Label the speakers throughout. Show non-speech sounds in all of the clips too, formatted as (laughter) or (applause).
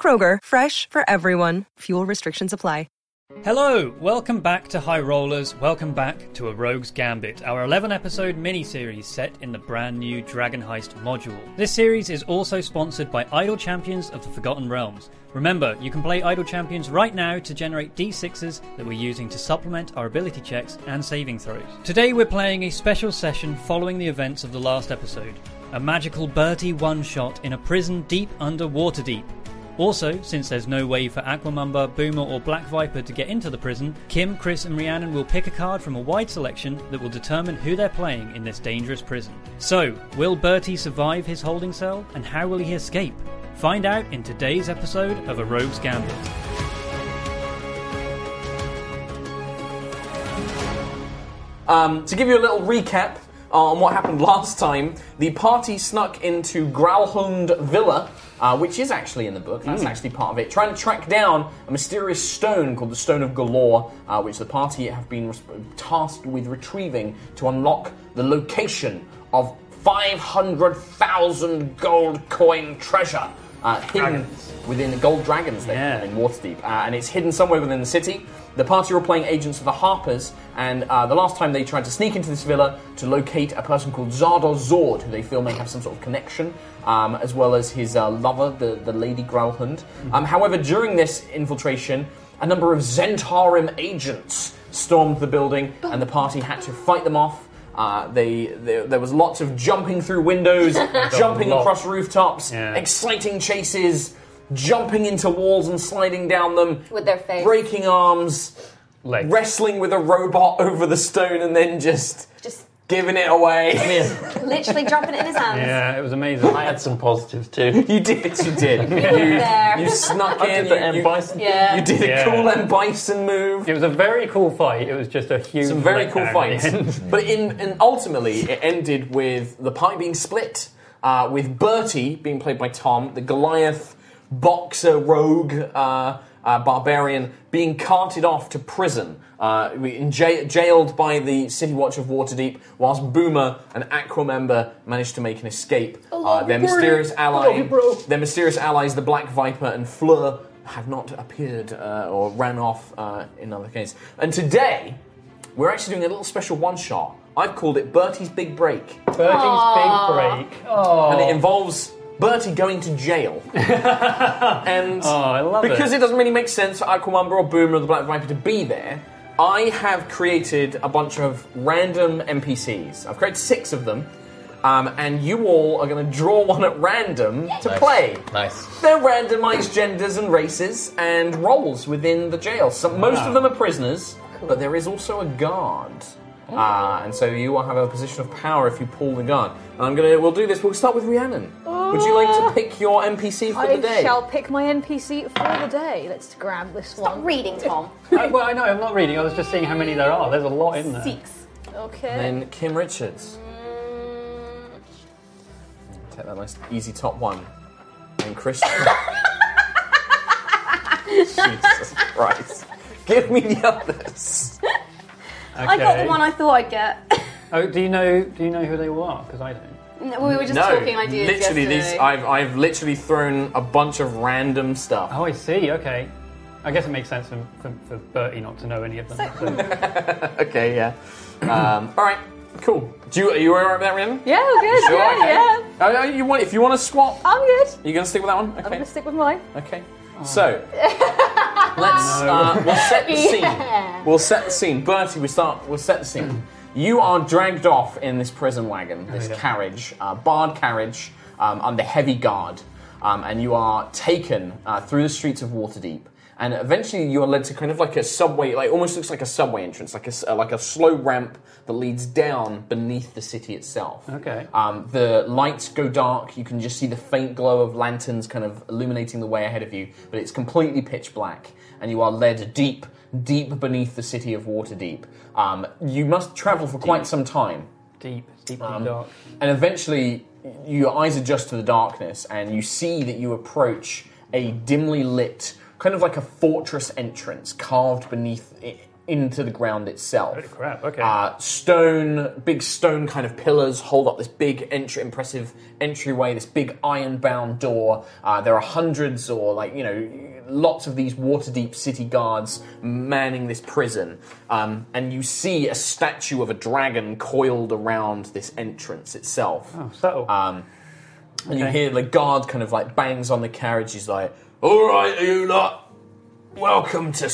Speaker 1: Kroger, fresh for everyone. Fuel restrictions apply.
Speaker 2: Hello, welcome back to High Rollers, welcome back to A Rogue's Gambit, our 11 episode mini series set in the brand new Dragon Heist module. This series is also sponsored by Idle Champions of the Forgotten Realms. Remember, you can play Idle Champions right now to generate d6s that we're using to supplement our ability checks and saving throws. Today we're playing a special session following the events of the last episode a magical Bertie one shot in a prison deep under Waterdeep. Also, since there's no way for Aquamumba, Boomer, or Black Viper to get into the prison, Kim, Chris, and Rhiannon will pick a card from a wide selection that will determine who they're playing in this dangerous prison. So, will Bertie survive his holding cell, and how will he escape? Find out in today's episode of A Rogue's Gambit.
Speaker 3: Um, to give you a little recap uh, on what happened (laughs) last time, the party snuck into Growlhund Villa, uh, which is actually in the book. That's actually part of it. Trying to track down a mysterious stone called the Stone of Galore, uh, which the party have been res- tasked with retrieving to unlock the location of 500,000 gold coin treasure. Uh, hidden within the gold dragons they
Speaker 2: Yeah.
Speaker 3: in Waterdeep, uh, and it's hidden somewhere within the city. The party were playing agents of the Harpers, and uh, the last time they tried to sneak into this villa to locate a person called Zardo Zord, who they feel may have some sort of connection, um, as well as his uh, lover, the, the Lady Growlhund. Um, however, during this infiltration, a number of Zentarim agents stormed the building, and the party had to fight them off. Uh, they, they, there was lots of jumping
Speaker 2: (laughs)
Speaker 3: through windows, jumping
Speaker 2: Lot.
Speaker 3: across rooftops,
Speaker 2: Yeah.
Speaker 3: exciting chases, jumping into walls and sliding down them,
Speaker 4: With their face.
Speaker 3: breaking arms,
Speaker 2: Legs.
Speaker 3: wrestling with a robot (laughs) over the stone, and then just
Speaker 4: Just
Speaker 3: giving it away.
Speaker 4: literally dropping it in his
Speaker 3: (laughs)
Speaker 4: hands.
Speaker 2: Yeah, it was amazing.
Speaker 5: I had some positives too.
Speaker 3: Um, you did, you did.
Speaker 4: There.
Speaker 3: You, you snuck in.
Speaker 5: Did the
Speaker 3: you-
Speaker 5: M
Speaker 3: you,
Speaker 5: Bison.
Speaker 4: Yeah.
Speaker 3: you did a
Speaker 2: Yeah.
Speaker 3: cool M
Speaker 5: (laughs)
Speaker 3: Bison move.
Speaker 5: It was a very cool fight. It was just a huge.
Speaker 3: Some very cool
Speaker 5: letdown at
Speaker 3: fights.
Speaker 5: the end.
Speaker 3: but in, in ultimately, it ended with the party being split, uh, with Bertie being played by Tom, the Goliath boxer rogue uh, uh, barbarian being carted off to prison, uh, in ja- jailed by the City Watch of Waterdeep, whilst Boomer and Aquamember managed to make an escape. Uh, their mysterious ally, their mysterious allies, the Black Viper and Fleur, have not appeared uh, or ran off uh, in other case. And today, we're actually doing a little special one shot. I've called it Bertie's Big Break.
Speaker 5: Bertie's big break. Oh,
Speaker 3: And it involves Bertie going
Speaker 5: (laughs)
Speaker 3: to jail. and
Speaker 5: Oh, I love
Speaker 3: because
Speaker 5: it.
Speaker 3: it doesn't really make sense for Aquamumba or Boomer or the Black Viper to be there, I have created a bunch of random NPCs. I've created six of them. Um, and you all are going to draw one at random to play.
Speaker 6: Nice.
Speaker 3: They're randomized genders and races and roles within the jail. Some, Most
Speaker 7: Ah.
Speaker 3: of them are prisoners, but there is also a guard.
Speaker 7: Oh.
Speaker 3: Uh, and so you will have a position of power if you pull the guard. And I'm gonna. We'll do this. We'll start with Rhiannon. Would you like to pick your NPC for
Speaker 7: Uh, I
Speaker 3: the day?
Speaker 7: shall pick my NPC for the day. Let's grab this
Speaker 4: Stop
Speaker 7: one.
Speaker 4: reading, Tom.
Speaker 5: I, Uh, well, I know. I'm not reading. I was just seeing how many there are. There's a lot in there.
Speaker 4: Six.
Speaker 7: Okay.
Speaker 3: Then Kim Richards. Take that nice easy top one.
Speaker 7: (laughs)
Speaker 3: And Chris. Jesus Christ! (laughs) Give me the others.
Speaker 5: Okay.
Speaker 4: I got the one I thought I'd get.
Speaker 5: Oh, do you know? Do you know who they all are? Because I don't.
Speaker 4: No, we were just
Speaker 3: No,
Speaker 4: talking ideas
Speaker 3: literally
Speaker 4: yesterday.
Speaker 3: these. I've I've literally thrown a bunch of random stuff.
Speaker 5: Oh, I see. Okay. I guess it makes sense for, for, for Bertie not to know any of them. So-
Speaker 3: Okay, yeah. um, all right, cool. Do you are you alright with that, Rhiannon?
Speaker 7: yeah, we're good.
Speaker 3: Sure,
Speaker 7: yeah,
Speaker 3: okay.
Speaker 7: yeah.
Speaker 3: Oh, no, you want if you want to swap,
Speaker 7: I'm good.
Speaker 3: you gonna stick with that one? Okay.
Speaker 7: I'm gonna stick with mine. Oh.
Speaker 3: Okay. So
Speaker 7: (laughs)
Speaker 3: let's uh, we'll set the scene. We'll set the scene. Bertie, we start. We'll set the scene. You are dragged off in this prison wagon, this
Speaker 5: yeah.
Speaker 3: carriage, uh, barred carriage, um, under heavy guard, um, and you are taken uh, through the streets of Waterdeep. and eventually you are led to kind of like a subway, like almost looks like a subway entrance, like a s- uh, like a slow ramp that leads down beneath the city
Speaker 5: (laughs)
Speaker 3: itself.
Speaker 5: Okay.
Speaker 3: Um, the lights go dark. You can just see the faint glow of lanterns kind of illuminating the way ahead of you, but it's completely pitch black, and you are led deep, deep beneath the city of Waterdeep. Um, you must travel for quite some time. Um,
Speaker 5: Deep, it's deeply dark.
Speaker 3: And eventually, your eyes adjust to the darkness, and you see that you approach a dimly lit, kind of like a fortress entrance carved beneath i into the ground itself.
Speaker 5: Holy crap, okay.
Speaker 3: Uh, stone, big stone kind of pillars hold up this big, entry, impressive entryway, this big iron bound door. Uh, there are hundreds or, like, you know, lots of these water deep city guards manning this prison. Um, and you see a statue of a dragon coiled around this entrance itself.
Speaker 5: Oh, subtle.
Speaker 3: Um, and you
Speaker 5: Okay.
Speaker 3: hear the guard kind of like bangs on the carriage. He's like, "All right, you lot, welcome to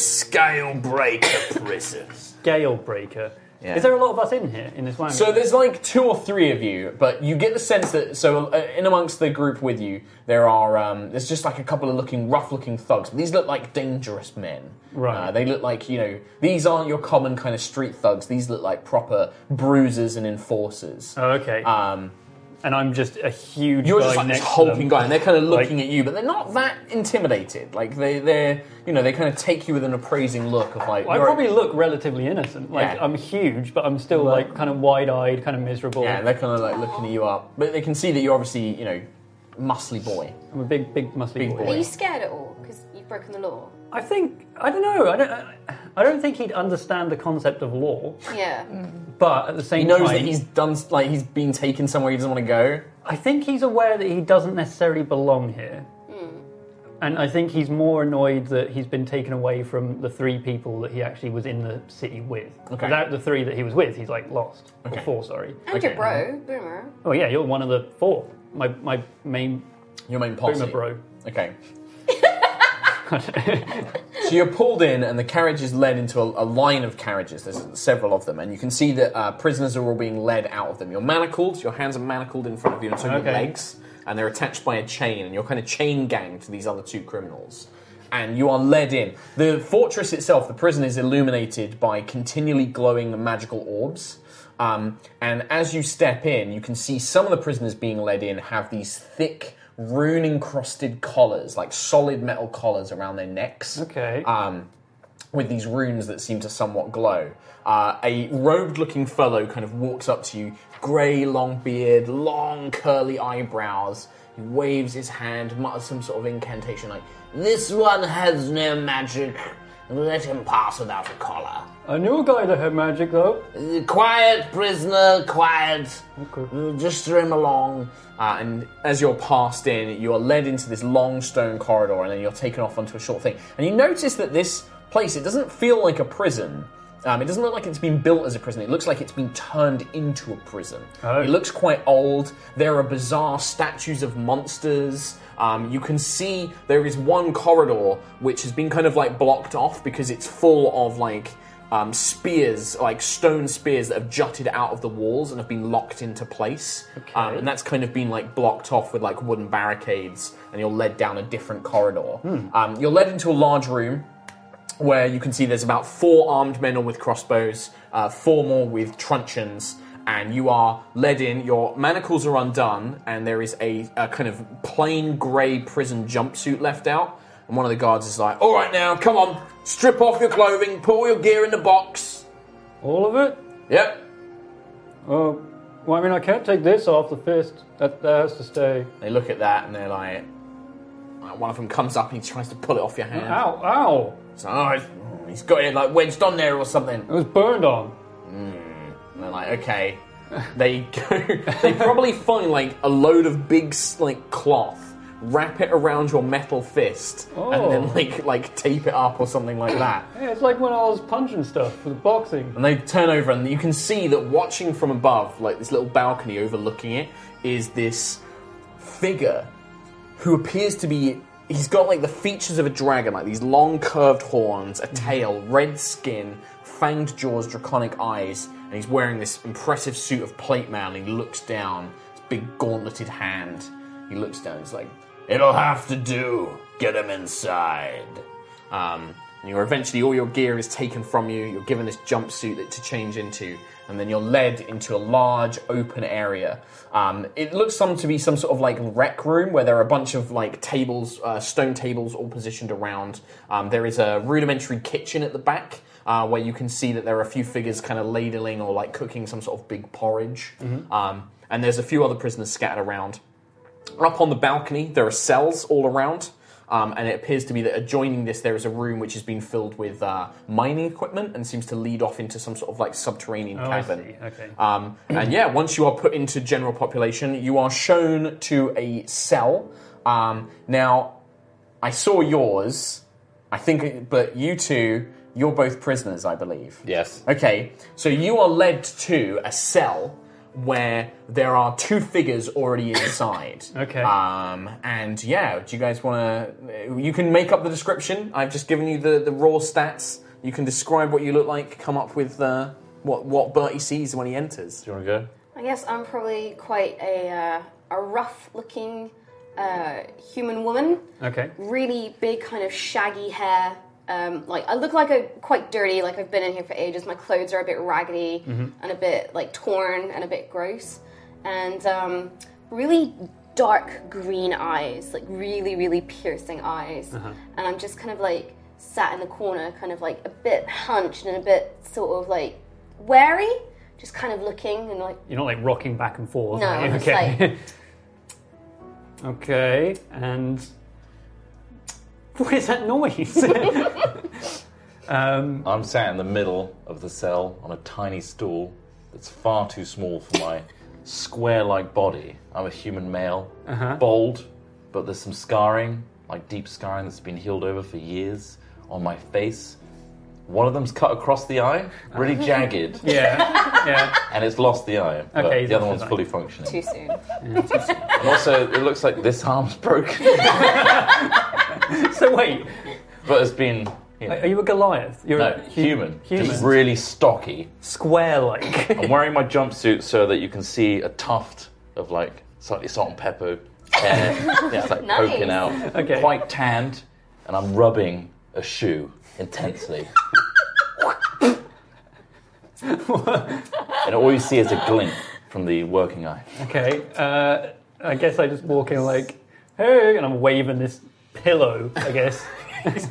Speaker 3: Scalebreaker (coughs) Prison."
Speaker 5: Scale breaker.
Speaker 3: Yeah.
Speaker 5: Is there a lot of us in here in this one?
Speaker 3: so there's like two or three of you, but you get the sense that so uh, in amongst the group with you, there are um, there's just like a couple of looking rough-looking thugs. These look like dangerous men.
Speaker 5: Right.
Speaker 3: Uh, they look like you know these aren't your common kind of street thugs. These look like proper bruisers and enforcers.
Speaker 5: Oh, okay.
Speaker 3: Um,
Speaker 5: and I'm just a huge.
Speaker 3: You're
Speaker 5: guy
Speaker 3: just like
Speaker 5: next
Speaker 3: this
Speaker 5: to
Speaker 3: hulking
Speaker 5: them.
Speaker 3: guy, and they're kind of looking
Speaker 5: Like-
Speaker 3: at you, but they're not that intimidated. Like they, they're, you know, they kind of take you with an appraising look of like.
Speaker 5: I
Speaker 3: you're-
Speaker 5: probably look relatively innocent. Like
Speaker 3: Yeah.
Speaker 5: I'm huge, but I'm still like kind of wide-eyed, kind of miserable.
Speaker 3: Yeah, they're kind of like looking at you up, but they can see that you're obviously, you know, muscly boy.
Speaker 5: I'm a big, big, muscly
Speaker 3: Big boy.
Speaker 4: Are you scared at all? Because you've broken the law.
Speaker 5: I think I don't know. I don't. I- I don't think he'd understand the concept of law,
Speaker 4: Yeah.
Speaker 5: but at the same
Speaker 3: He knows
Speaker 5: time,
Speaker 3: that he's done, like he's been taken somewhere he doesn't want to go.
Speaker 5: I think he's aware that he doesn't necessarily belong here.
Speaker 4: Mm.
Speaker 5: And I think he's more annoyed that he's been taken away from the three people that he actually was in the city with.
Speaker 3: Okay.
Speaker 5: Without the three that he was with, he's like lost. Or four, sorry.
Speaker 4: And
Speaker 3: Okay.
Speaker 4: your bro, Boomer.
Speaker 5: Oh yeah, you're one of the four. My my main
Speaker 3: Your main posse.
Speaker 5: Boomer bro.
Speaker 3: Okay. so you're pulled in, and the carriage is led into a, a line of carriages. There's several of them, and you can see that uh, prisoners are all being led out of them. You're manacled. Your hands are manacled in front of you, and so are your
Speaker 5: Okay.
Speaker 3: legs, and they're attached by a chain, and you're kind of chain ganged to these other two criminals. And you are led in. The fortress itself, the prison, is illuminated by continually glowing magical orbs. Um, and as you step in, you can see some of the prisoners being led in have these thick, rune encrusted collars, like solid metal collars around their necks.
Speaker 5: Okay.
Speaker 3: Um, with these runes that seem to somewhat glow. Uh, a robed looking fellow kind of walks up to you, grey, long beard, long curly eyebrows. He waves his hand, mutters some sort of incantation like, This one has no magic. Let him pass without a collar.
Speaker 5: I knew a guy that had magic though.
Speaker 3: Uh, Quiet, prisoner, quiet. Uh,
Speaker 5: Okay.
Speaker 3: Just stream along. Uh, and as you're passed in, you are led into this long stone corridor, and then you're taken off onto a short thing. And you notice that this place, it doesn't feel like a prison. Um, it doesn't look like it's been built as a prison. It looks like it's been turned into a prison.
Speaker 5: Oh.
Speaker 3: It looks quite old. There are bizarre statues of monsters. Um, you can see there is one corridor which has been kind of like blocked off because it's full of like um, spears, like stone spears that have jutted out of the walls and have been locked into place. Um, and that's kind of been like blocked off with like wooden barricades, and you're led down a different corridor. Um, you're led into a large room where you can see there's about four armed men all with crossbows, uh, four more with truncheons, and you are led in. Your manacles are undone, and there is a, a kind of plain grey prison jumpsuit left out. And one of the guards is like, "All right, now, come on, strip off your clothing, put all your gear in the box."
Speaker 5: All of it?
Speaker 3: Yep.
Speaker 5: Oh well I mean I can't take this off the fist. That that has to stay.
Speaker 3: They look at that and they're like, like, one of them comes up and he tries to pull it off your hand.
Speaker 5: Ow, ow!
Speaker 3: It's like, "Oh, it's- oh, he's got it like wedged on there or something.
Speaker 5: It was burned on.
Speaker 3: And they're like, okay. They go. (laughs) they probably find like a load of big s- like cloth, wrap it around your metal fist, and
Speaker 5: Oh.
Speaker 3: then like like tape it up or something like that.
Speaker 5: Yeah, it's like when I was punching stuff for the boxing.
Speaker 3: And they turn over, and you can see that watching from above, like this little balcony overlooking it, is this figure who appears to be. He's got like the features of a dragon, like these long curved horns, a tail, red skin, fanged jaws, draconic eyes, and he's wearing this impressive suit of plate mail. And he looks down, his big gauntleted hand. He looks down, he's like, It'll have to do. Get him inside. Um, and you're eventually all your gear is taken from you. You're given this jumpsuit that, to change into, and then you're led into a large open area. Um, it looks some to be some sort of like rec room where there are a bunch of like tables, uh, stone tables, all positioned around. Um, there is a rudimentary kitchen at the back uh, where you can see that there are a few figures kind of ladling or like cooking some sort of big porridge.
Speaker 5: Mm-hmm.
Speaker 3: Um, and there's a few other prisoners scattered around. Up on the balcony, there are cells all around, um, and it appears to be that adjoining this, there is a room which has been filled with uh, mining equipment and seems to lead off into some sort of like subterranean
Speaker 5: Oh, I
Speaker 3: cavern.
Speaker 5: see. Okay.
Speaker 3: Um, and yeah, once you are put into general population, you are shown to a cell. Um, now, I saw yours. I think, but you two, you're both prisoners, I believe.
Speaker 8: Yes.
Speaker 3: Okay, so you are led to a cell where there are two figures already (coughs) inside.
Speaker 5: Okay.
Speaker 3: Um, and yeah, do you guys want to? You can make up the description. I've just given you the, the raw stats. You can describe what you look like. Come up with uh, what what Bertie sees when he enters.
Speaker 8: Do you want to
Speaker 4: I guess I'm probably quite a uh, a rough-looking uh, human woman.
Speaker 5: Okay.
Speaker 4: Really big, kind of shaggy hair. Um, like I look like a quite dirty. Like I've been in here for ages. My clothes are a bit raggedy
Speaker 3: Mm-hmm. Uh-huh.
Speaker 4: and a bit like torn and a bit gross. And um, really dark green eyes, like really, really piercing eyes. And I'm just kind of like sat in the corner, kind of like a bit hunched and a bit sort of like wary, just kind of looking and like
Speaker 5: You're not like rocking back and forth.
Speaker 4: No,
Speaker 5: are you?
Speaker 4: I'm just
Speaker 5: okay. (laughs) okay, and what is that noise? (laughs) um,
Speaker 8: go? I'm sat in the middle of the cell on a tiny stool that's far too small for my square-like body. I'm a human male,
Speaker 5: Uh-huh.
Speaker 8: bald, but there's some scarring, like deep scarring that's been healed over for years on my face. One of them's cut across the eye, really jagged,
Speaker 5: Uh-huh. (laughs)
Speaker 9: (laughs)
Speaker 5: yeah, yeah.
Speaker 8: and it's lost the eye. but
Speaker 5: Okay, he's
Speaker 8: the other
Speaker 5: lost
Speaker 8: one's
Speaker 5: his eye.
Speaker 8: fully functioning.
Speaker 4: too (laughs) soon.
Speaker 8: And also, it looks like this arm's broken,
Speaker 5: (laughs) So wait,
Speaker 8: but it's been you know,
Speaker 5: are you a Goliath? You're
Speaker 8: no,
Speaker 5: a hu-
Speaker 8: human. Just
Speaker 5: Human.
Speaker 8: really stocky.
Speaker 5: Square-like.
Speaker 8: I'm wearing my jumpsuit so that you can see a tuft of like slightly salt and pepper hair that's like
Speaker 4: Nice.
Speaker 8: poking out.
Speaker 5: Okay.
Speaker 8: Quite tanned, and I'm rubbing a shoe
Speaker 5: (laughs)
Speaker 8: intensely. and all you see is a glint from the working eye.
Speaker 5: okay. Uh, I guess I just walk in like, hey, and I'm waving this pillow. I guess.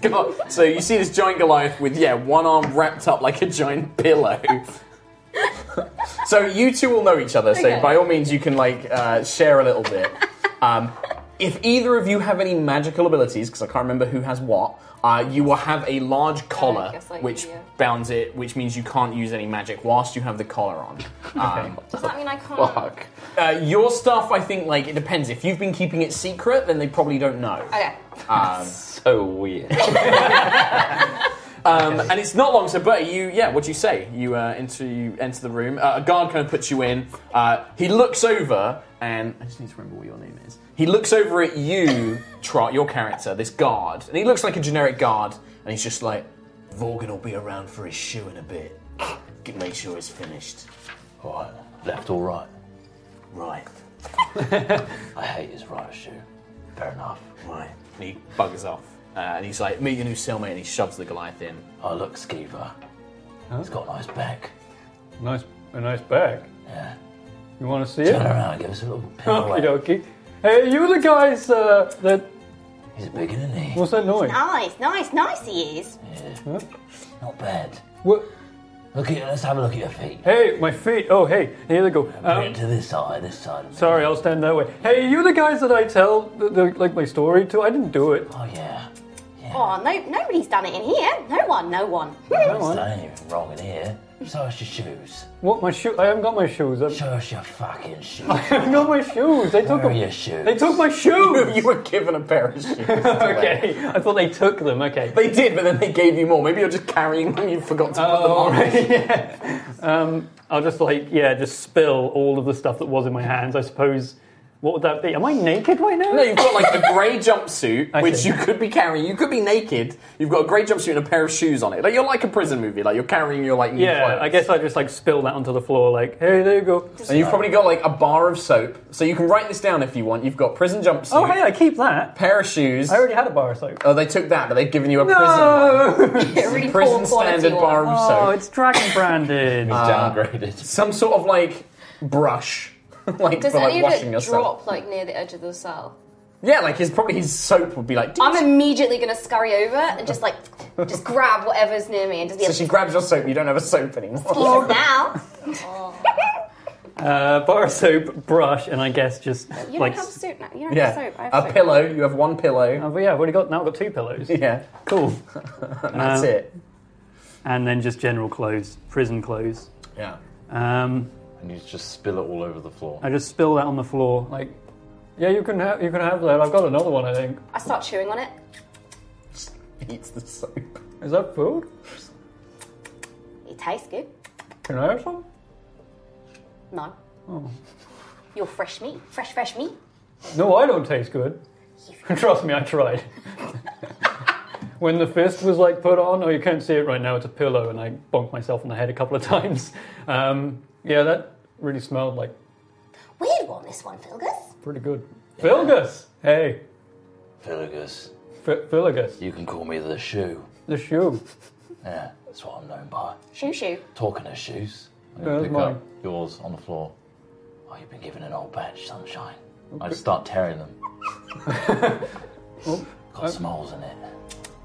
Speaker 3: God. so you see this giant Goliath with yeah one arm wrapped up like a giant pillow. so you two will know each other. So
Speaker 4: Okay.
Speaker 3: by all means, you can like uh, share a little bit. Um, if either of you have any magical abilities, because I can't remember who has what, uh, you will have a large collar
Speaker 4: guess I-
Speaker 3: which
Speaker 4: yeah.
Speaker 3: bounds it, which means you can't use any magic whilst you have the collar on. Um,
Speaker 4: Does that mean I can't?
Speaker 8: Fuck.
Speaker 3: uh, your stuff, I think, like it depends. If you've been keeping it secret, then they probably don't know.
Speaker 4: Okay.
Speaker 8: So weird.
Speaker 3: (laughs) Um, and it's not long. So, Bertie, you yeah, what do you say? You uh, enter you enter the room. Uh, a guard kind of puts you in. Uh, he looks over, and I just need to remember what your name is. He looks over at you, Trot, your character, this guard, and he looks like a generic guard, and he's just like, Vorgan will be around for his shoe in a bit. Get- Make sure it's finished.
Speaker 8: All right, left or right?
Speaker 3: Right,
Speaker 8: (laughs) I hate his right shoe. Fair enough.
Speaker 3: right. And he buggers off, uh, and he's like, meet your new cellmate, and he shoves the Goliath in.
Speaker 8: Oh look, Skeever. He's got a nice back.
Speaker 5: (laughs) Nice, a nice bag.
Speaker 8: Yeah.
Speaker 5: You want to see
Speaker 8: Turn
Speaker 5: it?
Speaker 8: around, give us a little
Speaker 5: Okie
Speaker 8: pirouette.
Speaker 5: dokie. Hey, you the guys uh, that.
Speaker 8: He's big, isn't he?
Speaker 5: What's that noise?
Speaker 4: Nice, nice, nice he is.
Speaker 8: Not bad.
Speaker 5: What?
Speaker 8: Look at let's have a look at your feet.
Speaker 5: Hey, my feet. Oh, hey, here they go.
Speaker 8: Put
Speaker 5: Um,
Speaker 8: it to this side, this side. Of me.
Speaker 5: sorry, I'll stand that way. Hey, you the guys that I tell the, the, like my story to? I didn't do it.
Speaker 8: Oh yeah. Yeah.
Speaker 4: Oh, no, nobody's done it in here. No one, no one.
Speaker 5: Hang
Speaker 8: There's
Speaker 5: on.
Speaker 8: anything wrong in here. Show us your shoes.
Speaker 5: What my shoe? I haven't got my shoes. I've-
Speaker 8: Show us your fucking shoes.
Speaker 5: (laughs) I haven't got my shoes. They took
Speaker 8: Where are
Speaker 5: them.
Speaker 8: your shoes?
Speaker 5: They took my shoes.
Speaker 3: (laughs) You were given a pair of (laughs) shoes.
Speaker 5: okay, I thought they took them. Okay.
Speaker 3: They did, but then they gave you more. Maybe you're just carrying them. You forgot to put them
Speaker 5: Oh,
Speaker 3: on. (laughs)
Speaker 5: right, yeah. Um, I'll just like yeah, just spill all of the stuff that was in my hands. I suppose What would that be? Am I naked right now?
Speaker 3: No, you've got like a grey jumpsuit,
Speaker 5: I
Speaker 3: which
Speaker 5: see.
Speaker 3: you could be carrying. You could be naked. You've got a grey jumpsuit and a pair of shoes on it. Like you're like a prison movie. Like you're carrying your like new
Speaker 5: Yeah,
Speaker 3: clothes.
Speaker 5: I guess I just like spill that onto the floor. Like, hey, there you go.
Speaker 3: And you've probably got like a bar of soap, so you can write this down if you want. You've got prison jumpsuit,
Speaker 5: Oh, hey, I keep that.
Speaker 3: pair of shoes.
Speaker 5: I already had a bar of soap.
Speaker 3: Oh, they took that, but they've given you
Speaker 5: (laughs)
Speaker 3: a prison one.
Speaker 4: Get a
Speaker 3: (laughs)
Speaker 4: really
Speaker 3: prison
Speaker 4: poor quality
Speaker 3: standard
Speaker 4: one.
Speaker 3: bar of soap. Uh,
Speaker 5: Oh, it's dragon
Speaker 3: (laughs)
Speaker 5: branded.
Speaker 8: downgraded.
Speaker 3: Some sort of like brush, (laughs) like
Speaker 4: Does
Speaker 3: for like
Speaker 4: any of
Speaker 3: washing
Speaker 4: it
Speaker 3: yourself.
Speaker 4: drop like near the edge of the cell?
Speaker 3: Yeah, like his probably his soap would be like. (laughs)
Speaker 4: I'm immediately gonna scurry over and just like just grab whatever's near me and just be
Speaker 3: so
Speaker 4: like,
Speaker 3: she grabs your soap. You don't have a soap anymore.
Speaker 4: "Leave
Speaker 3: (laughs)
Speaker 4: it now.
Speaker 5: (laughs)
Speaker 4: Oh.
Speaker 5: uh, bar of soap, brush, and I guess just
Speaker 4: You
Speaker 5: like.
Speaker 4: don't have soap now. You don't
Speaker 3: Yeah,
Speaker 4: have soap. I have
Speaker 3: a
Speaker 4: soap.
Speaker 3: pillow. You have one pillow.
Speaker 5: Oh, but yeah, I've already got now. I've got two pillows.
Speaker 3: (laughs) Yeah,
Speaker 5: Cool.
Speaker 3: that's
Speaker 5: Um,
Speaker 3: it.
Speaker 5: And then just general clothes, prison clothes.
Speaker 3: Yeah.
Speaker 5: Um,
Speaker 8: And you just spill it all over the floor.
Speaker 5: I just spill that on the floor. Like, yeah, you can have you can have that. I've got another one. I
Speaker 3: (laughs)
Speaker 5: think.
Speaker 4: I start chewing on it.
Speaker 3: Eats the soap.
Speaker 5: Is that food?
Speaker 4: It tastes good.
Speaker 5: Can I have some? Oh.
Speaker 4: No. You're fresh meat. Fresh, fresh meat.
Speaker 5: No, I don't taste good. (laughs) Trust me, I
Speaker 8: (laughs)
Speaker 5: tried. when the fist was like put on, oh, you can't see it right now, it's a pillow, and I bonked myself on the head a couple of (laughs) times. Um, yeah, that really smelled like
Speaker 4: Weird one, this one, Filgus.
Speaker 5: pretty good. Filgus! Hey,
Speaker 8: Philagus,
Speaker 5: F- Filgus,
Speaker 8: you can call me the shoe.
Speaker 5: the shoe.
Speaker 8: Yeah, that's what I'm known by.
Speaker 4: Shoo shoo.
Speaker 8: Talking of shoes, I'm
Speaker 5: Yeah,
Speaker 8: gonna
Speaker 5: that's
Speaker 8: pick
Speaker 5: mine.
Speaker 8: up yours on the floor. Oh, you've been given an old badge, sunshine. I just start tearing them. Got some holes in it.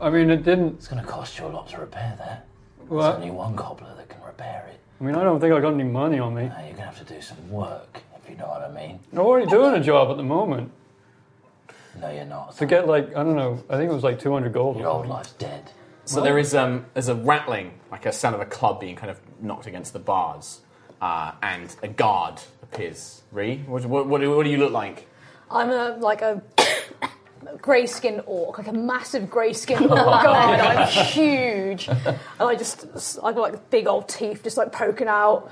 Speaker 5: I mean, it didn't.
Speaker 8: It's gonna cost you a lot to repair that. There's
Speaker 5: Well,
Speaker 8: only one cobbler that can repair it.
Speaker 5: I mean, I don't think I got any money on me.
Speaker 8: Now you're gonna have to do some work, if you know what I mean.
Speaker 5: I'm already doing a job at the moment
Speaker 8: No, you're not.
Speaker 5: to get like, I don't know, I think it was like 200 gold.
Speaker 8: Your old life's dead.
Speaker 3: So there is um, there's a rattling, like a sound of a club being kind of knocked against the bars, uh, and a guard appears. Ree, what, what, what, do- what do you look like?
Speaker 7: I'm a like a (coughs) grey skinned orc, like a massive grey
Speaker 3: (laughs)
Speaker 7: skinned orc
Speaker 3: Oh,
Speaker 7: guy. I'm huge, and I just I've got like big old teeth just like poking out.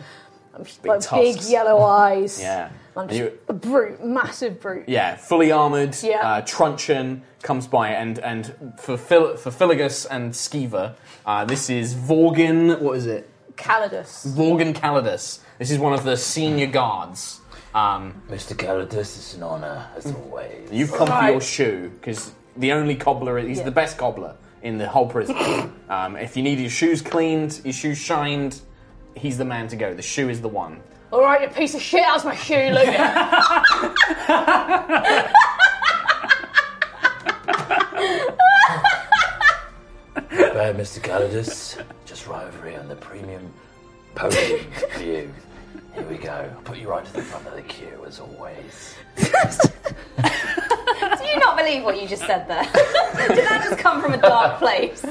Speaker 7: I'm just, like big
Speaker 3: tusks. (laughs)
Speaker 7: yellow eyes.
Speaker 3: Yeah.
Speaker 7: I'm
Speaker 3: Are
Speaker 7: just
Speaker 3: you-
Speaker 7: a brute, massive brute.
Speaker 3: Yeah, fully armored.
Speaker 7: Yeah.
Speaker 3: Uh, truncheon comes by, and and for Phil, for Philigus and Skeever, uh, this is Vorgan. What is it?
Speaker 7: Calidus.
Speaker 3: Vorgan Calidus. This is one of the senior guards. Um,
Speaker 8: Mr. Calidus, it's an honour, as always.
Speaker 3: you've come for your
Speaker 7: Right.
Speaker 3: shoe because the only cobbler. He's
Speaker 7: Yeah.
Speaker 3: the best cobbler in the whole prison.
Speaker 7: (coughs)
Speaker 3: um, if you need your shoes cleaned, your shoes shined, he's the man to go. The shoe is the one.
Speaker 7: All right, you piece of shit. How's my shoe, Luke?
Speaker 3: (laughs)
Speaker 8: Bad Mr. Calidus, just right over here on the premium
Speaker 7: (laughs)
Speaker 8: podium view. Here we go. I'll put you right to the front of the queue, as always.
Speaker 4: (laughs) Do you not believe what you just said there? (laughs) Did that just come from a dark
Speaker 3: (laughs)
Speaker 4: place?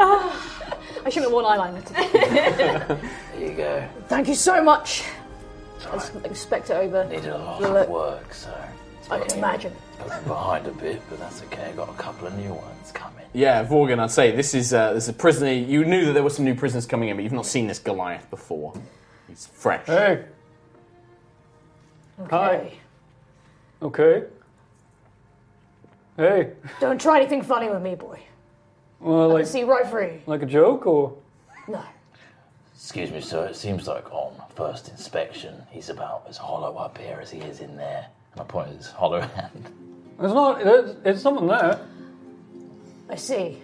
Speaker 7: Ah, I shouldn't have worn eyeliner. today.
Speaker 8: There you go.
Speaker 7: Thank you so much.
Speaker 8: It's
Speaker 7: I just
Speaker 8: alright.
Speaker 7: expect it over.
Speaker 8: Needed a lot
Speaker 7: Look.
Speaker 8: of work, Oh, so. it's
Speaker 7: uh, I
Speaker 8: put
Speaker 7: can
Speaker 8: me
Speaker 7: imagine.
Speaker 8: put me behind a bit, but that's okay. I've got a couple of new ones coming.
Speaker 3: Yeah, Vorgan, I'd say this is uh, this is a prisoner. You knew that there were some new prisoners coming in, but you've not seen this Goliath before. He's fresh.
Speaker 5: Hey, Hi.
Speaker 7: Okay.
Speaker 5: okay. Hey,
Speaker 7: Don't try anything funny with me, boy.
Speaker 5: well, like,
Speaker 7: See right through.
Speaker 5: like a joke or?
Speaker 7: No.
Speaker 8: Excuse me, sir. It seems like on first inspection, he's about as hollow up here as he is in there. And I point at his hollow (laughs) hand.
Speaker 5: It's not. It's, it's something there.
Speaker 7: I see.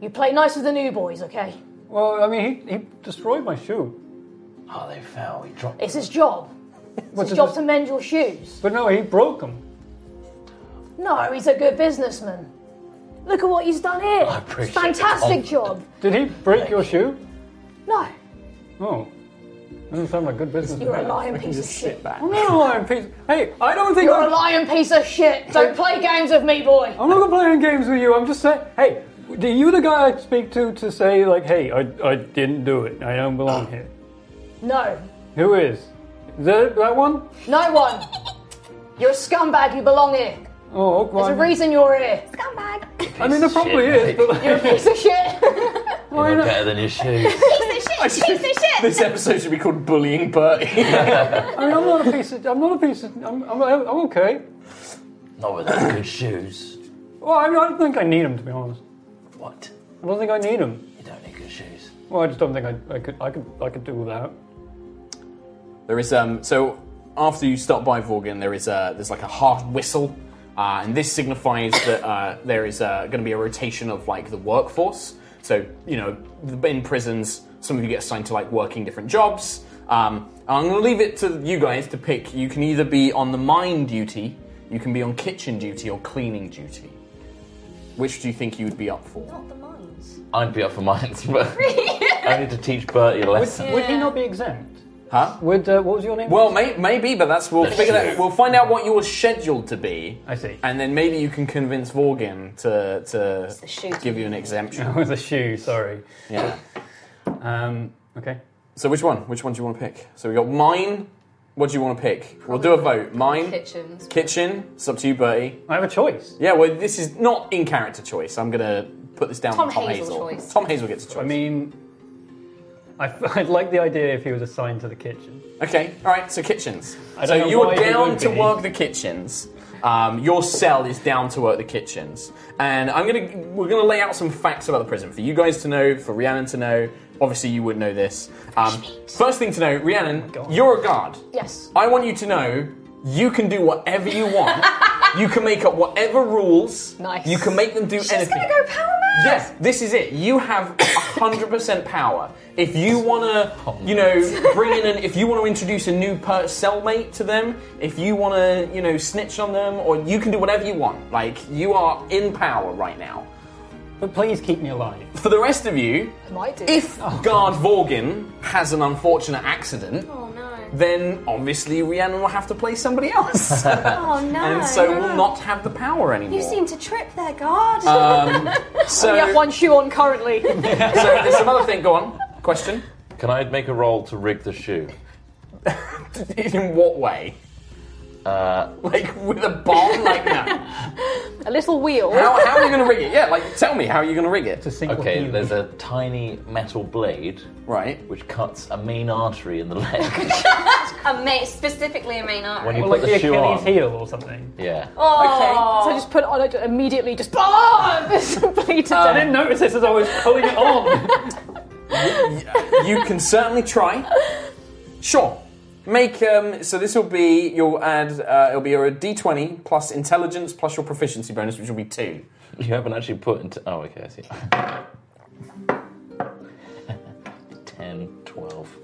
Speaker 7: You play nice with the new boys, okay?
Speaker 5: Well, I mean, he, he destroyed my shoe.
Speaker 8: Oh, they fell. He dropped
Speaker 7: It's his job. It's his job to mend your shoes.
Speaker 5: But no, he broke them.
Speaker 7: No, he's a good businessman. Look at what he's done here.
Speaker 8: I appreciate
Speaker 7: It's a fantastic
Speaker 8: the
Speaker 7: job.
Speaker 5: Did he break your shoe?
Speaker 7: No,
Speaker 5: Oh, doesn't sound like good business.
Speaker 7: you're a lying piece of
Speaker 3: Sit
Speaker 7: shit.
Speaker 3: back.
Speaker 5: I'm not a lying piece. Hey, I don't think
Speaker 7: You're a
Speaker 5: I'm,
Speaker 7: lying piece of shit. Don't play games with me, boy.
Speaker 5: I'm not playing games with you. I'm just saying. Hey, do you the guy I speak to to say like, hey, I, I didn't do it. I
Speaker 7: (gasps)
Speaker 5: don't belong here.
Speaker 7: No,
Speaker 5: Who is? Is that that one?
Speaker 7: no one. You're a scumbag. You belong here.
Speaker 5: Oh,
Speaker 7: There's
Speaker 5: okay.
Speaker 7: a reason you're here.
Speaker 4: Scumbag.
Speaker 5: I mean, there probably is. But
Speaker 7: You're a piece of shit.
Speaker 8: You know better than your
Speaker 5: (laughs)
Speaker 8: shoes.
Speaker 4: Piece of shit, piece of shit.
Speaker 3: (laughs) This episode should be called Bullying Bertie.
Speaker 5: I mean, I'm not a piece of. I'm not a piece of. I'm, I'm, I'm okay.
Speaker 8: Not with those good shoes.
Speaker 5: Well, I, mean, I don't think I need them to be honest.
Speaker 8: What?
Speaker 5: I don't think I need them.
Speaker 8: You don't need good shoes.
Speaker 5: Well, I just don't think I, I could. I could. I could do without.
Speaker 3: There is um so after you stop by Vorgan, there is a there's like a hard whistle, uh, and this signifies that uh, there is uh, going to be a rotation of like the workforce. So you know in prisons, some of you get assigned to like working different jobs. Um, I'm going to leave it to you guys to pick. You can either be on the mine duty, you can be on kitchen duty, or cleaning duty. Which do you think you would be up for?
Speaker 4: Not the mines.
Speaker 8: I'd be up for mines, (laughs) but I need to teach Bertie a lesson.
Speaker 5: Would he not be exempt?
Speaker 3: Huh?
Speaker 5: Would uh, what was your name?
Speaker 3: Well, may, maybe, but that's we'll
Speaker 8: That's
Speaker 3: figure that.
Speaker 8: true.
Speaker 3: We'll find out what you were scheduled to be.
Speaker 5: I see.
Speaker 3: And then maybe you can convince Vorgin to
Speaker 4: the
Speaker 3: to
Speaker 4: shoot.
Speaker 3: give you
Speaker 5: (laughs)
Speaker 3: an exemption.
Speaker 5: it was a shoe. Sorry.
Speaker 3: yeah.
Speaker 5: Um. Okay.
Speaker 3: So which one? Which one do you want to pick? So we got mine. What do you want to pick? We'll do a vote. Mine.
Speaker 4: Kitchens.
Speaker 3: Kitchen. It's up to you, Bertie.
Speaker 5: I have a choice.
Speaker 3: Yeah. Well, this is not in character choice. I'm gonna put this down
Speaker 4: Tom
Speaker 3: on Tom
Speaker 4: Hazel
Speaker 3: Hazel.
Speaker 4: choice.
Speaker 3: Tom Hazel gets a choice.
Speaker 5: I mean, I, (laughs) would like the idea if he was assigned to the kitchen.
Speaker 3: Okay, all right. So kitchens.
Speaker 5: I don't
Speaker 3: So
Speaker 5: know
Speaker 3: you are
Speaker 5: why they
Speaker 3: down
Speaker 5: would
Speaker 3: to
Speaker 5: be.
Speaker 3: work the kitchens. Um, your cell is down to work the kitchens, and I'm gonna we're gonna lay out some facts about the prison for you guys to know, for Rhiannon to know. Obviously, you would know this. Um, first thing to know, Rhiannon,
Speaker 5: Oh God.
Speaker 3: you're a guard.
Speaker 7: Yes.
Speaker 3: I want you to know you can do whatever
Speaker 5: (laughs)
Speaker 3: you want. you can make up whatever rules.
Speaker 7: Nice.
Speaker 3: You can make them do
Speaker 4: She's
Speaker 3: anything.
Speaker 4: gonna go power mad.
Speaker 3: Yes, this is it. You have 100% power. If you want to, you know, bring in an, if you want to introduce a new per- cellmate to them, if you want to, you know, snitch on them, or you can do whatever you want. Like, you are in power right now.
Speaker 5: But please keep me alive.
Speaker 3: For the rest of you,
Speaker 7: Might do. Oh.
Speaker 3: if Guard Vorgin has an unfortunate accident,
Speaker 4: Oh no.
Speaker 3: then obviously Rhiannon will have to play somebody else.
Speaker 4: (laughs) Oh no.
Speaker 3: and so will not have the power anymore. Um,
Speaker 4: You seem to trip there,
Speaker 7: (laughs)
Speaker 4: guard. (laughs)
Speaker 3: so,
Speaker 7: we have one shoe on
Speaker 3: (laughs)
Speaker 7: currently.
Speaker 3: so there's another thing. Go on. Question.
Speaker 8: Can I make a roll to rig the shoe?
Speaker 3: (laughs) In what way?
Speaker 8: Uh,
Speaker 3: Like with a bomb? Like no.
Speaker 7: a little wheel.
Speaker 3: How, how are you
Speaker 7: (laughs)
Speaker 3: going to rig it? Yeah, like tell me how are you going to rig it?
Speaker 5: To sink with
Speaker 8: okay,
Speaker 5: you.
Speaker 8: there's a tiny metal blade
Speaker 3: Right.
Speaker 8: which cuts a main artery in the leg.
Speaker 4: (laughs) a main, specifically a main
Speaker 8: when
Speaker 4: artery.
Speaker 8: you
Speaker 5: Or
Speaker 8: put
Speaker 5: like
Speaker 8: the,
Speaker 5: the
Speaker 8: shoe
Speaker 5: Achilles
Speaker 8: on.
Speaker 5: heel or something.
Speaker 8: Yeah.
Speaker 4: oh.
Speaker 7: So I just put it on I don't- immediately, just (laughs) oh, this bleed to
Speaker 5: I
Speaker 7: death.
Speaker 5: didn't notice Oh, this as I was pulling (laughs) it on.
Speaker 3: You can certainly try. Sure. Make um. So this will be you'll add uh, it'll be your d20 plus intelligence plus your proficiency bonus, which will be two.
Speaker 8: You haven't actually put into. Oh, okay, I see. (laughs) 10, 12.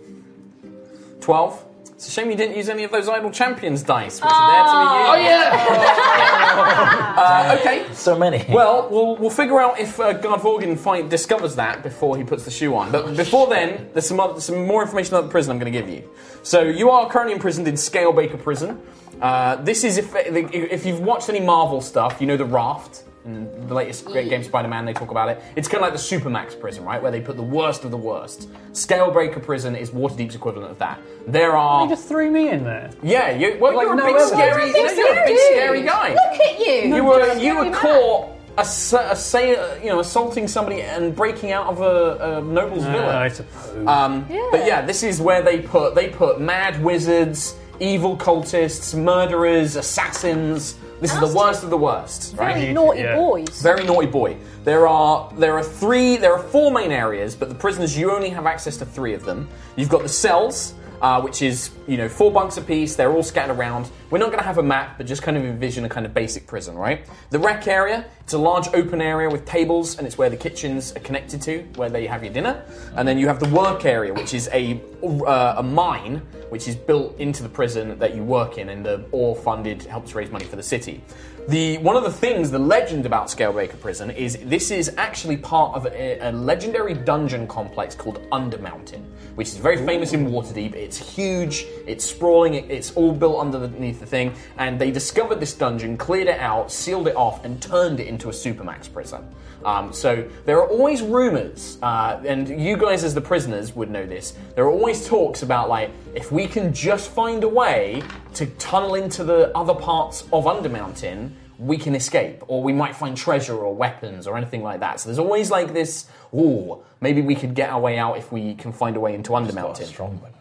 Speaker 3: Twelve. It's a shame you didn't use any of those idle champions dice,
Speaker 10: Oh,
Speaker 3: which are there to be used. Oh, uh, okay.
Speaker 8: So many.
Speaker 3: Well, we'll, we'll figure out if uh, Guard Vorgin find, discovers that before he puts the shoe on. But before then, there's some, other, some more information about the prison I'm going to give you. So you are currently imprisoned in Scalebaker Prison. Uh, this is if, if you've watched any Marvel stuff, you know the Raft. In the latest great game Spider-Man, they talk about it. It's kind of like the Supermax prison, right, where they put the worst of the worst. Scalebreaker prison is Waterdeep's equivalent of that. There
Speaker 5: They
Speaker 3: are,
Speaker 5: just threw me in there.
Speaker 3: yeah, you, well, like
Speaker 5: you're a
Speaker 3: no
Speaker 5: big
Speaker 3: other.
Speaker 5: scary-
Speaker 3: No, you're a big scary guy.
Speaker 4: Look at you.
Speaker 3: You
Speaker 4: You're
Speaker 3: were
Speaker 4: a
Speaker 3: you
Speaker 4: scary
Speaker 3: were
Speaker 4: man.
Speaker 3: caught ass- assail, uh, you know, assaulting somebody and breaking out of a, a noble's
Speaker 5: Uh, I
Speaker 3: villa.
Speaker 5: suppose.
Speaker 3: Um, But yeah, this is where they put they put mad wizards, evil cultists, murderers, assassins. This is the worst of the worst, right?
Speaker 7: Very naughty
Speaker 5: Yeah.
Speaker 7: boys.
Speaker 3: Very naughty boy. There are there are three there are four main areas, but the prisoners you only have access to three of them. You've got the cells, uh, which is you know four bunks apiece. They're all scattered around. We're not going to have a map, but just kind of envision a kind of basic prison, right? The rec area. It's a large open area with tables, and it's where the kitchens are connected to, where they have your dinner. And then you have the work area, which is a uh, a mine, which is built into the prison that you work in, and the ore funded helps raise money for the city. The one of the things, the legend about Scalebaker Prison is this is actually part of a, a legendary dungeon complex called Undermountain, which is very famous in Waterdeep. It's huge, it's sprawling, it- it's all built underneath the thing, and they discovered this dungeon, cleared it out, sealed it off, and turned it into a supermax prison. Um, so there are always rumors, uh, and you guys as the prisoners would know this. There are always talks about like if we can just find a way to tunnel into the other parts of Undermountain, we can escape, or we might find treasure or weapons or anything like that. So there's always like this, ooh, maybe we could get our way out if we can find a way into
Speaker 8: Not a
Speaker 3: Undermountain.
Speaker 8: strong one.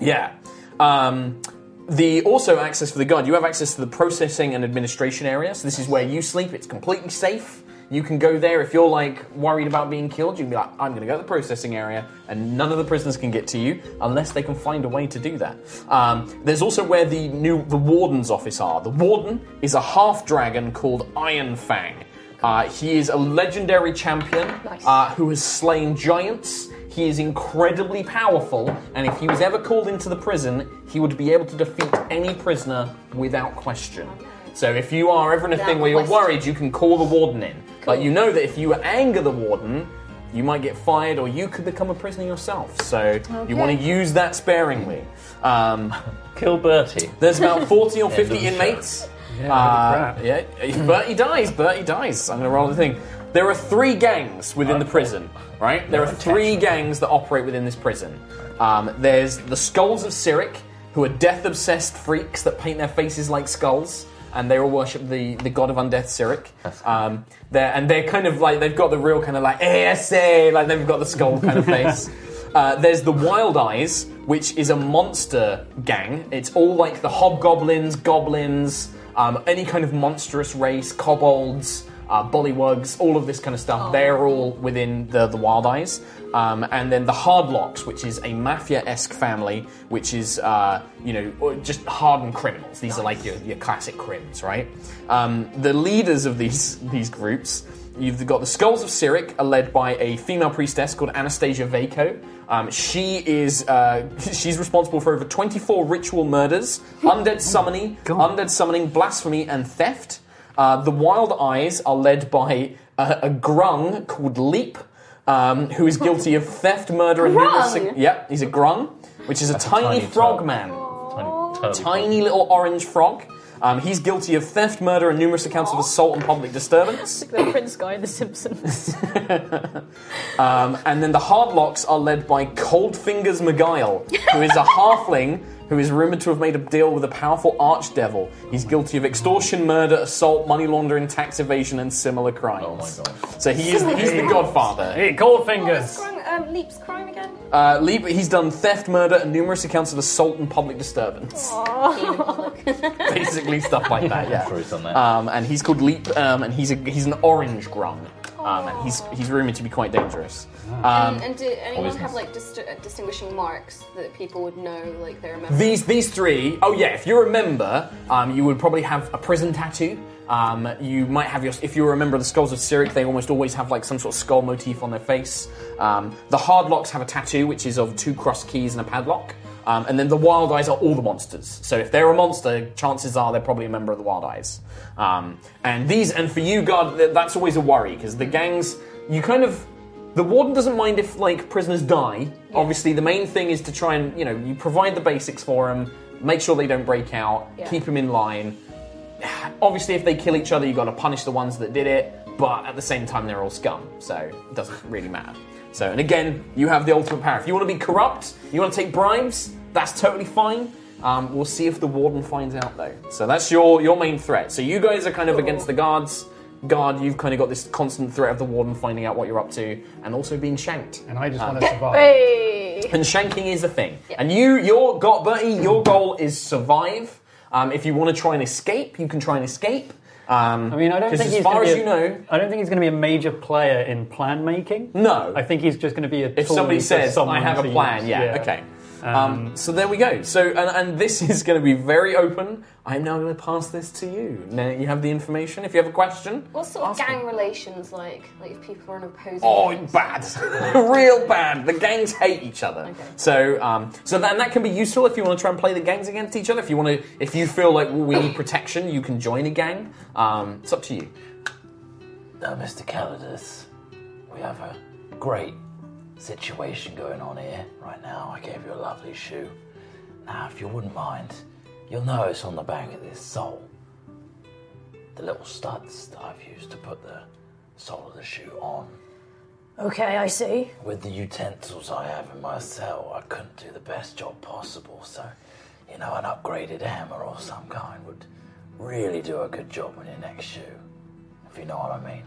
Speaker 3: Yeah. Um, the also access for the guard. You have access to the processing and administration area. So this is where you sleep. It's completely safe. You can go there if you're like worried about being killed. You can be like, I'm going to go to the processing area, and none of the prisoners can get to you unless they can find a way to do that. Um, there's also where the new the warden's office are. The warden is a half dragon called Iron Fang. Uh, he is a legendary champion uh, who has slain giants. He is incredibly powerful, and if he was ever called into the prison, he would be able to defeat any prisoner without question. So if you are ever in a thing where you're
Speaker 4: question.
Speaker 3: worried, you can call the warden in. But you know that if you anger the warden, you might get fired or you could (laughs) become a prisoner yourself. So you want to use that sparingly. Um,
Speaker 8: Kill Bertie.
Speaker 7: (laughs)
Speaker 3: there's about
Speaker 8: (laughs)
Speaker 3: 40 or
Speaker 8: of
Speaker 3: 50
Speaker 8: the show.
Speaker 3: inmates.
Speaker 5: Yeah,
Speaker 3: Uh,
Speaker 5: crap.
Speaker 3: yeah, Bertie dies. Bertie dies. I'm going to roll the thing. There are three gangs within the
Speaker 5: Oh.
Speaker 3: prison, right? There are three gangs that operate within this prison. Um, there's the Skulls of Cyric, who are death obsessed freaks that paint their faces like skulls, and they all worship the, the god of undeath Cyric. Um, they're, and they're kind of like, they've got the real kind of like, ASA, like they've got the skull kind of face. Uh, there's the Wild Eyes, which is a monster gang. It's all like the hobgoblins, goblins, um, any kind of monstrous race, kobolds, uh, bullywugs, all of this kind of stuff. They're all within the, the Wild Eyes. Um, and then the Hardlocks, which is a mafia esque family, which is, uh, you know, or just hardened criminals. These are like your, your classic crims, right? Um, the leaders of these, these groups You've got the Skulls of Cyric are led by a female priestess called Anastasia Vaco. Um, she is uh, (laughs) she's responsible for over 24 ritual murders, undead summoning, undead summoning, blasphemy, and theft. Uh, the Wild Eyes are led by a, a grung called Leap, um, who is guilty of theft, murder, and numerous-
Speaker 4: Grung?
Speaker 3: Yep, he's a grung, which is a
Speaker 8: That's a
Speaker 3: tiny,
Speaker 8: tiny
Speaker 3: frog
Speaker 8: turtle.
Speaker 3: man
Speaker 8: Tiny, turtle.
Speaker 3: tiny little orange frog. Um, he's guilty of theft, murder, and numerous accounts of assault and public disturbance.
Speaker 7: The prince guy in The Simpsons.
Speaker 3: Um, and then the Hardlocks are led by Cold Fingers McGuile, who
Speaker 4: (laughs)
Speaker 3: is a halfling who is rumored to have made a deal with a powerful archdevil. He's guilty of extortion, murder, assault, money laundering, tax evasion, and similar crimes.
Speaker 8: Oh my god.
Speaker 3: So he is he's the godfather.
Speaker 5: Hey, cold fingers.
Speaker 4: Um, leaps crime again.
Speaker 3: Uh, Lee- he's done theft, murder, and numerous accounts of assault and public disturbance. Um, (laughs) Basically, stuff like that. Yeah.
Speaker 8: I'm sure he's done that.
Speaker 3: Um, and he's called Leap, um, and he's a, he's an orange grung, um, and he's he's rumored to be quite dangerous. Um,
Speaker 4: and, and do anyone
Speaker 8: Poisonous.
Speaker 4: have like dist- uh, distinguishing marks that people would know like they're a member?
Speaker 3: These these three, oh yeah, if you remember, um, you would probably have a prison tattoo. Um, you might have your, if you remember the skulls of Cyric, they almost always have like some sort of skull motif on their face. Um, the Hardlocks have a tattoo, which is of two cross keys and a padlock. Um, and then the Wild Eyes are all the monsters. So if they're a monster, chances are they're probably a member of the Wild Eyes. Um, and these, and for you, God, th- that's always a worry because the gangs, you kind of the warden doesn't mind if like prisoners die. Obviously, the main thing is to try and you know you provide the basics for them, make sure they don't break out,
Speaker 7: Yeah.
Speaker 3: keep them in line. Obviously, if they kill each other, you got to punish the ones that did it. But at the same time, they're all scum, so it doesn't really matter. So, and again, you have the ultimate power. If you want to be corrupt, you want to take bribes, that's totally fine. Um, we'll see if the warden finds out though. So that's your your main threat. So you guys are kind of against the guards. Guard, you've kind of got this constant threat of the warden finding out what you're up to, and also being shanked. Ah.
Speaker 5: And I just want to survive.
Speaker 7: hey!
Speaker 3: And shanking is a thing. And you, your got Bertie, your goal is survive. Um, if you want to try and escape, you can try and escape. Um,
Speaker 5: I mean, I don't think
Speaker 3: as
Speaker 5: he's
Speaker 3: far
Speaker 5: gonna
Speaker 3: as
Speaker 5: be
Speaker 3: you
Speaker 5: a-
Speaker 3: know.
Speaker 5: I don't think he's going to be a major player in plan making.
Speaker 3: No.
Speaker 5: I think he's just going to be a.
Speaker 3: If
Speaker 5: tool
Speaker 3: somebody
Speaker 5: for
Speaker 3: says, "I
Speaker 5: someone
Speaker 3: have
Speaker 5: to
Speaker 3: a plan,"
Speaker 5: use.
Speaker 3: yeah, okay. Um, so there we go. So and, and this is going to be very open. I'm now going to pass this to you. Now you have the information. If you have a question,
Speaker 4: What sort of
Speaker 3: ask me.
Speaker 4: gang relations like? Like if people are in opposing.
Speaker 3: Oh,
Speaker 4: gangs?
Speaker 3: bad, (laughs) real bad. The gangs hate each other. So, um, so that, and that can be useful if you want to try and play the gangs against each other. If you want to, if you feel like well, we need protection, you can join a gang. Um, it's up to you.
Speaker 8: Now, Mr. Calidus, we have a great situation going on here right now. I gave you a lovely shoe. Now, if you wouldn't mind, you'll notice on the back of this sole the little studs that I've used to put the sole of the shoe on.
Speaker 7: Okay, I see.
Speaker 8: With the utensils I have in my cell, I couldn't do the best job possible, so, you know, an upgraded hammer or some kind would really do a good job on your next shoe, if you know what I mean.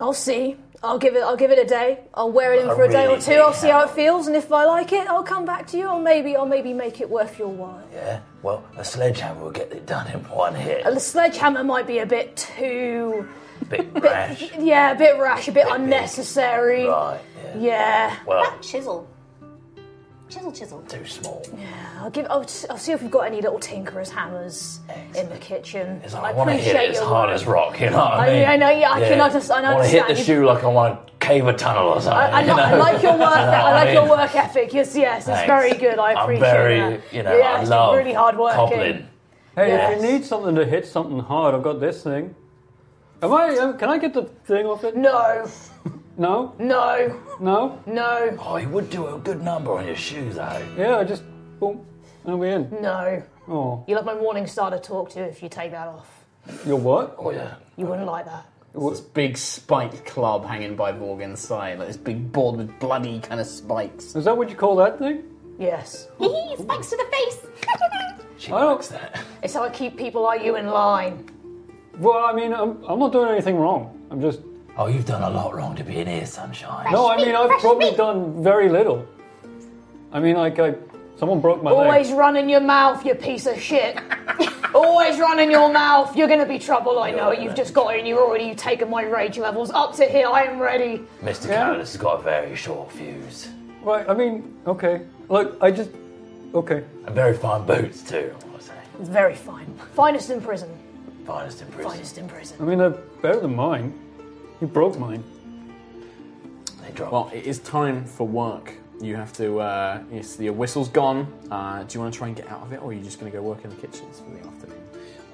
Speaker 7: I'll see. I'll give it. I'll give it a day. I'll wear it in
Speaker 8: I
Speaker 7: for a day or
Speaker 8: really
Speaker 7: two. I'll
Speaker 8: need
Speaker 7: see how it
Speaker 8: help.
Speaker 7: feels, and if I like it, I'll come back to you. Or maybe, or maybe make it worth your while.
Speaker 8: Yeah? Well, a sledgehammer will get it done in one hit.
Speaker 7: The sledgehammer might be a bit too,
Speaker 8: Big rash.
Speaker 7: yeah, a bit rash, a bit,
Speaker 8: Bit big.
Speaker 7: unnecessary.
Speaker 8: Right, yeah.
Speaker 7: Yeah,
Speaker 8: Well,
Speaker 4: Chisel. Chisel, chisel.
Speaker 8: too small.
Speaker 7: I'll give. I'll, s- I'll see if we've got any little tinkerer's hammers in the kitchen.
Speaker 8: It's like, I, want to hit it as
Speaker 7: your
Speaker 8: hard
Speaker 7: work.
Speaker 8: as rock, you know what I
Speaker 7: I-
Speaker 8: mean?
Speaker 7: I know, yeah, I
Speaker 8: (laughs)
Speaker 7: can underst- I
Speaker 8: want to hit the
Speaker 7: understand.
Speaker 8: shoe like I want to cave a tunnel or something.
Speaker 7: I, I,
Speaker 8: (laughs) you
Speaker 7: li- I
Speaker 8: know?
Speaker 7: like your work. I like your
Speaker 8: mean-
Speaker 7: work ethic. Yes, yes, it's
Speaker 8: Thanks.
Speaker 7: very good. I appreciate
Speaker 8: I'm very,
Speaker 7: that.
Speaker 8: you know,
Speaker 7: yeah,
Speaker 8: I
Speaker 7: it's
Speaker 8: love
Speaker 7: really hard working.
Speaker 8: cobbling.
Speaker 5: Hey,
Speaker 8: Yes.
Speaker 5: if you need something to hit something hard, I've got this thing. Am I? um, Can I get the thing off it?
Speaker 7: No,
Speaker 5: No,
Speaker 7: no,
Speaker 5: no.
Speaker 7: no,
Speaker 8: Oh, you would do a good number on your shoe, though.
Speaker 5: Yeah, I just boom, and we're in.
Speaker 7: no.
Speaker 5: Oh,
Speaker 7: You'll have my morning star to talk to if you take that off.
Speaker 5: you're what?
Speaker 8: Oh, yeah.
Speaker 7: You wouldn't like that.
Speaker 10: This big spiked club hanging by Vorgan's side, like this big board with bloody kind of spikes.
Speaker 5: Is that what you call that thing?
Speaker 7: Yes.
Speaker 4: Spikes to the face.
Speaker 8: She
Speaker 5: I don't-
Speaker 8: likes that.
Speaker 7: It's how I keep people like you in line.
Speaker 5: Well, I mean, I'm, I'm not doing anything wrong. I'm just.
Speaker 8: Oh, you've done a lot wrong to be in here, sunshine.
Speaker 5: No, I mean, I've
Speaker 4: fresh
Speaker 5: probably
Speaker 4: meat.
Speaker 5: done very little. I mean, like, I, someone broke my
Speaker 7: Always
Speaker 5: leg.
Speaker 7: running your mouth, you piece of shit. Always running your mouth. You're gonna be trouble, I know. it. You've just got in, you're already you've taken my rage levels up to here, I am ready.
Speaker 8: Mr.
Speaker 5: Yeah.
Speaker 8: Careless has got a very short fuse.
Speaker 5: Right, I mean, okay. Look, I just. Okay.
Speaker 8: And very fine boots, too, I would say.
Speaker 7: It's very fine. Finest in prison.
Speaker 8: Finest in prison.
Speaker 7: Finest in prison.
Speaker 5: I mean, they're better than mine. You broke mine.
Speaker 8: They drop.
Speaker 3: Well, it is time for work. You have to. Uh, yes, your whistle's gone. Uh, do you want to try and get out of it, or are you just going to go work in the kitchens for the afternoon?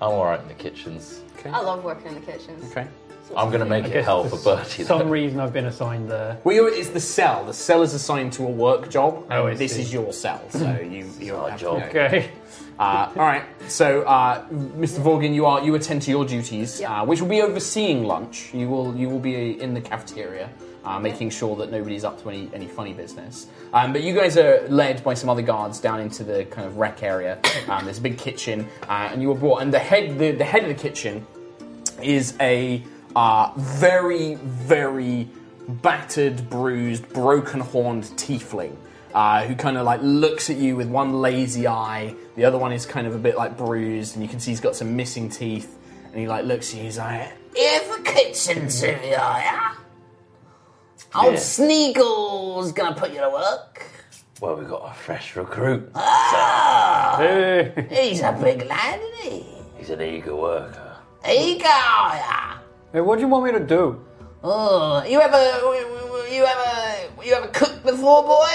Speaker 8: I'm alright in the kitchens.
Speaker 4: I love working in the kitchens.
Speaker 3: Okay.
Speaker 8: I'm going to make it hell for Bertie,
Speaker 5: some
Speaker 8: though.
Speaker 5: reason I've been assigned there.
Speaker 3: Well, you're, it's the cell. The cell is assigned to a work job, and
Speaker 5: Oh, I
Speaker 3: this
Speaker 5: see.
Speaker 3: is your cell. So
Speaker 5: (laughs)
Speaker 3: you, you
Speaker 8: our
Speaker 3: have
Speaker 8: job.
Speaker 3: To go.
Speaker 5: Okay.
Speaker 3: Uh, all right. So, uh, Mr. Vaughan, you are you attend to your duties, uh, which will be overseeing lunch. You will you will be in the cafeteria, uh, making sure that nobody's up to any, any funny business. Um, but you guys are led by some other guards down into the kind of rec area. (coughs) Um, there's a big kitchen, uh, and you were brought. And the head the, the head of the kitchen is a uh, very, very battered, bruised, broken horned tiefling uh, who kind of like looks at you with one lazy eye. The other one is kind of a bit like bruised, and you can see he's got some missing teeth. And he like looks at you. He's like, (laughs)
Speaker 10: If a kitchen's in here, yeah? Old
Speaker 8: Yeah.
Speaker 10: Sneagle's gonna put you to work.
Speaker 8: Well, we've got a fresh recruit.
Speaker 10: Ah,
Speaker 5: Hey.
Speaker 10: he's a big lad, isn't he?
Speaker 8: He's an eager worker.
Speaker 10: He go, yeah.
Speaker 5: Hey, what do you want me to do?
Speaker 10: Oh, you ever, you ever, you ever cooked before, boy?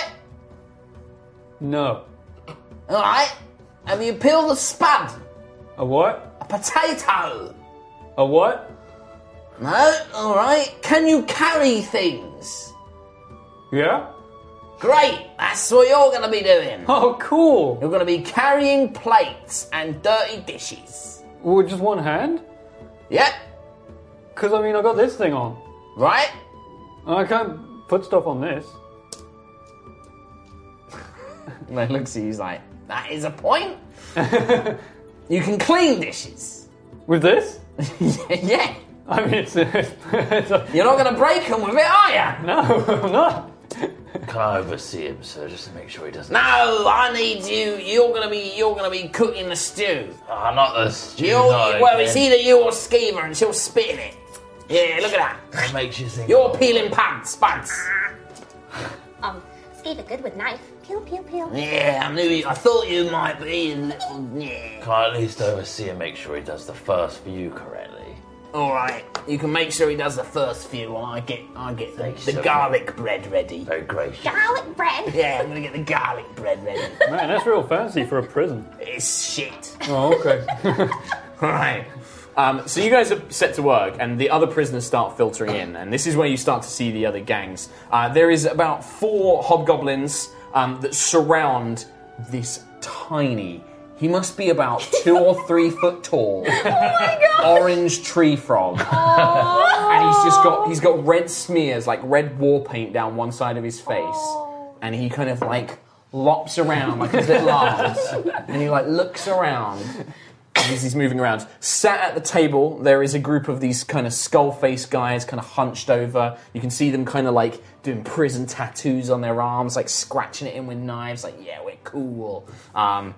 Speaker 5: No.
Speaker 10: All right. Have you peeled a spud?
Speaker 5: A what?
Speaker 10: A potato?
Speaker 5: A what?
Speaker 10: No. All right. Can you carry things?
Speaker 5: Yeah?
Speaker 10: Great. That's what you're going to be doing.
Speaker 5: (laughs) Oh, cool.
Speaker 10: You're going to be carrying plates and dirty dishes.
Speaker 5: With just one hand?
Speaker 10: Yep.
Speaker 5: Because, I mean, I got this thing on.
Speaker 10: Right.
Speaker 5: And I can't put stuff on this.
Speaker 10: And then looks at you. He's like, "That is a
Speaker 5: (laughs)
Speaker 10: point. you can clean dishes. (laughs)
Speaker 5: With this?
Speaker 10: yeah.
Speaker 5: I mean, it's. it's a,
Speaker 10: You're not going to break them with it, are you?
Speaker 5: no, (laughs) I'm not.
Speaker 8: Can I oversee him, sir, just to make sure he doesn't.
Speaker 10: No. I need you. You're going to be. You're going to be cooking the stew.
Speaker 8: Ah, not the stew.
Speaker 10: You,
Speaker 8: no,
Speaker 10: well,
Speaker 8: again.
Speaker 10: it's either you or Skeever, and she'll spit in it. Yeah, look at that.
Speaker 8: It makes you think.
Speaker 10: You're peeling pads, buds.
Speaker 4: Um, Steve, a good with knife. Peel, peel, peel.
Speaker 10: Yeah, I knew. You, I thought you might be a little. Yeah.
Speaker 8: Can I at least oversee and make sure he does the first view correctly?
Speaker 10: All right, you can make sure he does the first few while I get I get the,
Speaker 8: Thanks,
Speaker 10: the
Speaker 8: sir.
Speaker 10: garlic bread ready.
Speaker 8: Very gracious.
Speaker 4: Garlic bread.
Speaker 10: Yeah, I'm gonna get the garlic bread ready.
Speaker 5: Man, that's real fancy for a prison.
Speaker 10: it's shit.
Speaker 5: Oh, okay.
Speaker 3: All (laughs) right. Um, so you guys are set to work, and the other prisoners start filtering in, and this is where you start to see the other gangs. Uh, there is about four hobgoblins um, that surround this tiny. He must be about two or three foot tall. Orange tree frog. and he's just got he's got red smears like red war paint down one side of his face and he kind of like lops around like his little arms and he like looks around as he's moving around. Sat at the table, there is a group of these kind of skull faced guys, kind of hunched over. You can see them kind of like doing prison tattoos on their arms, like scratching it in with knives, like, yeah, we're cool. Um,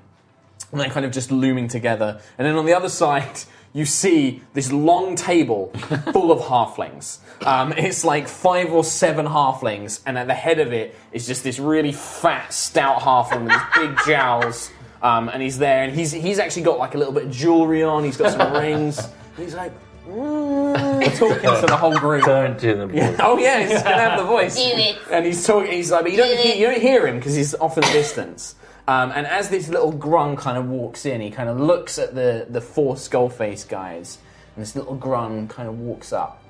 Speaker 3: and they're kind of just looming together. And then on the other side, (laughs) you see this long table full of halflings. Um, it's like five or seven halflings, and at the head of it is just this really fat, stout halfling with his big jowls. Um, and he's there, and he's he's actually got like a little bit of jewelry on. He's got some rings. And he's like
Speaker 7: (laughs)
Speaker 3: mm, talking to the whole group.
Speaker 8: Turn to them.
Speaker 3: Oh yeah, he's gonna have the voice.
Speaker 4: Do it.
Speaker 3: And he's talking. He's like, but you don't,
Speaker 4: Do
Speaker 3: he-
Speaker 4: it.
Speaker 3: you don't hear him because he's off in the distance. Um, and as this little grun kind of walks in, he kind of looks at the the four skull face guys, and this little grun kind of walks up,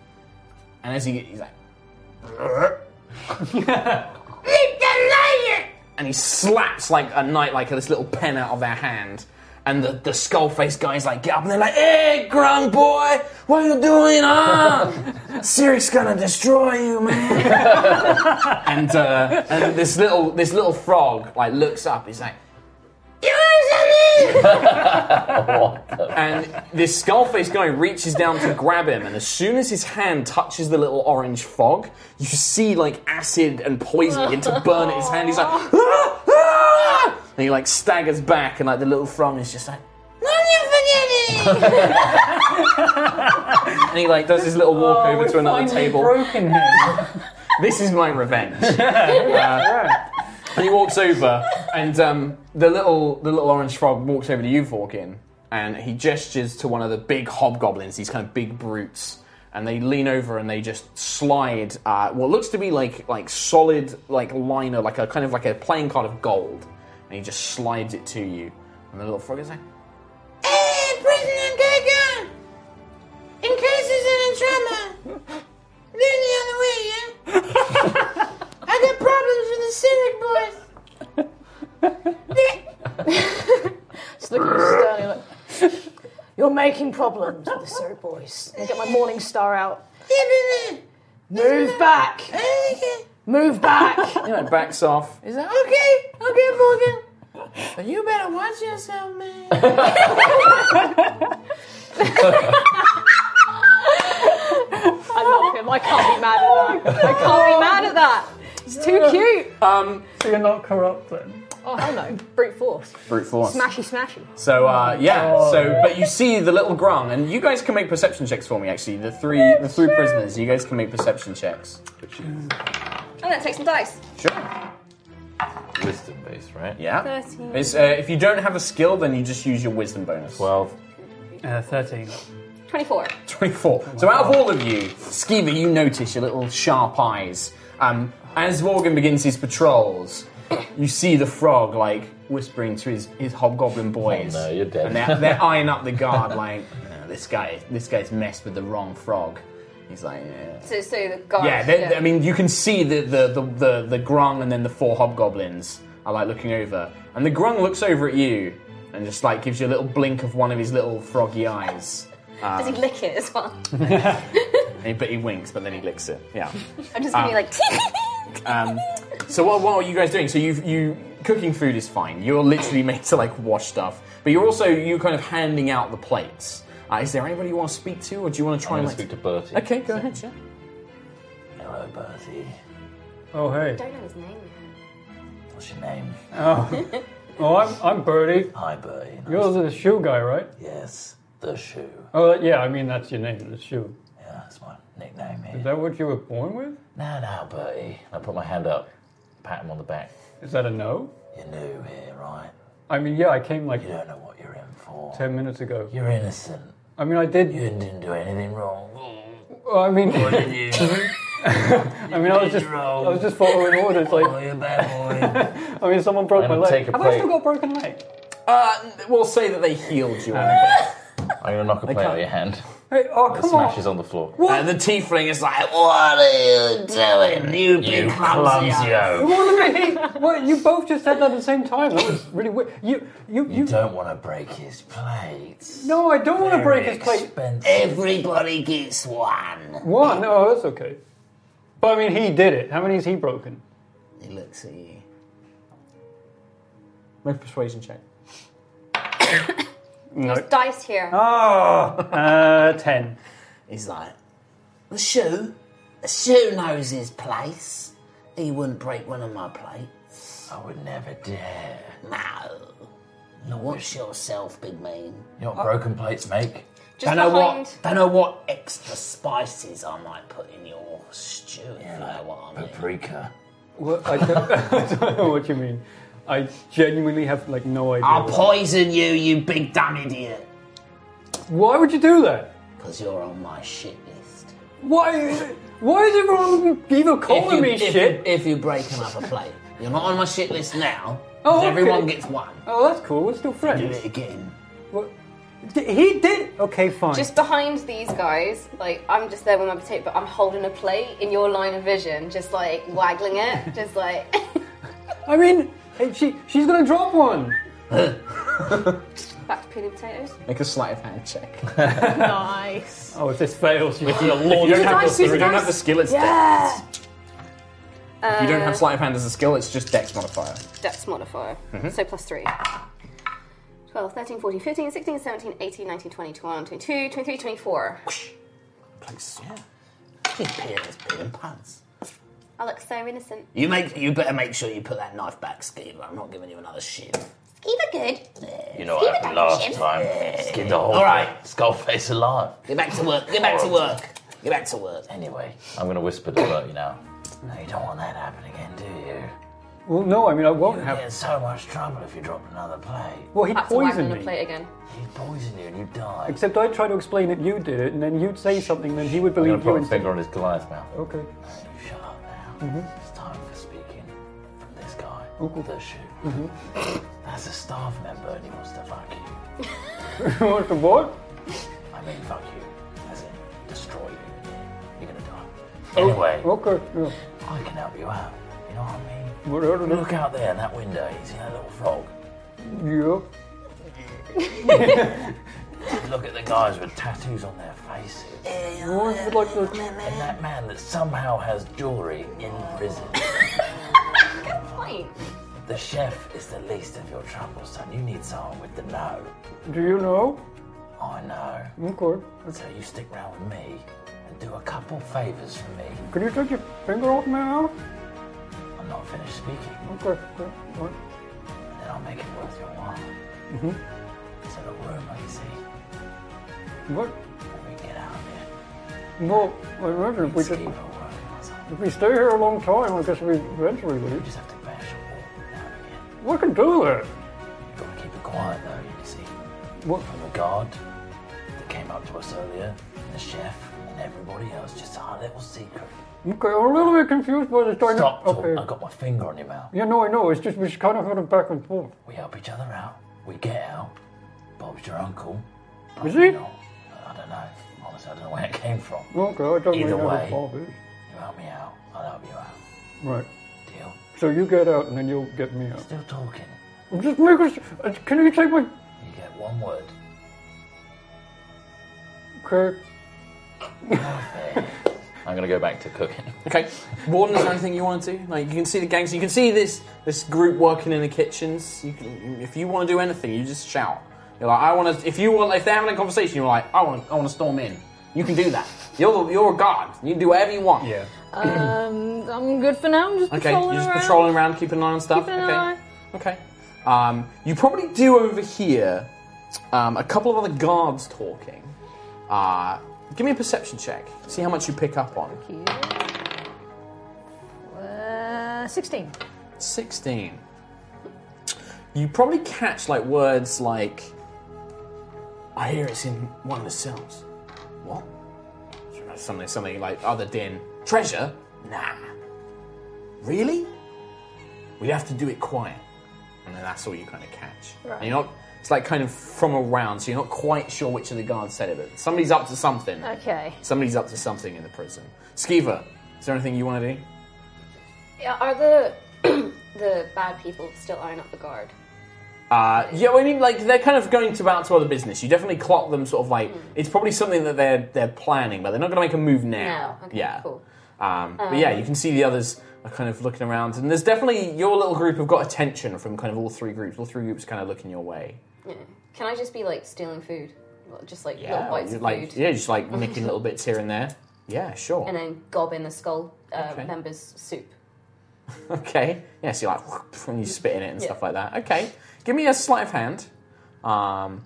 Speaker 3: and as he he's
Speaker 4: (laughs)
Speaker 3: like, leave the lion! And he slaps like a knight, like this little pen out of their hand. And the, the skull faced guys like get up and they're like, "Hey, grung boy, what are you doing? Ah,
Speaker 8: (laughs)
Speaker 3: Sirik's gonna destroy you, man!" and uh, and this little this little frog like looks up. He's like, "Jerusalem!" and this skull faced guy reaches down to grab him, and as soon as his hand touches the little orange fog, you see like acid and poison begin to burn at his hand. He's like, "Ah, ah!" and he like staggers back, and like the little frog is just like. "Nani Fanini!" and he like does his little walk over to another table
Speaker 5: Oh, broken him.
Speaker 3: this is
Speaker 5: (laughs)
Speaker 3: my revenge. Uh, and he walks over, and um, the little the little orange frog walks over to you, Vorkin, and he gestures to one of the big hobgoblins, these kind of big brutes, and they lean over and they just slide uh, what looks to be like like solid like liner, like a kind of like a playing card of gold, and he just slides it to you, and the little frog is like. "Hey, Prisoner Gaga! In case he's in a trauma, lean the other way, yeah? I got problems with the Cynic boys.
Speaker 7: Just looking at you sternly like, you're making problems with the soap boys. And I get my morning star out. Move back! Move back!
Speaker 3: (laughs) You know, backs off. He's like, okay, okay, Morgan. But you better watch yourself, man.
Speaker 7: I love him. I can't be mad at that. I can't be mad at that. It's too cute.
Speaker 5: So you're not corrupt then.
Speaker 7: Oh hell no! Brute force.
Speaker 3: Brute force.
Speaker 7: Smashy, smashy.
Speaker 3: So, uh, yeah. So, but you see the little grung, and you guys can make perception checks for me. Actually, the three, the three prisoners. You guys can make perception checks.
Speaker 4: I'm gonna take some dice.
Speaker 3: Sure.
Speaker 8: Wisdom based, right?
Speaker 3: Yeah.
Speaker 4: Thirteen.
Speaker 3: It's, uh, if you don't have a skill, then you just use your wisdom bonus.
Speaker 8: Twelve.
Speaker 5: Uh, Thirteen.
Speaker 4: Twenty-four.
Speaker 3: 24. So out of all of you, Skeever, you notice your little sharp eyes. Um, as Morgan begins his patrols, you see the frog like whispering to his, his hobgoblin boys.
Speaker 8: Oh, no, you're dead.
Speaker 3: And they're,
Speaker 8: (laughs)
Speaker 3: they're eyeing up the guard like, "No, this guy, this guy's messed with the wrong frog. He's like, yeah.
Speaker 4: So, so the guard.
Speaker 3: Yeah, they- I mean, you can see the the the the, the grung and then the four hobgoblins are like looking over, and the grung looks over at you and just like gives you a little blink of one of his little froggy eyes.
Speaker 4: Does
Speaker 3: uh,
Speaker 4: he lick it as well? (laughs)
Speaker 3: And he, but he winks, but then he licks it. Yeah.
Speaker 4: I'm just
Speaker 3: uh,
Speaker 4: gonna be like. (laughs)
Speaker 3: Um, so what, what are you guys doing? So you you cooking food is fine. You're literally (laughs) made to like wash stuff, but you're also you kind of handing out the plates. Uh, is there anybody you want to speak to, or do you want to try
Speaker 8: I'm
Speaker 3: and
Speaker 8: gonna
Speaker 3: like?
Speaker 8: speak to Bertie.
Speaker 3: okay, go ahead. Yeah.
Speaker 8: Hello, Bertie.
Speaker 5: Oh hey.
Speaker 4: don't know his name.
Speaker 8: What's your name?
Speaker 5: Oh, (laughs) I'm I'm Birdie.
Speaker 8: Hi, Bertie. Nice-
Speaker 5: You're the shoe guy, right?
Speaker 8: Yes, the shoe.
Speaker 5: Oh yeah. I mean that's your name, the shoe.
Speaker 8: Yeah, that's my nickname
Speaker 5: Is
Speaker 8: here.
Speaker 5: that what you were born with?
Speaker 8: Now, now, Bertie. And I put my hand up, pat him on the back.
Speaker 5: Is that a no?
Speaker 8: You're new here, right?
Speaker 5: I mean yeah. I came like
Speaker 8: You don't know what you're in for.
Speaker 5: ten minutes ago.
Speaker 8: You're innocent.
Speaker 5: I mean I did.
Speaker 8: You didn't do anything wrong.
Speaker 5: well, I mean (laughs)
Speaker 8: Did you?
Speaker 5: I mean I was just I was just following orders.
Speaker 8: Oh,
Speaker 5: Like
Speaker 8: you bad boy.
Speaker 5: (laughs) I mean someone broke
Speaker 8: I'm
Speaker 5: my
Speaker 8: gonna
Speaker 5: leg.
Speaker 8: take a
Speaker 5: Have I still got
Speaker 8: plate.
Speaker 5: a broken leg?
Speaker 3: Uh, we'll say that they healed you.
Speaker 5: Uh,
Speaker 8: I'm gonna knock a plate out of your hand.
Speaker 5: Hey, oh come on.
Speaker 8: Smashes on the floor.
Speaker 3: and the tiefling is like, "What are you doing, you,
Speaker 8: You
Speaker 3: big clumsy?"
Speaker 8: clumsy oaf.
Speaker 5: Well, you both just said that at the same time. That was really weird. You, you, you.
Speaker 8: You don't want to break his plates.
Speaker 5: no, I don't want to break his plate.
Speaker 6: Everybody gets one.
Speaker 5: One. Oh, that's okay. But I mean, he did it. How many has he broken?
Speaker 6: He looks at you.
Speaker 3: Make a persuasion check.
Speaker 5: No.
Speaker 4: There's dice here.
Speaker 3: Oh,
Speaker 5: Ah, uh, ten.
Speaker 6: He's like, the shoe, the shoe knows his place. He wouldn't break one of my plates.
Speaker 8: I would never dare.
Speaker 6: No. Watch yourself, big man.
Speaker 8: You know what broken plates make?
Speaker 4: Oh. Just
Speaker 6: know
Speaker 4: behind.
Speaker 6: what. Don't know what extra spices I might put in your stew. if you know what I mean.
Speaker 8: Paprika.
Speaker 5: What, I, don't, (laughs) I don't know what you mean. I genuinely have like no idea.
Speaker 6: I'll poison you, you big dumb idiot,
Speaker 5: Why would you do that?
Speaker 6: because you're on my shit list.
Speaker 5: Why? is it- Why is everyone either calling
Speaker 6: you,
Speaker 5: me
Speaker 6: if,
Speaker 5: shit?
Speaker 6: if you break another plate, you're not on my shit list now.
Speaker 5: Oh,
Speaker 6: 'cause
Speaker 5: okay.
Speaker 6: everyone gets one.
Speaker 5: oh, that's cool. We're still
Speaker 6: Do
Speaker 5: friends.
Speaker 6: it again.
Speaker 5: What? D- He did. Okay, fine.
Speaker 4: Just behind these guys, like I'm just there with my potato, but I'm holding a plate in your line of vision, just like waggling (laughs) it, just like
Speaker 5: I mean, hey, she she's gonna drop one.
Speaker 4: back to peeling (laughs) potatoes.
Speaker 6: Make a sleight of hand check.
Speaker 7: Nice.
Speaker 5: Oh, if this fails, you get a launch.
Speaker 7: have
Speaker 5: out
Speaker 7: those
Speaker 5: the
Speaker 7: three-
Speaker 3: You don't have the skill, it's dex.
Speaker 4: Uh,
Speaker 3: You don't have sleight of hand as a skill, it's just dex modifier.
Speaker 4: Dex modifier,
Speaker 3: Mm-hmm.
Speaker 4: so plus three. 12, 13, 14, 15, 16, 17, 18, 19, 20, 21, 22, 23, 24.
Speaker 6: Yeah. Big peelers, peeling pants.
Speaker 4: I look so innocent.
Speaker 6: You make. You better make sure you put that knife back, Skeever. I'm not giving you another shit.
Speaker 4: Eva good. (laughs)
Speaker 8: You know what happened last time? Just give the whole
Speaker 6: All right.
Speaker 8: skull face alive.
Speaker 6: Get back to work. Get back to work. Get back to work.
Speaker 8: Anyway, I'm going to whisper to Bertie now. No, you don't want that to happen again, do you?
Speaker 5: Well, no, I mean I won't
Speaker 8: You'll
Speaker 5: have.
Speaker 8: get in so much trouble if you drop another plate.
Speaker 5: Well, he
Speaker 4: Back to waggling
Speaker 5: poisoned
Speaker 4: the
Speaker 5: me.
Speaker 4: plate again.
Speaker 8: He'd poison you and you'd die.
Speaker 5: Except I try to explain that you did it, and then you'd say something, then he would
Speaker 8: I'm going
Speaker 5: believe
Speaker 8: to
Speaker 5: you.
Speaker 8: put
Speaker 5: And
Speaker 8: my finger on his Goliath mouth.
Speaker 5: okay.
Speaker 8: You shut up now. It's time for speaking from this guy, the shoe.
Speaker 5: Mm-hmm.
Speaker 8: That's a staff member and he wants to fuck you.
Speaker 5: What the (laughs) what?
Speaker 8: I mean, fuck you. As in, destroy you. You're gonna die. Anyway,
Speaker 5: Oh, Okay. yeah.
Speaker 8: I can help you out. You know what I mean?
Speaker 5: What, I don't know.
Speaker 8: Look out there in that window. You see that little frog? (laughs)
Speaker 5: Yeah.
Speaker 8: Look at the guys with tattoos on their faces.
Speaker 5: I would like to.
Speaker 8: And that man that somehow has jewelry in prison.
Speaker 4: Fine.
Speaker 8: The chef is the least of your troubles, son. You need someone with the know.
Speaker 5: Do you know?
Speaker 8: Oh, I know.
Speaker 5: Okay.
Speaker 8: So you stick round with me and do a couple favours for me.
Speaker 5: Can you take your finger off my mouth?
Speaker 8: I'm not finished speaking,
Speaker 5: Okay. okay, all right.
Speaker 8: and then I'll make it worth your while. Mm-hmm. It's a little rumor, you see.
Speaker 5: What?
Speaker 8: When we get out of
Speaker 5: No, I imagine if we
Speaker 8: here,
Speaker 5: just,
Speaker 8: keep it working.
Speaker 5: if we stay here a long time, I guess we eventually
Speaker 8: You
Speaker 5: leave.
Speaker 8: just have to bash a wall now and again.
Speaker 5: We can do that.
Speaker 8: You've got to keep it quiet, though, you see.
Speaker 5: What?
Speaker 8: From the guard that came up to us earlier, and the chef, and everybody else, just our little secret.
Speaker 5: Okay, I'm a little bit confused by this dynamic.
Speaker 8: Stop! talk.
Speaker 5: Okay.
Speaker 8: I got my finger on your mouth.
Speaker 5: Yeah, no, I know. It's just we kind of had a back and forth.
Speaker 8: We help each other out. We get out. Bob's your uncle.
Speaker 5: Is it?
Speaker 8: No, I don't know. Honestly, I don't know where it came from.
Speaker 5: Okay, I
Speaker 8: Either
Speaker 5: don't really know
Speaker 8: way.
Speaker 5: what Bob is.
Speaker 8: You help me out, I'll help you out.
Speaker 5: Right.
Speaker 8: Deal?
Speaker 5: So you get out and then you'll get me out.
Speaker 8: Still talking.
Speaker 5: Just make us. uh, Can you take my.
Speaker 8: You get one word.
Speaker 5: Okay.
Speaker 8: I'm gonna go back to cooking. (laughs)
Speaker 3: Okay. Warden, is there anything you want to do? Like you can see the gangs, you can see this this group working in the kitchens. You can, if you want to do anything, you just shout. You're like, I want to. If you want, if they're having a conversation, you're like, I want, I want to storm in. You can do that. You're the- you're a guard. You can do whatever you want.
Speaker 5: Yeah.
Speaker 7: Um, I'm good for now. I'm just
Speaker 3: Okay.
Speaker 7: patrolling
Speaker 3: You're just
Speaker 7: around.
Speaker 3: patrolling around, keeping an eye on stuff.
Speaker 7: Keeping an
Speaker 3: okay.
Speaker 7: eye.
Speaker 3: Okay. Um, you probably do overhear um, a couple of other guards talking. Uh, give me a perception check. See how much you pick up on.
Speaker 7: Uh, 16.
Speaker 3: 16. You probably catch like words like, I hear it's in one of the cells. What? Something, something like other din. Treasure? Nah. Really? We'd have to do it quiet. And then that's all you kind of catch. And you're not, it's like kind of from around, so you're not quite sure which of the guards said it, but somebody's up to something.
Speaker 7: Okay.
Speaker 3: Somebody's up to something in the prison. Skeever, is there anything you want to do?
Speaker 4: Yeah, are the (clears throat) the bad people still eyeing up the guard?
Speaker 3: Uh, yeah, well, I mean, like they're kind of going to about to other business. You definitely clock them, sort of like
Speaker 4: Mm.
Speaker 3: it's probably something that they're they're planning, but they're not going to make a move now.
Speaker 4: No, okay,
Speaker 3: yeah.
Speaker 4: cool.
Speaker 3: Um, but yeah, you can see the others are kind of looking around, and there's definitely your little group have got attention from kind of all three groups. All three groups kind of looking your way.
Speaker 4: Mm. Can I just be like stealing food, Well, just like
Speaker 9: Yeah,
Speaker 4: little bites
Speaker 9: you-
Speaker 4: of
Speaker 9: like
Speaker 4: food,
Speaker 9: yeah, just like
Speaker 4: (laughs)
Speaker 9: nicking little bits here and there. Yeah, sure.
Speaker 4: and then gob in the skull uh,
Speaker 9: Okay.
Speaker 4: member's soup?
Speaker 9: (laughs) Okay. Yeah, so you're like (laughs) when you spit in it and
Speaker 4: Yeah.
Speaker 9: stuff like that. Okay. Give me a sleight of hand. Um,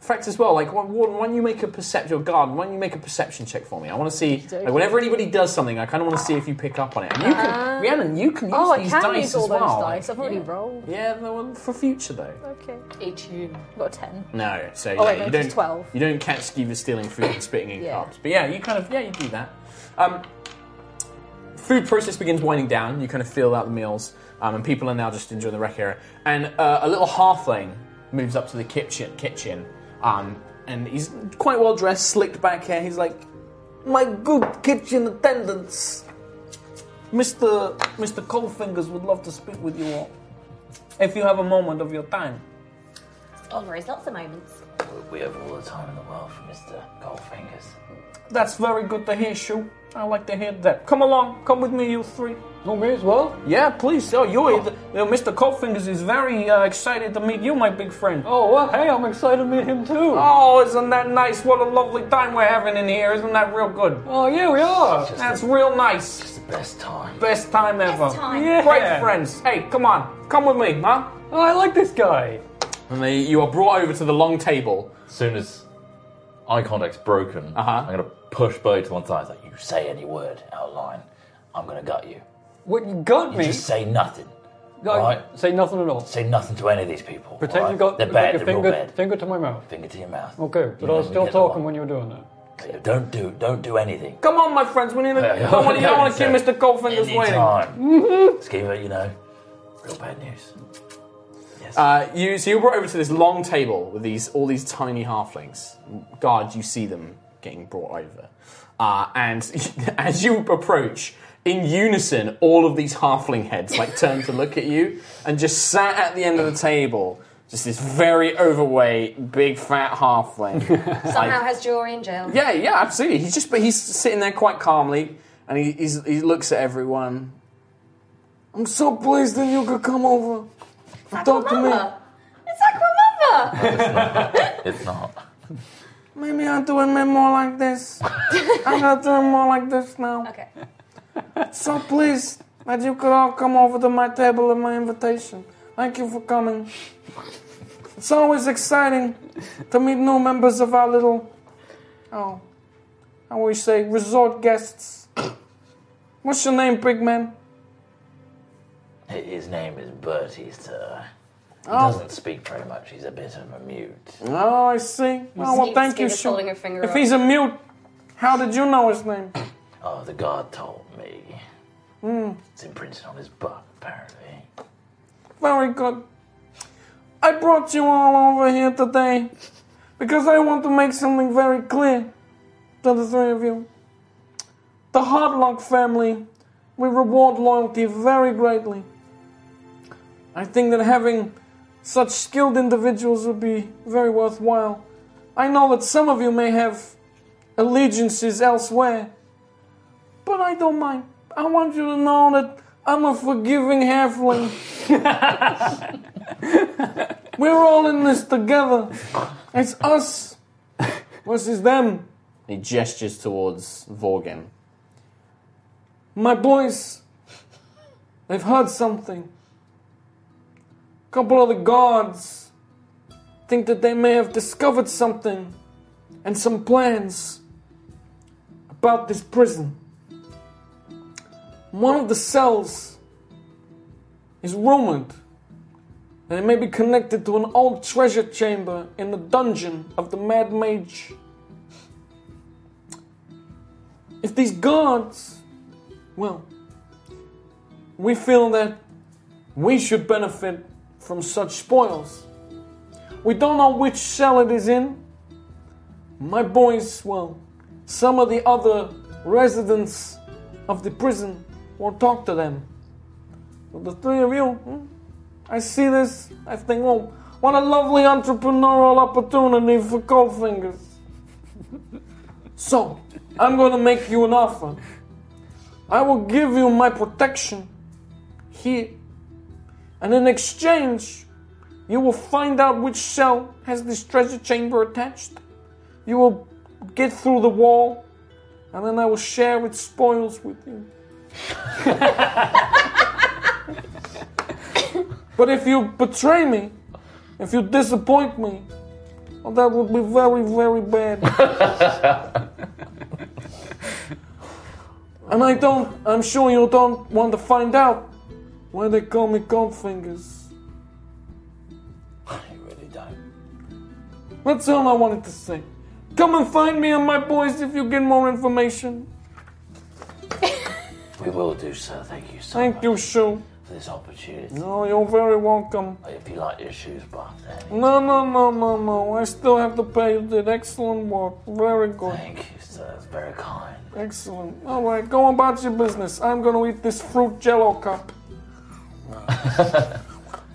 Speaker 9: in fact, as well, like when, when you make a perception, your guard, when you make a perception check for me, I want to see like whenever anybody does something, I kind of want to see if you pick up on it. And you can, Rhiannon, you can use
Speaker 3: Oh, I
Speaker 9: these
Speaker 3: can
Speaker 9: dice
Speaker 3: use all
Speaker 9: as
Speaker 3: those
Speaker 9: well.
Speaker 3: dice. I've already rolled.
Speaker 9: Yeah, the one for future though.
Speaker 3: Okay.
Speaker 4: Eighteen.
Speaker 3: I've got a 10.
Speaker 9: No, so
Speaker 3: Oh,
Speaker 9: yeah,
Speaker 3: wait, no,
Speaker 9: you
Speaker 3: it's
Speaker 9: don't.
Speaker 3: just 12.
Speaker 9: You don't catch Skeever stealing food and spitting in
Speaker 3: Yeah.
Speaker 9: cups, but yeah, you kind of yeah you do that. Um, food process begins winding down. You kind of feel out the meals, um, and people are now just enjoying the rec area. And uh, a little halfling moves up to the kitchen, kitchen, um, and he's quite well dressed, slicked back hair. He's like, "My good kitchen attendants, Mister Mister Coldfingers would love to speak with you all, if you have a moment of your time."
Speaker 11: Oliver has lots of moments.
Speaker 8: We have all the time in the world for Mr. Goldfingers.
Speaker 9: That's very good to hear, Shu. I like to hear that. Come along, come with me, you three.
Speaker 5: Oh, me as well.
Speaker 9: Yeah, please. Oh, you, uh, Mr. Coldfingers is very uh, excited to meet you, my big friend. Oh.
Speaker 5: Oh, well, hey, I'm excited to meet him too.
Speaker 9: oh, isn't that nice? What a lovely time we're having in here. Isn't that real good?
Speaker 5: Oh, yeah, we are.
Speaker 9: That's real nice.
Speaker 8: It's the best time.
Speaker 9: Best time ever.
Speaker 11: time.
Speaker 5: Yeah.
Speaker 9: Great friends. Hey, come on, come with me, huh?
Speaker 5: Oh, I like this guy.
Speaker 9: And they, you are brought over to the long table.
Speaker 12: As soon as eye contact's broken, I'm going to push Bo to one side. It's like, you say any word out of line, I'm going to gut you.
Speaker 5: What you got
Speaker 12: You
Speaker 5: me?
Speaker 12: just say nothing.
Speaker 5: No,
Speaker 12: alright.
Speaker 5: Say nothing at all.
Speaker 12: Say nothing to any of these people.
Speaker 5: Pretend
Speaker 12: alright?
Speaker 5: you got
Speaker 12: They're
Speaker 5: like
Speaker 12: bad,
Speaker 5: a
Speaker 12: they're
Speaker 5: finger,
Speaker 12: real bad.
Speaker 5: finger to my mouth.
Speaker 12: Finger to your mouth.
Speaker 5: Okay, but
Speaker 12: You
Speaker 5: I
Speaker 12: know,
Speaker 5: was
Speaker 12: you
Speaker 5: still
Speaker 12: get along.
Speaker 5: talking when you were doing that.
Speaker 12: Don't do, don't
Speaker 5: (laughs)
Speaker 12: do anything.
Speaker 9: Come on, my friends. We need to.
Speaker 12: Hey,
Speaker 9: don't want to,
Speaker 12: (laughs) yeah,
Speaker 9: don't want to keep
Speaker 12: exactly.
Speaker 9: Mr. Coldfingers waiting.
Speaker 12: Anytime.
Speaker 5: (laughs)
Speaker 12: Schema, you know, real bad news.
Speaker 9: Uh, you, so you're brought over to this long table with these all these tiny halflings. Guard, you see them getting brought over, uh, and (laughs) as you approach, in unison, all of these halfling heads like turn to look at you, and just sat at the end of the table, just this very overweight, big fat halfling.
Speaker 4: Somehow has jewelry in jail.
Speaker 9: yeah, yeah, absolutely. He's just but he's sitting there quite calmly, and he he's, he looks at everyone. I'm so pleased that you could come over. and Talk to me.
Speaker 4: Mama. It's like remember.
Speaker 12: It's not.
Speaker 9: Maybe I'm doing it more like
Speaker 4: (laughs)
Speaker 9: this. I'm gonna do it more like this now.
Speaker 11: Okay.
Speaker 9: So please, that you could all come over to my table at my invitation. Thank you for coming. It's always exciting to meet new members of our little, oh, how we say, resort guests. What's your name, big man?
Speaker 8: His name is Bertie, sir. He
Speaker 3: Oh.
Speaker 8: doesn't speak very much. He's a bit of a mute.
Speaker 9: Oh, I see. Oh, well,
Speaker 4: Skeet-
Speaker 9: thank you,
Speaker 4: Skeeter's
Speaker 9: Shu.
Speaker 4: holding her finger
Speaker 9: If
Speaker 4: up.
Speaker 9: he's a mute, how did you know his name?
Speaker 8: Oh, the guard told me.
Speaker 9: Hmm.
Speaker 8: It's imprinted on his butt, apparently.
Speaker 9: Very good. I brought you all over here today because I want to make something very clear to the three of you. The Hardlock family, we reward loyalty very greatly. I think that having such skilled individuals would be very worthwhile. I know that some of you may have allegiances elsewhere, but I don't mind. I want you to know that I'm a forgiving halfling. We're all in this together. It's us versus them. He gestures towards Vorgin. My boys, they've heard something. A couple of the guards think that they may have discovered something and some plans about this prison. One of the cells is rumored and it may be connected to an old treasure chamber in the dungeon of the Mad Mage. If these guards, well, we feel that we should benefit from such spoils. We don't know which cell it is in. My boys, well, some of the other residents of the prison won't talk to them. But the three of you, hmm? I see this, I think, oh, what a lovely entrepreneurial opportunity for Coldfingers. (laughs) so, I'm going to make you an offer. I will give you my protection here, and in exchange,
Speaker 3: You will find out which cell has this treasure chamber attached. You will get through the wall, and then I will share its spoils with you. (laughs) but if you betray me, if you disappoint me, well, that would be very, very bad. and I don't, I'm sure you don't want to find out why they call me Goldfingers.
Speaker 6: I really don't.
Speaker 3: That's all I wanted to say. Come and find me and my boys if you get more information.
Speaker 6: We will do, sir. Thank you so
Speaker 3: Thank
Speaker 6: much
Speaker 3: you, Shu.
Speaker 6: for this opportunity.
Speaker 3: Oh, you're very welcome.
Speaker 6: If you like your shoes back there.
Speaker 3: No, no, no, no, no. I still have to pay you. Did excellent work. Very good.
Speaker 6: Thank you, sir. That's very kind.
Speaker 3: Excellent. All right, go about your business. I'm gonna eat this fruit jello cup. (laughs)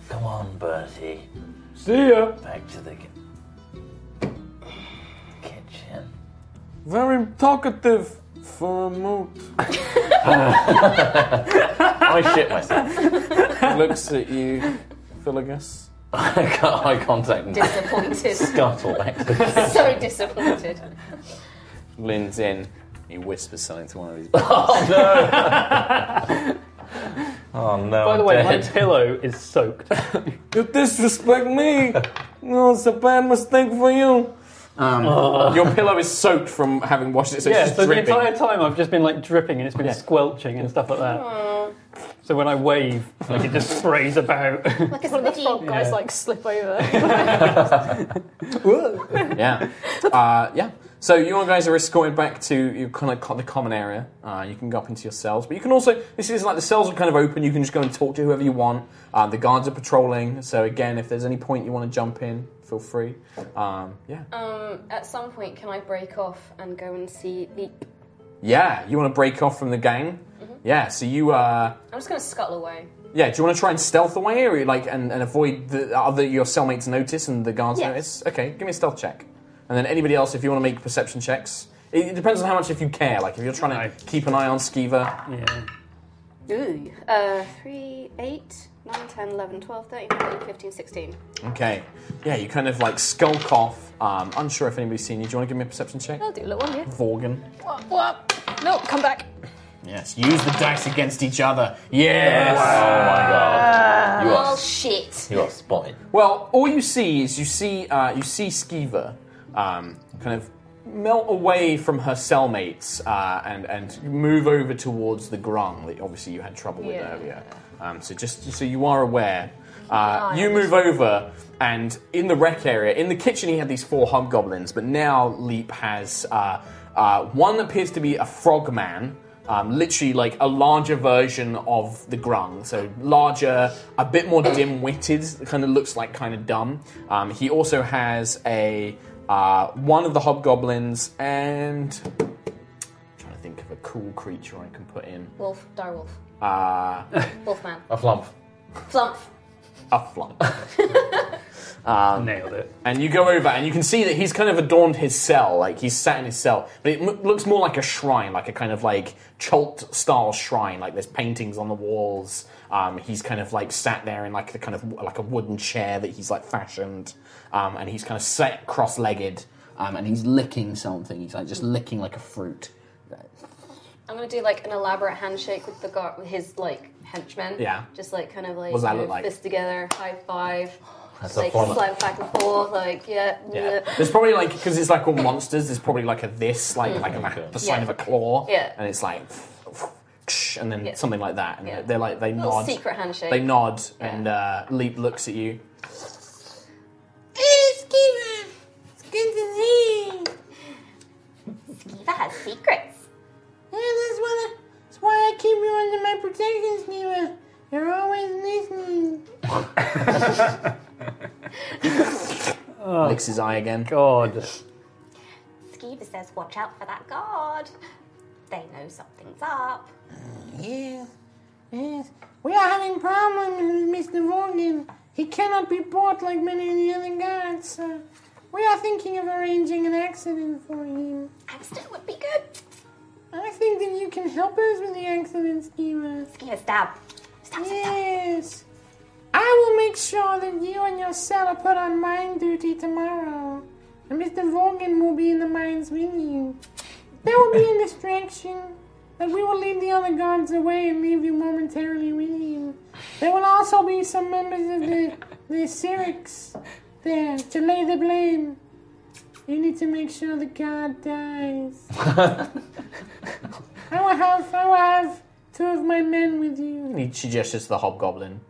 Speaker 6: Come on, Bertie.
Speaker 3: See ya.
Speaker 6: Back to the ki- kitchen.
Speaker 3: Very talkative for a moot.
Speaker 8: I shit myself.
Speaker 3: Looks at you, Philagus.
Speaker 8: (laughs) I got eye contact and
Speaker 3: (laughs)
Speaker 4: Disappointed.
Speaker 7: (laughs)
Speaker 8: scuttle back to the kitchen.
Speaker 4: so disappointed.
Speaker 3: Lynn's in. He whispers something to one
Speaker 5: (laughs)
Speaker 3: of his.
Speaker 8: (laughs) Oh no,
Speaker 5: By the
Speaker 8: I'm
Speaker 5: way, my
Speaker 8: dead.
Speaker 5: pillow
Speaker 8: (laughs)
Speaker 5: is soaked.
Speaker 3: you disrespect (laughs) me. No, it's a bad mistake for you. Um, Your pillow is soaked from having washed it, so
Speaker 5: Oh. yeah, so the entire time I've just been like dripping and it's been squelching and stuff like that.
Speaker 7: Uh,
Speaker 5: So when I wave, like it just sprays (laughs) about.
Speaker 4: Like a
Speaker 7: One of the
Speaker 4: sticky.
Speaker 7: frog guys like slip (laughs) over.
Speaker 5: (laughs)
Speaker 3: yeah. Uh, yeah. So you all guys are escorted back to you kind of co- the common area. Uh, you can go up into your cells, but you can also this is like the cells are kind of open. You can just go and talk to whoever you want. Uh, the guards are patrolling, so again, if there's any point you want to jump in, feel free. Um, yeah.
Speaker 4: At some point, can I break off and go and see the?
Speaker 3: yeah. You want to break off from the gang?
Speaker 7: Mm-hmm.
Speaker 3: Yeah. So you. Uh,
Speaker 4: I'm just gonna scuttle away.
Speaker 3: Yeah, do you want to try and stealth away, or like and, and avoid the other your cellmates notice and the guards
Speaker 4: Yes.
Speaker 3: notice? Okay, give me a stealth check, and then anybody else if you want to make perception checks. It, it depends on how much if you care. Like if you're trying to
Speaker 5: Right.
Speaker 3: keep an eye on Skeever.
Speaker 5: yeah.
Speaker 4: Ooh. Uh, three, eight, nine, 10, 11, 12, 13, 14, 15, 16.
Speaker 3: Okay, yeah, you kind of like skulk off. Um, unsure if anybody's seen you. Do you want to give me a perception check?
Speaker 7: I'll do a little one, yeah.
Speaker 3: Vorgan.
Speaker 7: What, what? No, come back.
Speaker 3: Yes. Use the dice against each other. Yes.
Speaker 8: Oh my god. You are,
Speaker 4: Oh shit.
Speaker 8: you are spotted.
Speaker 3: Well, all you see is you see uh, you see Skeever um, kind of melt away from her cellmates uh, and and move over towards the grung that obviously you had trouble with
Speaker 7: Yeah.
Speaker 3: earlier. Um, so just so you are aware, uh, you move over and in the rec area in the kitchen he had these four hobgoblins, but now Leap has uh, uh, one that appears to be a frogman. Um, literally, like a larger version of the grung, so larger, a bit more dim-witted. Kind of looks like kind of dumb. Um, he also has a uh, one of the hobgoblins and trying to think of a cool creature I can put in.
Speaker 4: Wolf. Dire wolf.
Speaker 3: Uh,
Speaker 4: Wolfman.
Speaker 8: A flump.
Speaker 4: Flump.
Speaker 3: a flump. (laughs) Um,
Speaker 5: Nailed it.
Speaker 3: and you go over and you can see that he's kind of adorned his cell, like he's sat in his cell, but it m- looks more like a shrine, like a kind of like Chult style shrine. Like there's paintings on the walls. Um, he's kind of like sat there in like the kind of like a wooden chair that he's like fashioned, um, and he's kind of sat cross-legged.
Speaker 6: Um, and he's licking something. He's like just licking like a fruit.
Speaker 4: I'm gonna do like an elaborate handshake with the guard, with his like henchmen.
Speaker 3: Yeah.
Speaker 4: Just like kind of like
Speaker 3: What does that
Speaker 4: you
Speaker 3: look
Speaker 4: know,
Speaker 3: like?
Speaker 4: fist together, high five.
Speaker 3: (sighs)
Speaker 8: That's
Speaker 4: like
Speaker 8: a flump.
Speaker 4: slap back and forth, like yeah.
Speaker 3: Yeah.
Speaker 4: bleh.
Speaker 3: There's probably like because it's like all monsters. There's probably like a this, like like a,
Speaker 8: Okay.
Speaker 3: the sign
Speaker 4: Mm-hmm.
Speaker 3: of
Speaker 4: Yeah.
Speaker 3: a claw.
Speaker 4: Yeah.
Speaker 3: And it's like, (laughs) and then
Speaker 4: Yeah.
Speaker 3: something like that. And
Speaker 4: Yeah.
Speaker 3: they're like they
Speaker 4: Little
Speaker 3: nod.
Speaker 4: secret handshake.
Speaker 3: They nod and uh, leap looks at you.
Speaker 9: Skiva has secrets.
Speaker 6: That's why I keep you under my protection, Skeever. You're always listening.
Speaker 3: Licks his eye again.
Speaker 5: Oh, God.
Speaker 9: Skiva says, watch out for that guard. They know something's up.
Speaker 6: Yes, yes. We are having problems with Mr. Vaughan. He cannot be bought like many of the other guards, so we are thinking of arranging an accident for him.
Speaker 9: Accident would be good.
Speaker 6: I think that you can help us with the accident, Skeever.
Speaker 9: Skiva stab. Stab, stab, stab.
Speaker 6: Yes. I will make make sure that you and your cell are put on mine duty tomorrow. And Mr. Vaughan will be in the mines with you. There will be a distraction, but we will lead the other guards away and leave you momentarily with you. There will also be some members of the, the Syrinx there to lay the blame. You need to make sure the guard dies. I will have, I will have two of my men with you.
Speaker 3: He, she gestures to the hobgoblin.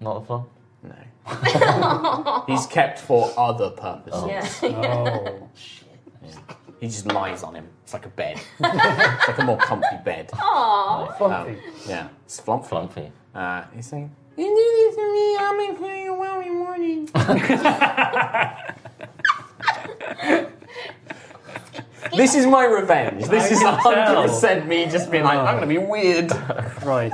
Speaker 8: Not the fun.
Speaker 3: No. (laughs) He's kept for other purposes.
Speaker 4: (laughs)
Speaker 5: Oh.
Speaker 3: He just lies on him. It's like a bed. it's like a more comfy bed. Um,
Speaker 5: Fluffy.
Speaker 3: Yeah. It's flump flump.
Speaker 8: Flumpy.
Speaker 3: Uh, he's saying,
Speaker 6: You do this to me, I'll make sure you're well rewarded.
Speaker 3: This is
Speaker 5: (laughs)
Speaker 3: my revenge. This is
Speaker 5: can
Speaker 3: 100% me just being like,
Speaker 5: Oh.
Speaker 3: I'm going to be weird.
Speaker 5: (laughs) Right.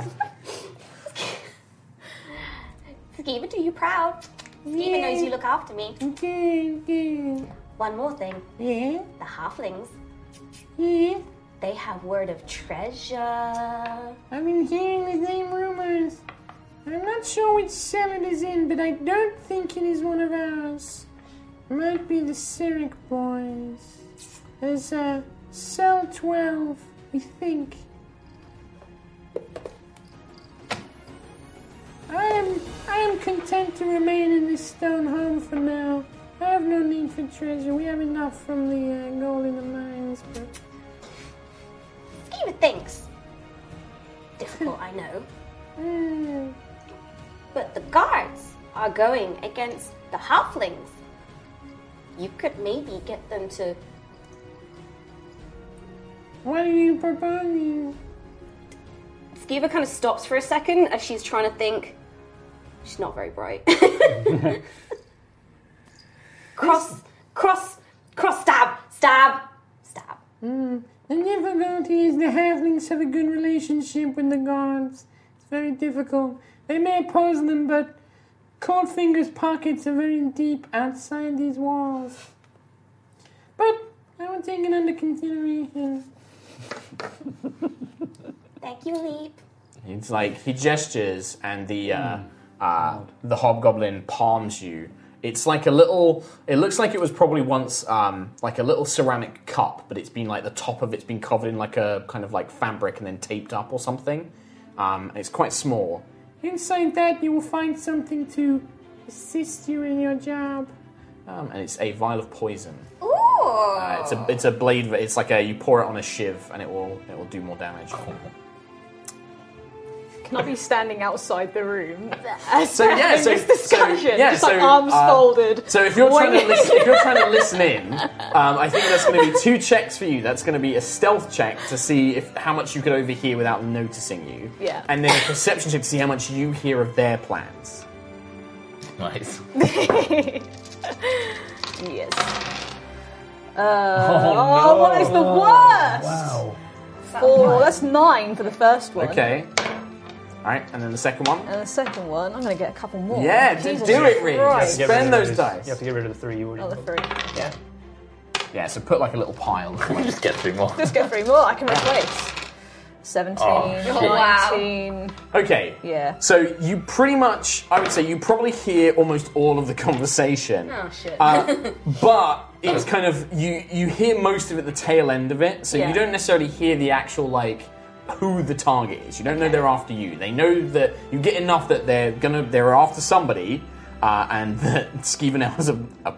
Speaker 9: Skiba, do you proud? Skiba knows you look after me.
Speaker 6: Okay, okay.
Speaker 9: One more thing
Speaker 6: Yeah,
Speaker 9: the halflings,
Speaker 6: yeah.
Speaker 9: they have word of treasure.
Speaker 6: I've been hearing the same rumors. I'm not sure which cell it is in, but I don't think it is one of ours. It might be the Cyric boys. There's uh, cell 12, we think. I am, I am content to remain in this stone home for now. I have no need for treasure. We have enough from the uh, gold in the mines, but
Speaker 9: Skiba thinks. Difficult, I know.
Speaker 6: mm,
Speaker 9: But the guards are going against the halflings. You could maybe get them to
Speaker 6: what are you proposing?
Speaker 4: Skiva kind of stops for a second as she's trying to think. She's not very bright.
Speaker 6: (laughs)
Speaker 4: cross, cross, cross, stab, stab, stab.
Speaker 6: The difficulty is the halflings have a good relationship with the gods. It's very difficult. They may oppose them, but Coldfinger's pockets are very deep outside these walls. But I will take it under consideration.
Speaker 9: (laughs) Thank you, Leap.
Speaker 3: It's like he gestures, and the uh,
Speaker 5: Hmm.
Speaker 3: uh, the hobgoblin palms you. It's like a little. It looks like it was probably once um, like a little ceramic cup, but it's been like the top of it's been covered in like a kind of like fabric and then taped up or something. Um, and it's quite small.
Speaker 6: Inside that, you will find something to assist you in your job.
Speaker 3: Um, and it's a vial of poison.
Speaker 9: Ooh!
Speaker 3: Uh, it's a it's a blade. It's like a you pour it on a shiv, and it will it will do more damage.
Speaker 5: Oh.
Speaker 7: Can I be standing outside the (laughs) room?
Speaker 3: So yeah, so,
Speaker 7: this discussion,
Speaker 3: so, yeah,
Speaker 7: just like um,
Speaker 3: so,
Speaker 7: arms
Speaker 3: uh,
Speaker 7: folded.
Speaker 3: So if you're trying to
Speaker 7: Wait.
Speaker 3: listen, if you're
Speaker 7: (laughs)
Speaker 3: trying to listen in, um, I think that's going to be two checks for you. That's going to be a stealth check to see if how much you could overhear without noticing you.
Speaker 7: Yeah.
Speaker 3: And then a perception check to see how much you hear of their plans.
Speaker 8: Nice.
Speaker 7: yes. Uh, oh, what is the worst?
Speaker 5: Wow.
Speaker 7: Four. That's nine for the first one.
Speaker 3: Okay. All right, and then the second one.
Speaker 7: And the second one, I'm going to get a couple more.
Speaker 3: Yeah, d-
Speaker 7: Oh, Jesus
Speaker 3: do it, Reed.
Speaker 7: Christ. Oh.
Speaker 5: Get
Speaker 3: Spend
Speaker 5: rid of
Speaker 3: those dice.
Speaker 5: You have to get rid of the three you already
Speaker 7: Another
Speaker 5: got.
Speaker 7: three.
Speaker 3: Yeah. Yeah. So put like a little pile.
Speaker 5: (laughs)
Speaker 3: Of
Speaker 8: We just get three more.
Speaker 7: Let's get three more. I can replace. 17,
Speaker 8: Oh, shit.
Speaker 4: Wow.
Speaker 7: 19.
Speaker 3: Okay.
Speaker 7: Yeah.
Speaker 3: So you pretty much, I would say, you probably hear almost all of the conversation.
Speaker 4: Oh shit. (laughs)
Speaker 3: Uh, but it's kind of you you hear most of it at the tail end of it, so
Speaker 4: Yeah.
Speaker 3: you don't necessarily hear the actual like who the target is. You don't know they're after you. They know that you get enough that they're gonna they're after somebody, uh, and (laughs) that Skeevenel has a, a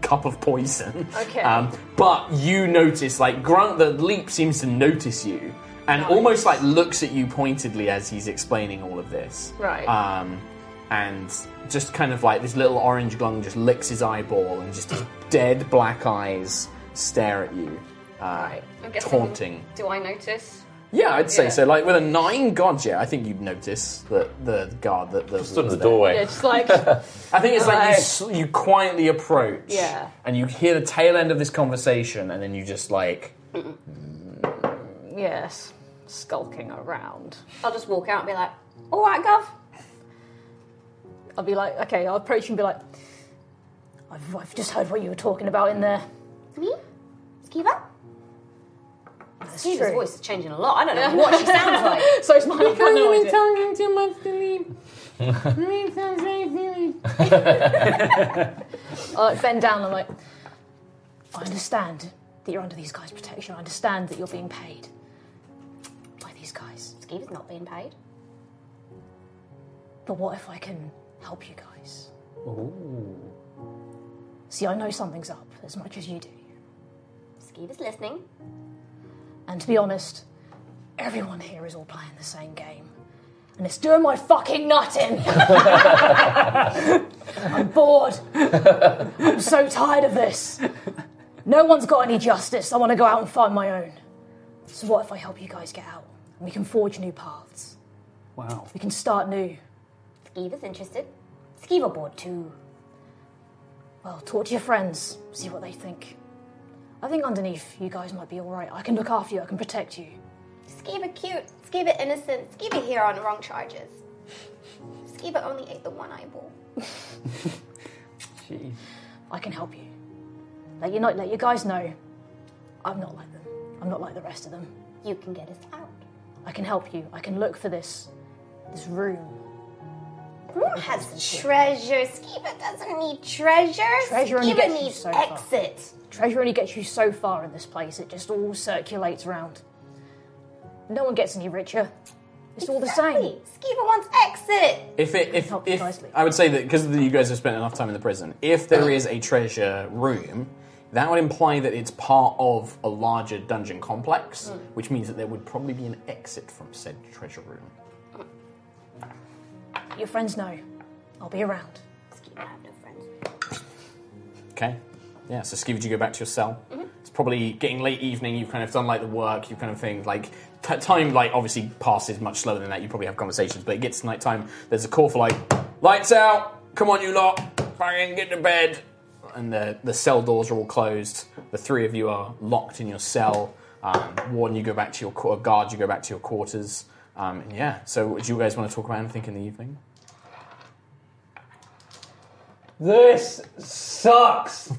Speaker 3: cup of poison.
Speaker 7: Okay.
Speaker 3: Um, but you notice like Grunt the leap seems to notice you. And almost like looks at you pointedly as he's explaining all of this.
Speaker 7: Right.
Speaker 3: Um, and just kind of like this little orange glung just licks his eyeball and just his dead black eyes stare at you, uh,
Speaker 4: I'm guessing-
Speaker 3: taunting.
Speaker 4: Do I notice?
Speaker 3: Yeah, I'd say
Speaker 4: Yeah.
Speaker 3: so. Like with a nine guard, yeah, I think you'd notice that the guard that the
Speaker 8: Stood in the
Speaker 3: there.
Speaker 7: Yeah,
Speaker 8: doorway.
Speaker 7: just like,
Speaker 8: (laughs)
Speaker 3: I think it's like you,
Speaker 7: Right.
Speaker 3: s- you quietly approach,
Speaker 7: Yeah.
Speaker 3: and you hear the tail end of this conversation, and then you just like
Speaker 7: yes, skulking around.
Speaker 4: I'll just walk out and be like, "All right, Gov."
Speaker 7: I'll be like, okay, I'll approach you and be like, I've, I've just heard what you were talking about in there.
Speaker 9: Me? Skiva?
Speaker 4: Susan's voice is changing a lot. I
Speaker 7: (laughs)
Speaker 4: don't know what she sounds like.
Speaker 9: (laughs)
Speaker 7: So it's (laughs) mine. I've got
Speaker 6: Because
Speaker 7: no
Speaker 6: you've
Speaker 7: idea.
Speaker 6: been talking too much to leave. Leave sounds very silly.
Speaker 7: (laughs)
Speaker 4: (laughs)
Speaker 7: I like bend down. I'm like, I understand that you're under these guys' protection. I understand that you're being paid by these guys.
Speaker 4: Skeever's not being paid.
Speaker 7: But what if I can help you guys? See, I know something's up as much as you do.
Speaker 4: Skeever's listening.
Speaker 7: And to be honest, everyone here is all playing the same game. And it's doing my fucking nut in. (laughs) I'm bored. I'm so tired of this. No one's got any justice. I want to go out and find my own. So, what if I help you guys get out? And we can forge new paths.
Speaker 5: Wow.
Speaker 7: We can start new.
Speaker 4: Skeever's interested.
Speaker 7: Skeever board too. Well, talk to your friends, see what they think. I think underneath you guys might be alright. I can look after you, I can protect you.
Speaker 9: Skiba cute, Skiba innocent, Skiba here on wrong charges. Skiba only ate the one eyeball.
Speaker 5: Jeez.
Speaker 7: I can help you. Let you know, let you guys know. I'm not like them. I'm not like the rest of them.
Speaker 4: You can get us out.
Speaker 7: I can help you. I can look for this this room.
Speaker 9: Room has treasure. Skiba doesn't need treasure.
Speaker 7: Treasure only
Speaker 9: Skiba
Speaker 7: gets you
Speaker 9: needs
Speaker 7: so far.
Speaker 9: exit.
Speaker 7: Treasure only gets you so far in this place. It just all circulates around. No one gets any richer. It's all the same.
Speaker 9: Exactly. Skiba wants exit.
Speaker 3: If it, if,
Speaker 7: Help
Speaker 3: if
Speaker 7: precisely.
Speaker 3: I would say that because you guys have spent enough time in the prison, if there is a treasure room, that would imply that it's part of a larger dungeon complex, which means that there would probably be an exit from said treasure room.
Speaker 7: Your friends know. I'll be around.
Speaker 9: Skiba have no friends.
Speaker 3: Okay. Yeah, so Skiva, you go back to your cell. It's probably getting late evening. You've kind of done like the work, you kind of thing. Like t- time, like obviously passes much slower than that. You probably have conversations, but it gets nighttime. There's a call for like lights out. Come on, you lot, fucking get to (laughs) bed. And the the cell doors are all closed. The three of you are locked in your cell. Um, Warden, you go back to your qu- uh, guard. You go back to your quarters. Um, and yeah. So, do you guys want to talk about anything in the evening?
Speaker 5: This sucks.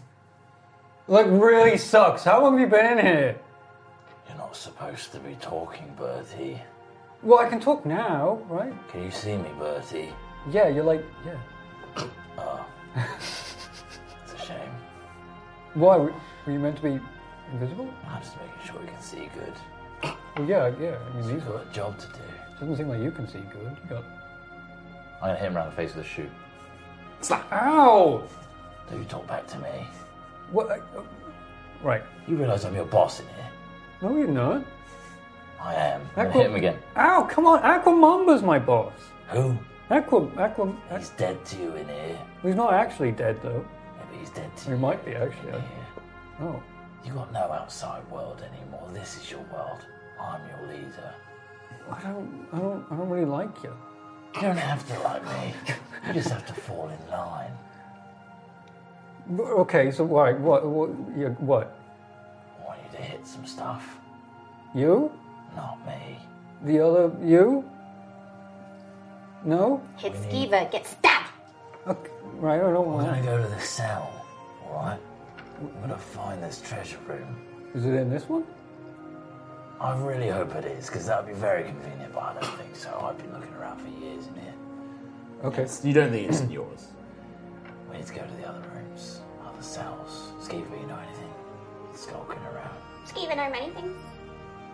Speaker 5: Like really sucks. How long have you been in here?
Speaker 8: You're not supposed to be talking, Bertie.
Speaker 5: Well, I can talk now, right?
Speaker 8: Can you see me, Bertie?
Speaker 5: Yeah, you're like, yeah.
Speaker 8: (coughs) It's a shame.
Speaker 5: Why were were you meant to be invisible?
Speaker 8: I'm just making sure you can see good.
Speaker 5: Well, yeah, yeah. I mean, these
Speaker 8: You've
Speaker 5: are,
Speaker 8: got a job to do.
Speaker 5: doesn't seem like you can see good. You got,
Speaker 8: I'm gonna hit him around the face with a shoe.
Speaker 5: ow!
Speaker 8: Do you talk back to me?
Speaker 5: What? I- uh, Right.
Speaker 8: You realise I'm your boss in here.
Speaker 5: No, you're not.
Speaker 8: I am. I'm gonna
Speaker 5: Aqua-
Speaker 8: hit him again.
Speaker 5: Ow! Come on, Aquamamba's my boss.
Speaker 8: Who?
Speaker 5: Aqua, Aqua. Aqu-
Speaker 8: He's dead to you in here.
Speaker 5: He's not actually dead though.
Speaker 8: Yeah, but he's dead to
Speaker 5: He
Speaker 8: you.
Speaker 5: might be actually.
Speaker 8: in
Speaker 5: I-
Speaker 8: here.
Speaker 5: Oh.
Speaker 8: You got no outside world anymore. This is your world. I'm your leader.
Speaker 5: I don't, I don't, I don't really like you.
Speaker 8: You don't have to like me. You just have to fall in line.
Speaker 5: B- Okay, so why? What? What? You, what?
Speaker 8: I want you to hit some stuff.
Speaker 5: You?
Speaker 8: Not me.
Speaker 5: The other you? No?
Speaker 9: Hit Skiva, get stabbed.
Speaker 5: Okay, right, I don't
Speaker 8: We're gonna
Speaker 5: want
Speaker 8: go to the cell, alright? We're gonna find this treasure room.
Speaker 5: Is it in this one?
Speaker 8: I really hope it is, because that would be very convenient, but I don't think so. I've been looking around for years in here.
Speaker 5: Okay.
Speaker 3: You don't think it's in yours.
Speaker 8: We need to go to the other rooms, other cells. Skeever, you know anything? Skulking around.
Speaker 9: Skiba know many things.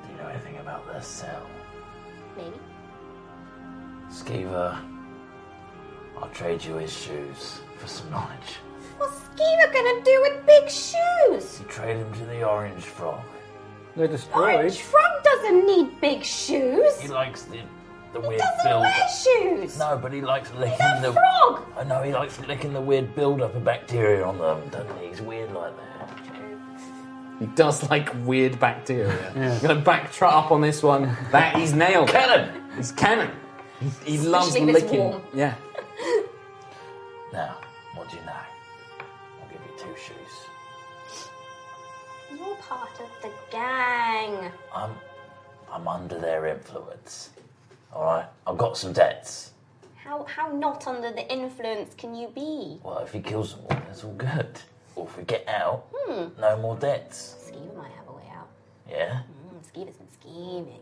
Speaker 8: Do you know anything about this cell?
Speaker 9: Maybe.
Speaker 8: Skeever, I'll trade you his shoes for some knowledge.
Speaker 9: What's Skiba gonna do with big shoes?
Speaker 8: You trade him to the orange frog.
Speaker 5: They're destroyed.
Speaker 9: Orange Frog doesn't need big shoes.
Speaker 8: He likes the, the weird
Speaker 9: doesn't
Speaker 8: build
Speaker 9: wear shoes.
Speaker 8: No, but he likes licking
Speaker 9: He's
Speaker 8: the.
Speaker 9: a frog.
Speaker 8: I know he likes licking the weird build-up of bacteria on them, doesn't he? He's weird like that.
Speaker 3: He does like weird bacteria. I'm gonna backtrack up on this one. That he's nailed. it.
Speaker 8: Cannon!
Speaker 3: He's canon. He, he loves
Speaker 9: if it's
Speaker 3: licking.
Speaker 9: warm.
Speaker 3: Yeah.
Speaker 8: Now, what do you know? I'll give you two shoes.
Speaker 9: You're part of the gang.
Speaker 8: I'm, I'm under their influence. All right, I've got some debts.
Speaker 9: How how not under the influence can you be?
Speaker 8: Well, if he kills them all, that's all good. Or if we get out, no more debts.
Speaker 9: Skiba might Hmm. have a way out.
Speaker 8: Yeah.
Speaker 9: Mm,
Speaker 4: Skeeter's been scheming.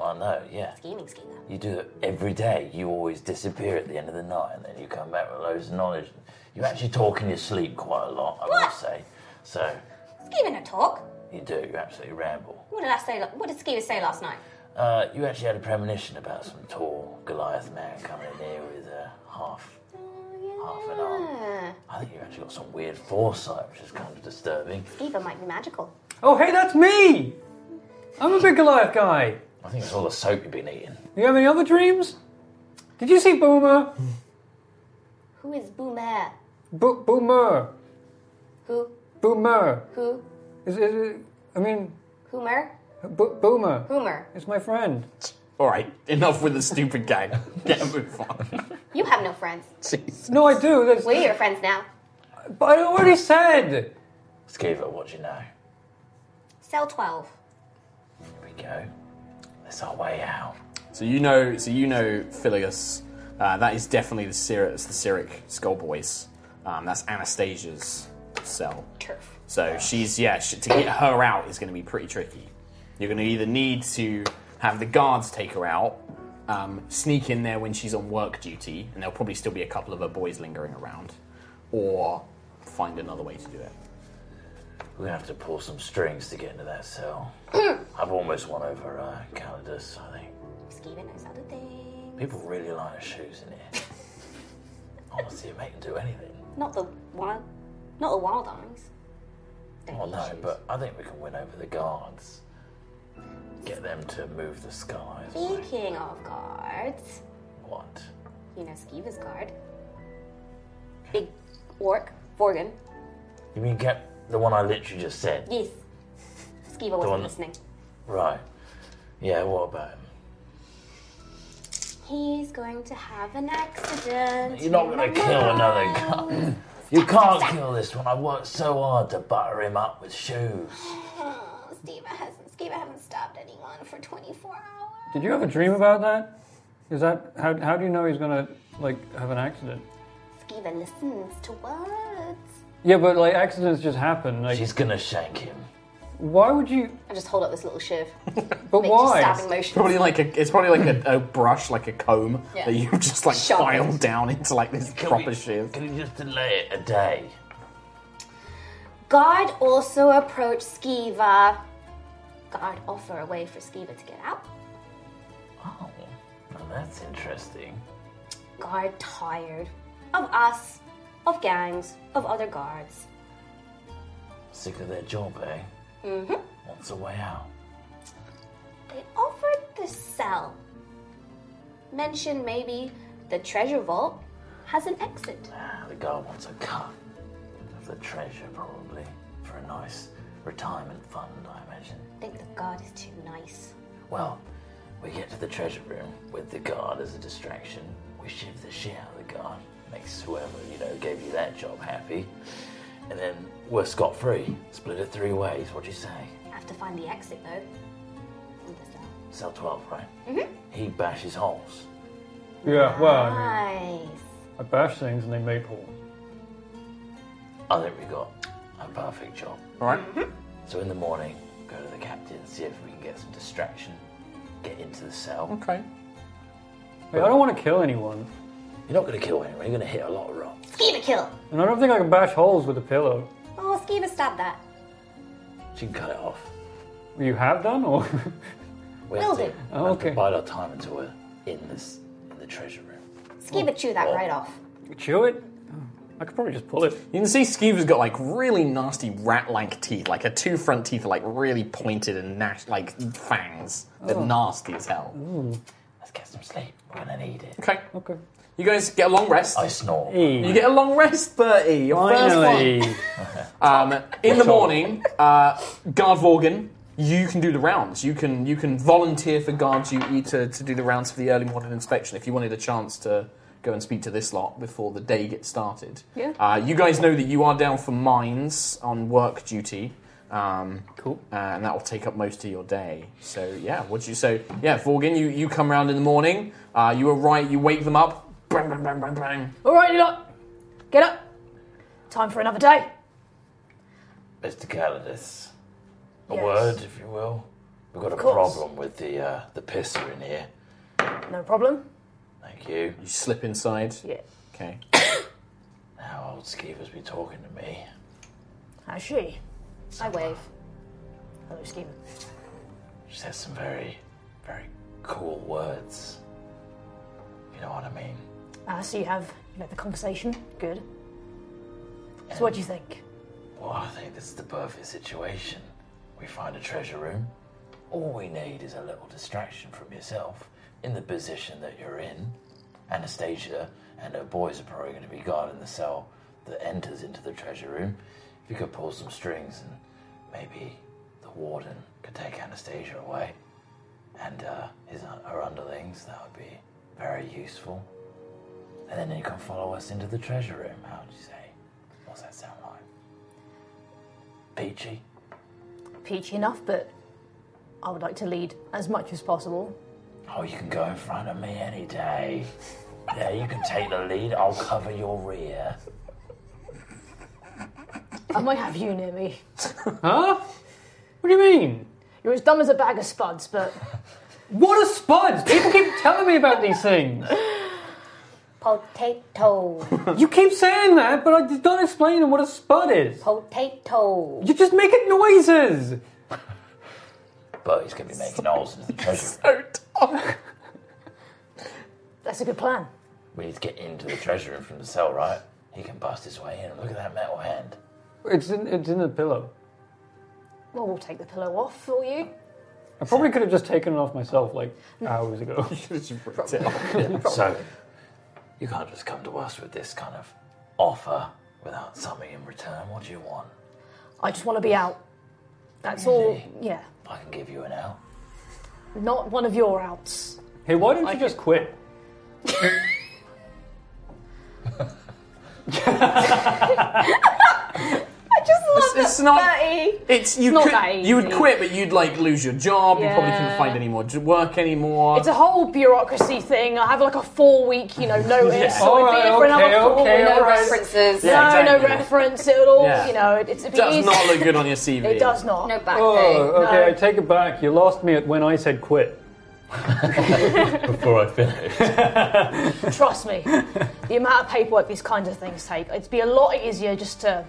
Speaker 8: I know, yeah.
Speaker 4: Scheming, Skeeter.
Speaker 8: You do it every day. You always disappear at the end of the night, and then you come back with loads of knowledge. You actually talk in your sleep quite a lot, I
Speaker 4: What?
Speaker 8: will say. So
Speaker 4: Scheming a talk.
Speaker 8: you do. You absolutely ramble.
Speaker 4: What did I say? What did Skeeter say last night?
Speaker 8: Uh, you actually had a premonition about some tall Goliath man coming in here with a half, half an
Speaker 4: Ah.
Speaker 8: arm. I think you actually got some weird foresight, which is kind of disturbing.
Speaker 4: Skeeter might be magical.
Speaker 5: Oh, hey, that's me! I'm a big Goliath guy.
Speaker 8: I think it's all the soap you've been eating.
Speaker 5: You have any other dreams? Did you see Boomer?
Speaker 4: Who is Boomer?
Speaker 5: Bo- Boomer.
Speaker 4: Who?
Speaker 5: Boomer.
Speaker 4: Who?
Speaker 5: Is, is, is- I mean,
Speaker 4: Whomer?
Speaker 5: Bo- Boomer.
Speaker 4: Boomer.
Speaker 5: It's my friend.
Speaker 3: All right, enough with the stupid (laughs) gang. Yeah, move on.
Speaker 4: You have no friends.
Speaker 3: Jeez.
Speaker 5: No, I do. That's,
Speaker 4: We're your friends now.
Speaker 5: But I already said.
Speaker 8: Skiva, what do you know?
Speaker 4: Cell 12.
Speaker 8: Here we go. That's our way out.
Speaker 3: So you know, so you know, Phileas. Uh, that is definitely the Cyric, the Cyric Skullboys. Um, that's Anastasia's cell.
Speaker 4: Turf.
Speaker 3: So she's yeah. She, to get her out is going to be pretty tricky. You're going to either need to have the guards take her out, um, sneak in there when she's on work duty, and there'll probably still be a couple of her boys lingering around, or find another way to do it.
Speaker 8: We're gonna have to pull some strings to get into that
Speaker 4: (clears throat)
Speaker 8: cell. I've almost won over uh, Calidus, I think.
Speaker 4: Skeeter knows how to think.
Speaker 8: People really like the shoes in
Speaker 4: (laughs)
Speaker 8: here. Honestly, you make them do anything.
Speaker 4: Not the wild. Not the wild arms. Don't
Speaker 8: Well,
Speaker 4: eat
Speaker 8: no,
Speaker 4: shoes.
Speaker 8: but I think we can win over the guards. Get them to move the skies.
Speaker 4: Speaking of guards,
Speaker 8: What?
Speaker 4: you know Skeeter's guard. Big orc. Vorgan.
Speaker 8: You mean get the one I literally just said?
Speaker 4: Yes. Skeeter
Speaker 8: one-
Speaker 4: wasn't listening.
Speaker 8: Right. Yeah, what about him?
Speaker 4: He's going to have an accident.
Speaker 8: You're not gonna kill another guy. You can't kill this one. I worked so hard to butter him up with shoes.
Speaker 4: Oh, Skeeter hasn't. Skeeter hasn't stabbed anyone for 24 hours.
Speaker 5: Did you have a dream about that? Is that how? How do you know he's gonna like have an accident?
Speaker 4: Skeeter listens to words.
Speaker 5: Yeah, but like accidents just happen. Like,
Speaker 8: She's gonna shank him.
Speaker 5: why would you?
Speaker 4: I just hold up this little shiv.
Speaker 5: But
Speaker 4: Makes just
Speaker 5: why?
Speaker 4: stabbing motion.
Speaker 3: Probably like a, it's probably like a, a brush, like a comb
Speaker 4: Yeah.
Speaker 3: that you've just like
Speaker 4: Sharp.
Speaker 3: filed down into like this
Speaker 8: Can
Speaker 3: proper
Speaker 8: we-
Speaker 3: shiv.
Speaker 8: Can you just delay it a day?
Speaker 4: Guard also approached Skiva. Guard offer a way for Skiva to get out.
Speaker 8: Oh, well, that's interesting.
Speaker 4: Guard tired of us, of gangs, of other guards.
Speaker 8: Sick of their job, eh? Mm-hmm. Wants a way out.
Speaker 4: They offered the cell. Mention maybe the treasure vault has an exit.
Speaker 8: Ah, the guy wants a cut of the treasure, probably, for a nice retirement fund, I imagine.
Speaker 4: I think the guard is too nice.
Speaker 8: Well, we get to the treasure room with the guard as a distraction. We shiv the shit out of the guard. Makes whoever, you know, gave you that job happy. And then we're scot free. Split it three ways. What do you say?
Speaker 4: have to find the exit though. With the cell.
Speaker 8: Cell 12, right? Mm-hmm. He bashes holes.
Speaker 5: Yeah, well, I, mean,
Speaker 4: Nice.
Speaker 5: I bash things and they make holes.
Speaker 8: I think we got a perfect job. (laughs)
Speaker 3: All right.
Speaker 8: So in the morning, go to the captain, see if we can get some distraction, get into the cell.
Speaker 3: Okay.
Speaker 5: Like, I don't want to kill anyone,
Speaker 8: You're not going to kill anyone, you're going to hit a lot of rocks.
Speaker 4: Skiva kill.
Speaker 5: and I don't think I can bash holes with a pillow.
Speaker 4: Oh, Skiva stabbed that.
Speaker 8: She can cut it off.
Speaker 5: You have done, or (laughs)
Speaker 8: We have
Speaker 4: Will
Speaker 8: to,
Speaker 4: do.
Speaker 8: we have
Speaker 5: Oh,
Speaker 8: to
Speaker 5: okay.
Speaker 8: bide our time until we're in, this, in the treasure room.
Speaker 4: Skiva chew that right off.
Speaker 5: chew it? I could probably just pull it.
Speaker 3: You can see Skeever's got like really nasty rat-like teeth, like her two front teeth are like really pointed and gnash like fangs. They're
Speaker 4: Oh.
Speaker 3: nasty as hell.
Speaker 8: Let's get some sleep. We're going to need it.
Speaker 3: Okay.
Speaker 5: Okay.
Speaker 3: You guys get a long rest.
Speaker 8: I snore.
Speaker 3: You get a long rest, Bertie. Your first one.
Speaker 5: Finally,
Speaker 3: Um, in the morning, uh, guard Vorgan, you can do the rounds. You can you can volunteer for guard duty to, to do the rounds for the early morning inspection if you wanted a chance to go and speak to this lot before the day gets started.
Speaker 7: Yeah.
Speaker 3: Uh, you guys know that you are down for mines on work duty. Um,
Speaker 5: Cool.
Speaker 3: uh, and that will take up most of your day. So yeah, what do you so yeah, Vorgan, you, you come round in the morning. Uh, you are right. You wake them up. Bang bang bang bang bang.
Speaker 7: All right, you lot, get up. Time for another day.
Speaker 8: Mr. Calidus. A
Speaker 7: Yes.
Speaker 8: word, if you will. We've got a
Speaker 7: course.
Speaker 8: problem with the uh, the pisser in here.
Speaker 7: No problem.
Speaker 8: Thank you.
Speaker 3: You slip inside.
Speaker 7: Yeah.
Speaker 3: Okay.
Speaker 8: Now old Skeever's been talking to me.
Speaker 7: How's she?
Speaker 4: I wave.
Speaker 7: Hello, Skeever.
Speaker 8: She says some very, very cool words. If You know what I mean?
Speaker 7: Ah, so you have you had the conversation. Good. So what do you think?
Speaker 8: Well, I think this is the perfect situation. We find a treasure room. All we need is a little distraction from yourself in the position that you're in. Anastasia and her boys are probably going to be guarding the cell that enters into the treasure room. If you could pull some strings and maybe the warden could take Anastasia away and uh, his, her underlings, that would be very useful. And then you can follow us into the treasure room. How would you say? What's that sound like? Peachy.
Speaker 7: Peachy enough, but I would like to lead as much as possible.
Speaker 8: Oh, you can go in front of me any day. Yeah, you can take the lead. I'll cover your rear.
Speaker 7: I might have you near me.
Speaker 5: Huh? What do you mean?
Speaker 7: You're as dumb as a bag of spuds,
Speaker 8: (laughs)
Speaker 7: but
Speaker 5: What a spud! People keep telling me about these things.
Speaker 9: Potato.
Speaker 5: (laughs) You keep saying that, but I just don't explain what a spud is.
Speaker 9: Potato.
Speaker 5: (laughs) You're just making noises.
Speaker 8: But he's gonna be making holes into the
Speaker 5: (laughs)
Speaker 8: treasure. room.
Speaker 3: Don't.
Speaker 7: that's a good plan.
Speaker 8: We need to get into the treasure room from the cell, right? He can bust his way in. Look at that metal hand.
Speaker 5: It's in, it's in the pillow.
Speaker 7: Well, we'll take the pillow off for you.
Speaker 5: I probably could have just taken it off myself like hours ago.
Speaker 8: (laughs) So you can't just come to us with this kind of offer without something in return. What do you want?
Speaker 7: I just want to be out. That's all. Yeah,
Speaker 8: I can give you an out.
Speaker 7: not one of your outs.
Speaker 5: Hey, why don't you just quit?
Speaker 3: It's, it's not.
Speaker 9: Hey.
Speaker 3: It's you.
Speaker 7: not
Speaker 3: could,
Speaker 7: that
Speaker 3: you would
Speaker 7: easy.
Speaker 3: quit, but you'd like lose your job. You probably couldn't
Speaker 7: Yeah.
Speaker 3: find any more j- work anymore.
Speaker 7: It's a whole bureaucracy thing. I have like a four week, you know,
Speaker 3: (laughs)
Speaker 7: notice.
Speaker 3: Yeah.
Speaker 7: So I'd be
Speaker 5: Alright,
Speaker 7: here for another
Speaker 5: okay,
Speaker 7: four.
Speaker 5: okay,
Speaker 7: no
Speaker 5: alright.
Speaker 7: reference.
Speaker 4: References.
Speaker 7: No,
Speaker 3: Yeah.
Speaker 7: no
Speaker 3: exactly.
Speaker 7: reference. It all,
Speaker 3: Yeah.
Speaker 7: you know, it, it's a bit
Speaker 3: does
Speaker 7: easy.
Speaker 3: not look good on your CV.
Speaker 7: It does not.
Speaker 4: No back pay.
Speaker 5: Oh, okay,
Speaker 7: No.
Speaker 5: I take it back. You lost me at when I said quit.
Speaker 8: (laughs) Before I finish.
Speaker 7: Trust
Speaker 3: (laughs)
Speaker 7: me, the amount of paperwork these kinds of things take, it'd be a lot easier just to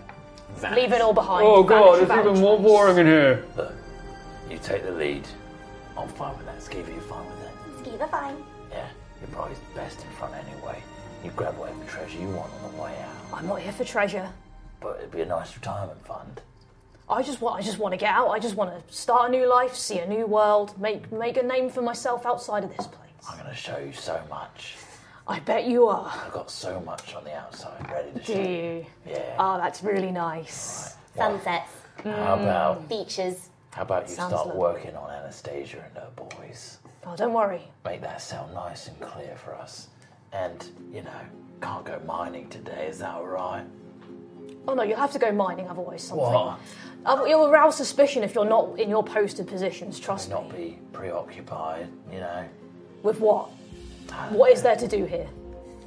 Speaker 3: Vanish.
Speaker 7: leave it all behind.
Speaker 5: Oh god,
Speaker 7: Vanish,
Speaker 5: it's
Speaker 7: vanish,
Speaker 5: even more
Speaker 7: vanish.
Speaker 5: boring in here.
Speaker 8: Look, you take the lead. I'm fine with that. Skeever, you fine with that?
Speaker 9: Skeever fine.
Speaker 8: Yeah, you're probably best in front anyway. You grab whatever treasure you want on the way out,
Speaker 7: I'm not here for treasure.
Speaker 8: but it'd be a nice retirement fund.
Speaker 7: I just want. I just want to get out. I just want to start a new life, see a new world, make make a name for myself outside of this place.
Speaker 8: I'm gonna show you so much.
Speaker 7: I bet you are.
Speaker 8: I've got so much on the outside ready to
Speaker 7: Do
Speaker 8: show. you.
Speaker 7: you?
Speaker 8: Yeah.
Speaker 7: Oh, that's really nice.
Speaker 9: Sunsets.
Speaker 8: how about
Speaker 9: Beaches.
Speaker 8: how about you
Speaker 7: Sounds
Speaker 8: start
Speaker 7: lovely.
Speaker 8: working on Anastasia and her boys?
Speaker 7: Oh, don't worry.
Speaker 8: Make that sound nice and clear for us. And you know, can't go mining today. Is that all right?
Speaker 7: Oh no, you'll have to go mining otherwise. Something.
Speaker 8: What?
Speaker 7: Uh, You'll arouse suspicion if you're not in your posted positions. Trust
Speaker 8: Not
Speaker 7: me.
Speaker 8: be preoccupied. You know.
Speaker 7: With what? What is there to do here?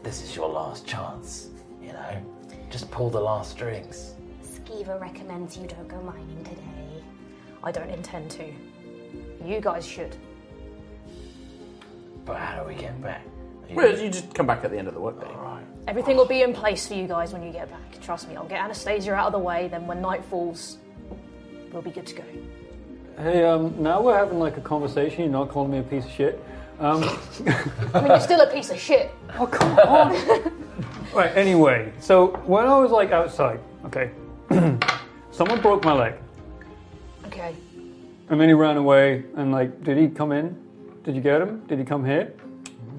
Speaker 8: This is your last chance. You know. Just pull the last strings.
Speaker 9: Skeever recommends you don't go mining today.
Speaker 7: I don't intend to. You guys should.
Speaker 8: But how do we get back? Are you-
Speaker 3: Well, you just come back at the end of the workday.
Speaker 7: Everything will be in place for you guys when you get back. Trust me, I'll get Anastasia out of the way, then when night falls, we'll be good to go.
Speaker 5: Hey, um, now we're having like a conversation. You're not calling me a piece of shit.
Speaker 8: (laughs)
Speaker 5: Um, (laughs)
Speaker 7: I mean, you're still a piece of shit.
Speaker 5: oh
Speaker 7: (laughs)
Speaker 5: come on. right. Anyway, so when I was like outside, okay, (clears throat) someone broke my leg,
Speaker 7: Okay.
Speaker 5: and then he ran away. And like, did he come in? Did you get him? Did he come here?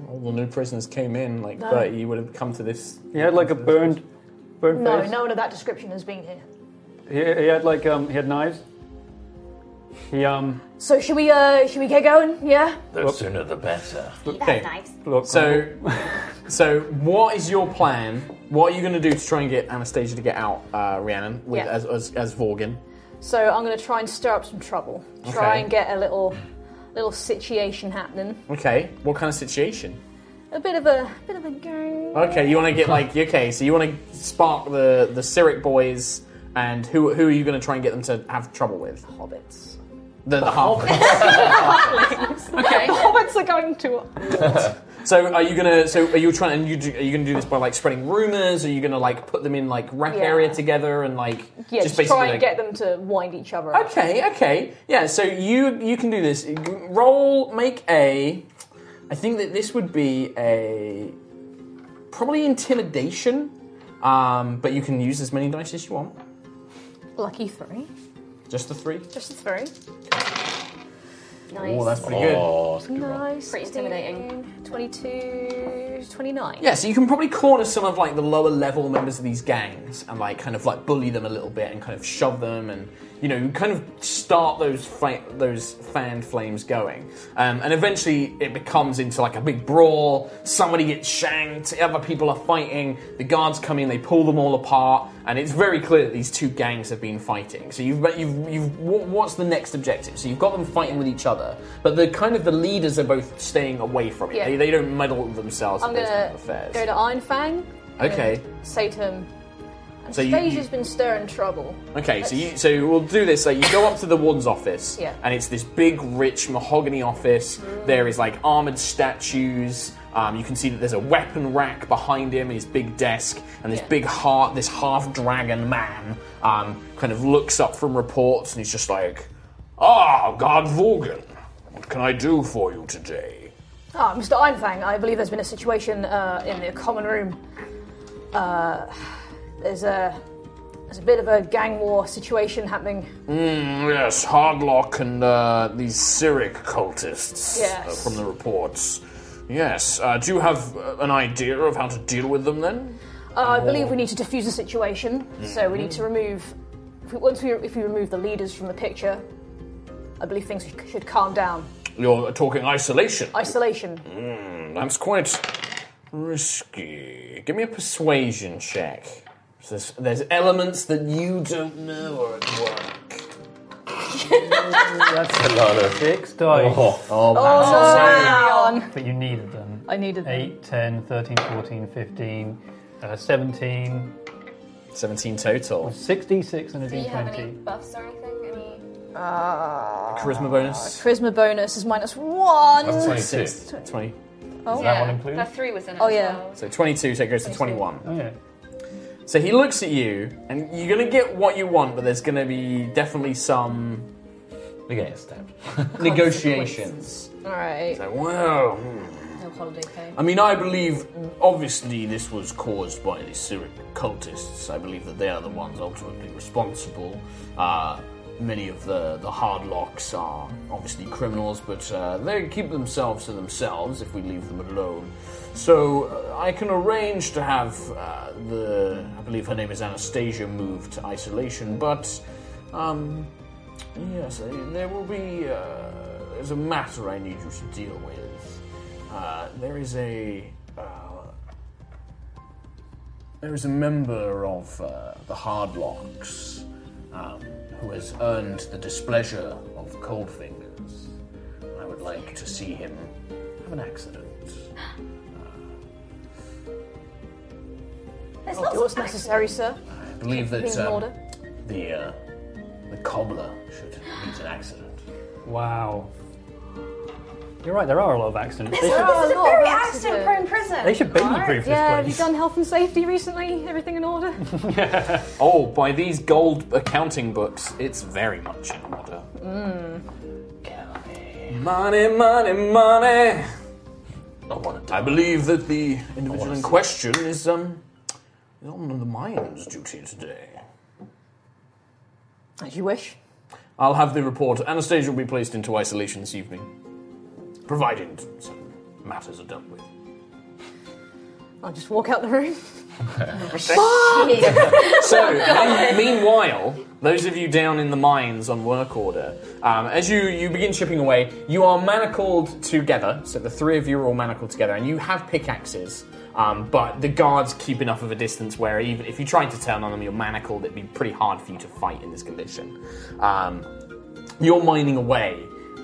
Speaker 3: All the new prisoners came in, like, but you would have come to this.
Speaker 5: He had like a burned, burned
Speaker 7: No,
Speaker 5: face.
Speaker 7: no one of that description has been here.
Speaker 5: He, he had like um, he had knives. He um.
Speaker 7: So should we uh should we get going? Yeah?
Speaker 8: The sooner the better.
Speaker 3: Okay.
Speaker 9: Nice.
Speaker 5: Look,
Speaker 3: So, (laughs) so what is your plan? What are you going to do to try and get Anastasia to get out, uh, Rhiannon, with,
Speaker 7: Yeah.
Speaker 3: as, as as Vorgan?
Speaker 7: So I'm gonna try and stir up some trouble. Try
Speaker 3: Okay.
Speaker 7: and get a little little situation happening.
Speaker 3: Okay. What kind of situation?
Speaker 7: A bit of a bit of a
Speaker 3: (laughs)
Speaker 7: gang.
Speaker 3: Okay, you want
Speaker 8: (laughs)
Speaker 3: to get like okay, so you want to spark the the Cyric boys, and who who are you going to try and get them to have trouble with?
Speaker 7: Hobbits.
Speaker 3: The, the half.
Speaker 7: (laughs) The hobbits are going to.
Speaker 3: (laughs) So are you gonna? So are you trying? And you do, are you gonna do this by like spreading rumors? Are you gonna like put them in like rec
Speaker 7: Yeah.
Speaker 3: area together and like
Speaker 7: Yeah, just,
Speaker 3: just basically
Speaker 7: try and
Speaker 3: like-
Speaker 7: get them to wind each other up.
Speaker 3: Okay, okay, yeah. So you you can do this. Roll, make a. I think that this would be a probably intimidation, um, but you can use as many dice as you want.
Speaker 7: Lucky three.
Speaker 3: Just the three.
Speaker 7: Just three.
Speaker 4: Nice.
Speaker 3: Oh, that's pretty good.
Speaker 8: Oh, that's a good roll.
Speaker 7: Nice.
Speaker 4: Pretty intimidating.
Speaker 7: 22, 29.
Speaker 3: Yeah, so you can probably corner some of like the lower level members of these gangs and like kind of like bully them a little bit and kind of shove them and you know kind of start those fi- those fan flames going. Um, and eventually it becomes into like a big brawl. Somebody gets shanked. Other people are fighting. The guards come in. They pull them all apart. And it's very clear that these two gangs have been fighting. So you've but you've you've wh- what's the next objective? So you've got them fighting with each other, but the kind of the leaders are both staying away from it.
Speaker 7: Yeah.
Speaker 3: They, they don't meddle with themselves.
Speaker 7: I'm
Speaker 3: in those kind
Speaker 7: gonna
Speaker 3: of affairs.
Speaker 7: go to Iron Fang.
Speaker 3: Okay.
Speaker 7: Say to him,
Speaker 3: So you,
Speaker 7: Phasia's
Speaker 3: you-
Speaker 7: been stirring trouble.
Speaker 3: okay, so you so we'll do this. Like you go up to the warden's office,
Speaker 7: Yeah. Mm.
Speaker 3: and it's this big, rich mahogany office. There is like armored statues. Um, you can see that there's a weapon rack behind him, his big desk, and this
Speaker 7: Yeah.
Speaker 3: big heart, this half dragon man, um, kind of looks up from reports, and he's just like, "Ah, Guard Vorgan, what can I do for you today?"
Speaker 7: Ah, Mr. Ironfang, I believe there's been a situation uh, in the common room. Uh, there's a there's a bit of a gang war situation happening.
Speaker 3: Mm, Yes, Hardlock and uh, these Cyric cultists uh,
Speaker 7: Yes.
Speaker 3: from the reports. Yes, uh, do you have uh, an idea of how to deal with them then?
Speaker 7: Uh, I believe we need to defuse the situation, so we need
Speaker 3: Mm-hmm.
Speaker 7: to remove. If we, once we if we remove the leaders from the picture, I believe things should- should calm down.
Speaker 3: You're talking isolation. Mm,
Speaker 7: Isolation.
Speaker 3: That's quite risky. Give me a persuasion check. So There's, there's elements that you don't know are at work.
Speaker 8: That's a lot of.
Speaker 5: Six dice.
Speaker 3: Oh, that's
Speaker 5: But you needed them.
Speaker 7: I needed them.
Speaker 5: 8, 10, 13, 14, 15, uh, 17,
Speaker 3: 17 total.
Speaker 5: 66, and a
Speaker 4: Do you have any
Speaker 5: d20.
Speaker 4: buffs or anything? Any?
Speaker 3: Charisma bonus?
Speaker 7: Charisma bonus is minus one.
Speaker 8: That's 22.
Speaker 3: Six. 20.
Speaker 7: Oh,
Speaker 8: That one included?
Speaker 4: That three was in it.
Speaker 7: Oh,
Speaker 4: as
Speaker 7: yeah.
Speaker 4: well.
Speaker 3: So 22, so it goes to 21.
Speaker 5: Oh, yeah.
Speaker 3: So he looks at you, and you're gonna get what you want, but there's gonna be definitely some
Speaker 8: We're getting stabbed.
Speaker 3: negotiations.
Speaker 7: All right.
Speaker 3: Like, well, hmm.
Speaker 7: No holiday pay.
Speaker 3: I mean, I believe obviously this was caused by the Syriac cultists. I believe that they are the ones ultimately responsible. Uh, many of the the hardlocks are obviously criminals, but uh, they keep themselves to themselves if we leave them alone. So uh, I can arrange to have uh, the I believe her name is Anastasia moved to isolation, but. Um, Yes, uh, there will be. Uh, there's a matter I need you to deal with. Uh, there is a. Uh, there is a member of uh, the Hardlocks um, who has earned the displeasure of Coldfingers. I would like to see him have an accident.
Speaker 9: There's lots
Speaker 7: It
Speaker 9: of
Speaker 7: was necessary, sir.
Speaker 3: I believe that
Speaker 7: Things in
Speaker 3: um,
Speaker 7: order.
Speaker 3: the uh, the cobbler should meet an accident.
Speaker 5: Wow. You're right, there are a lot of accidents. They should,
Speaker 9: This is a
Speaker 7: lot of
Speaker 9: very
Speaker 7: accidents.
Speaker 9: accident-prone prison.
Speaker 5: they should baby proof
Speaker 7: Yeah, have you
Speaker 5: this place.
Speaker 7: done health and safety recently? Everything in order?
Speaker 3: (laughs) Oh, by these gold accounting books, it's very much in order.
Speaker 7: Hmm.
Speaker 3: Money, money, money.
Speaker 8: I want to
Speaker 3: I believe that the individual in question is um is on the mines duty today.
Speaker 7: As you wish.
Speaker 3: I'll have the report. Anastasia will be placed into isolation this evening, provided certain matters are dealt with.
Speaker 7: I'll just walk out the room. (laughs) Oh,
Speaker 3: So, mean- meanwhile, those of you down in the mines on work order, um, as you, you begin chipping away, you are manacled together. So the three of you are all manacled together, and you have pickaxes. Um, but the guards keep enough of a distance where even if you tried to turn on them, you're manacled. It'd be pretty hard for you to fight in this condition. Um, you're mining away,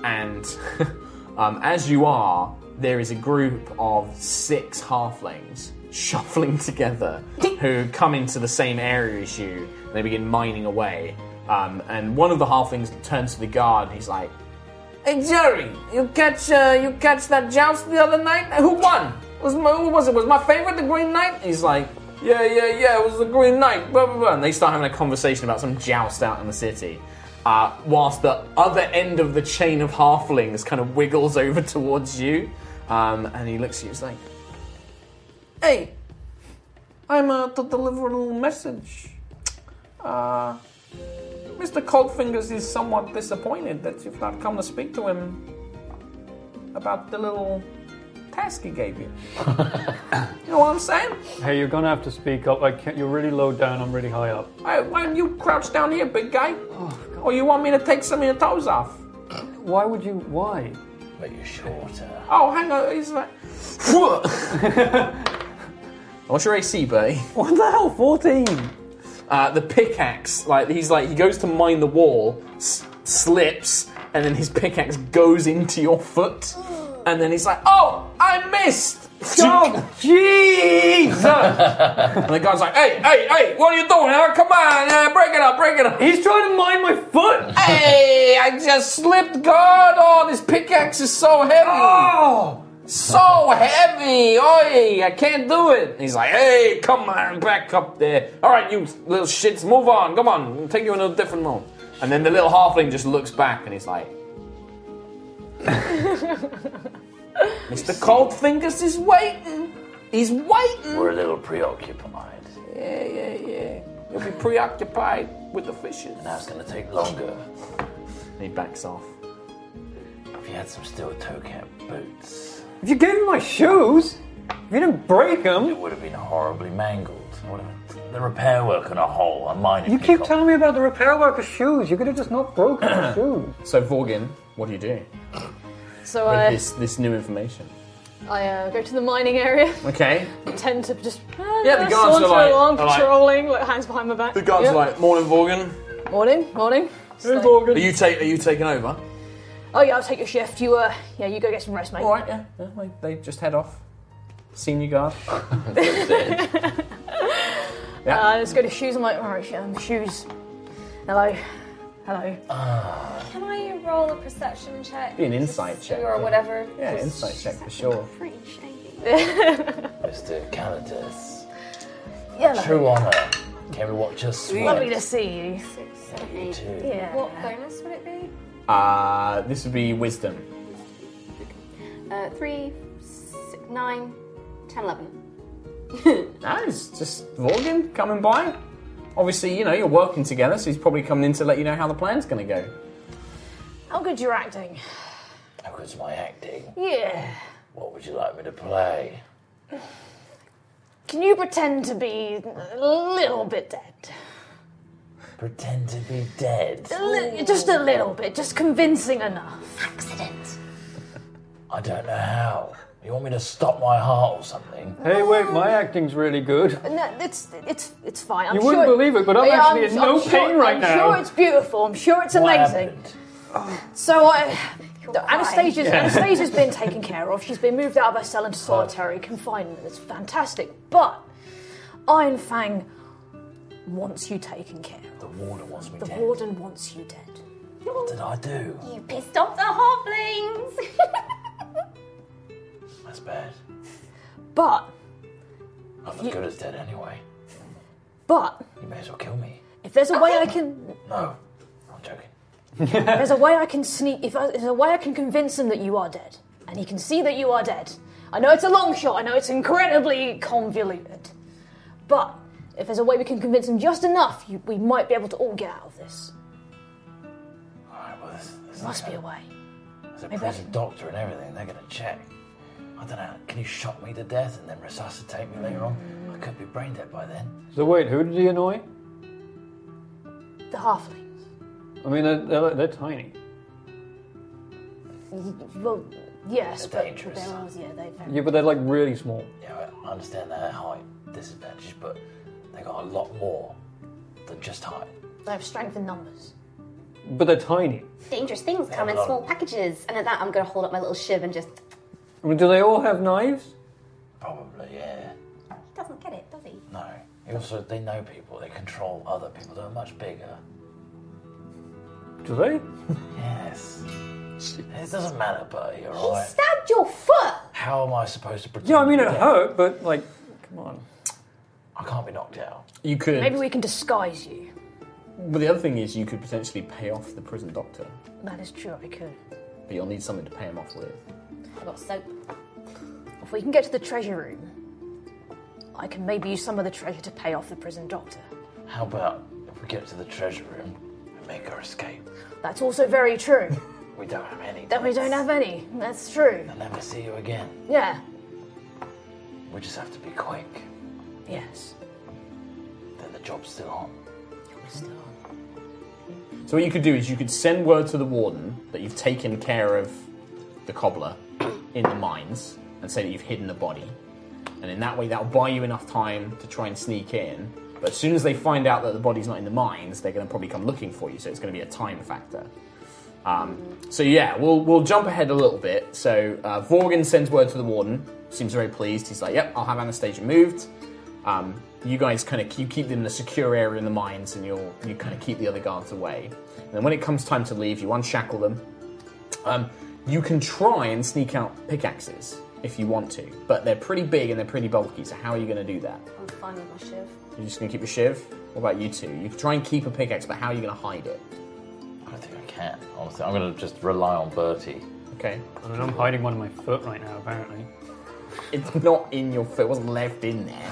Speaker 3: and (laughs) um, as you are, there is a group of six halflings (laughs) shuffling together who come into the same area as you. And they begin mining away, Um, and one of the halflings turns to the guard and he's like, Hey Jerry, you catch uh, you catch that joust the other night? Who won? Was my, who was it? Was my favorite the Green Knight? He's like, yeah, yeah, yeah. It was the Green Knight. Blah blah blah. And they start having a conversation about some joust out in the city, uh, whilst the other end of the chain of halflings kind of wiggles (laughs) over towards you, um, and he looks at you. He's like, hey, I'm uh, to deliver a little message. Uh, Mr. Coldfingers is somewhat disappointed that you've not come to speak to him about the little task he gave you. you know what I'm saying?
Speaker 5: Hey, you're gonna have to speak up. I can't, you're really low down. I'm really high up.
Speaker 3: Hey, why don't you crouch down here, big guy? or you want me to take some of your toes off?
Speaker 5: Why would you? Why?
Speaker 8: But you're shorter.
Speaker 3: Oh, hang on. He's like. What's your AC, buddy?
Speaker 5: What the hell? Fourteen.
Speaker 3: uh, the pickaxe. Like he's like he goes to mine the wall, s- slips, and then his pickaxe goes into your foot, and then he's like, "Oh, I
Speaker 5: (laughs)
Speaker 3: missed."
Speaker 5: Oh, Jesus!
Speaker 3: And the guy's like, "Hey, hey, hey, what are you doing? Huh? Come on, uh, break it up, break it up."
Speaker 5: He's trying to mine my foot.
Speaker 3: hey, I just slipped, God. Oh, this pickaxe is so heavy.
Speaker 5: Oh,
Speaker 3: so heavy. Oi, I can't do it. And he's like, hey, come on, back up there. All right, you little shits, move on. Come on, we'll take you in a different room. And then the little halfling just looks back and he's like, Mr. Coldfingers is waiting. He's waiting.
Speaker 8: We're a little preoccupied.
Speaker 3: Yeah, yeah, yeah. He'll be preoccupied with the fishes.
Speaker 8: Now it's going to take longer.
Speaker 3: And he backs off.
Speaker 8: If you had some steel toe cap boots,
Speaker 5: if you gave him my shoes, if you didn't break them,
Speaker 8: it would have been horribly mangled. I would have- The repair work on a hole, a minor
Speaker 5: you keep
Speaker 8: pickup.
Speaker 5: telling me about the repair worker's shoes. You (laughs) could have just not broken
Speaker 3: (clears throat)
Speaker 5: the shoes.
Speaker 3: So, Vorgin, what do you do
Speaker 7: So I,
Speaker 3: this new information?
Speaker 7: I uh, go to the mining area.
Speaker 3: Okay.
Speaker 7: tend to just uh,
Speaker 3: Yeah, the guards
Speaker 7: saunter
Speaker 3: are like-
Speaker 7: along,
Speaker 3: are like-
Speaker 7: patrolling, like, hands behind my back.
Speaker 3: The guards
Speaker 7: Yep.
Speaker 3: are like, morning, Vorgin.
Speaker 7: morning, morning. It's like,
Speaker 3: Are you, ta- are you taking over?
Speaker 7: oh yeah, I'll take your shift. You uh, yeah, you go get some rest, mate.
Speaker 3: All right, yeah. yeah like, they just head off. Senior guard.
Speaker 7: Uh, let's go to shoes. I'm like, all right, um, shoes. Hello, hello. uh,
Speaker 4: Can I roll a perception check?
Speaker 3: Be an insight check.
Speaker 4: Or whatever.
Speaker 3: Yeah, insight check for sure.
Speaker 9: Pretty shady.
Speaker 4: (laughs)
Speaker 8: Mr. Calidus.
Speaker 7: Yeah, lovely,
Speaker 8: True honour. Can we watch us
Speaker 7: lovely
Speaker 8: sweat?
Speaker 7: to see you.
Speaker 4: Six, seven, eight.
Speaker 8: Too.
Speaker 7: Yeah.
Speaker 4: What bonus would it be?
Speaker 3: Uh, this would be wisdom.
Speaker 4: Uh, three, six, nine, ten, eleven.
Speaker 3: Nice. Just Vorgin coming by. Obviously, you know, you're working together, so he's probably coming in to let you know how the plan's going to go.
Speaker 7: How good you're acting.
Speaker 8: How good's my acting?
Speaker 7: Yeah.
Speaker 8: What would you like me to play?
Speaker 7: Can you pretend to be a little bit dead?
Speaker 8: Pretend to be dead.
Speaker 7: A li- just a little bit, just convincing enough.
Speaker 9: Accident.
Speaker 8: I don't know how. You want me to stop my heart or something?
Speaker 5: Hey, wait, my acting's really good.
Speaker 7: No, it's it's it's fine. I'm
Speaker 5: You wouldn't
Speaker 7: sure-
Speaker 5: believe it, but I'm
Speaker 7: Yeah,
Speaker 5: actually in no
Speaker 7: sure-
Speaker 5: pain right
Speaker 7: I'm
Speaker 5: now.
Speaker 7: sure it's beautiful. I'm sure it's
Speaker 8: What
Speaker 7: amazing.
Speaker 8: happened?
Speaker 7: So I, Anastasia's, Anastasia's been taken care of. She's been moved out of her cell into solitary confinement. It's fantastic. But Iron Fang wants you taken care
Speaker 8: The warden wants me
Speaker 7: of. The
Speaker 8: dead.
Speaker 7: warden wants you dead.
Speaker 8: What did I do?
Speaker 9: You pissed off the halflings.
Speaker 8: That's bad.
Speaker 7: (laughs) But,
Speaker 8: I'm as good as dead anyway.
Speaker 7: but,
Speaker 8: You may as well kill me.
Speaker 7: if there's a way I can,
Speaker 8: No, I'm joking.
Speaker 7: if there's a way I can sneak, if, I, if there's a way I can convince him that you are dead, and he can see that you are dead. I know it's a long shot. I know it's incredibly convoluted. But if there's a way we can convince him just enough, you, we might be able to all get out of this.
Speaker 8: All right, well, this, this
Speaker 7: Must be a way.
Speaker 8: There's a prison doctor and everything. They're gonna check. I don't know. Can you shock me to death and then resuscitate me later on? I could be brain dead by then.
Speaker 5: So wait, who did he annoy?
Speaker 7: The halflings.
Speaker 5: I mean, they're, they're, they're tiny.
Speaker 7: Well, yes,
Speaker 8: They're
Speaker 7: but
Speaker 8: dangerous.
Speaker 7: they're all- yeah, they're very-
Speaker 5: Yeah, but they're like really small.
Speaker 8: Yeah, I understand their height disadvantage, but they got a lot more than just height.
Speaker 7: they have strength in numbers.
Speaker 5: But they're tiny.
Speaker 4: Dangerous things come in
Speaker 8: Eleven.
Speaker 4: small packages. And at that, I'm going to hold up my little shiv and just.
Speaker 5: I mean, do they all have knives?
Speaker 8: Probably, yeah.
Speaker 9: he doesn't get it, does he?
Speaker 8: No. He Also, they know people. They control other people. They're much bigger.
Speaker 5: Do they?
Speaker 8: Yes. It doesn't matter, buddy,
Speaker 13: He
Speaker 8: alright?
Speaker 13: stabbed your foot.
Speaker 8: How am I supposed to pretend?
Speaker 5: Yeah, I mean it
Speaker 8: that
Speaker 5: hurt, but like, come on.
Speaker 8: I can't be knocked out.
Speaker 3: You could.
Speaker 7: Maybe we can disguise you.
Speaker 3: But the other thing is, you could potentially pay off the prison doctor,
Speaker 7: That is true, I could.
Speaker 3: but you'll need something to pay him off with.
Speaker 13: I got soap.
Speaker 7: If we can get to the treasure room, I can maybe use some of the treasure to pay off the prison doctor.
Speaker 8: How about if we get to the treasure room and make our escape?
Speaker 7: That's also very true.
Speaker 8: We don't have any.
Speaker 7: That we don't have any. That's true.
Speaker 8: I'll never see you again.
Speaker 7: Yeah.
Speaker 8: We just have to be quick.
Speaker 7: Yes.
Speaker 8: Then the job's still on.
Speaker 3: So what you could do is you could send word to the warden that you've taken care of the cobbler in the mines and say that you've hidden the body. And in that way that'll buy you enough time to try and sneak in. But as soon as they find out that the body's not in the mines, they're gonna probably come looking for you, so it's gonna be a time factor. Um, so yeah, we'll we'll jump ahead a little bit. So uh, Vorgan sends word to the warden, seems very pleased. He's like, "Yep, I'll have Anastasia moved." Um, you guys kind of you keep them in a secure area in the mines, and you'll you kind of keep the other guards away. And then when it comes time to leave, you unshackle them. Um, you can try and sneak out pickaxes if you want to, but they're pretty big and they're pretty bulky. So how are you going to do that?
Speaker 4: I'm fine with my shiv.
Speaker 3: You're just going to keep your shiv. What about you two? You can try and keep a pickaxe, but how are you going to hide it?
Speaker 8: I don't think I can, honestly. I'm gonna just rely on Bertie.
Speaker 3: Okay,
Speaker 5: I mean, I'm hiding one in my foot right now. Apparently,
Speaker 3: it's not in your foot. It wasn't left in there.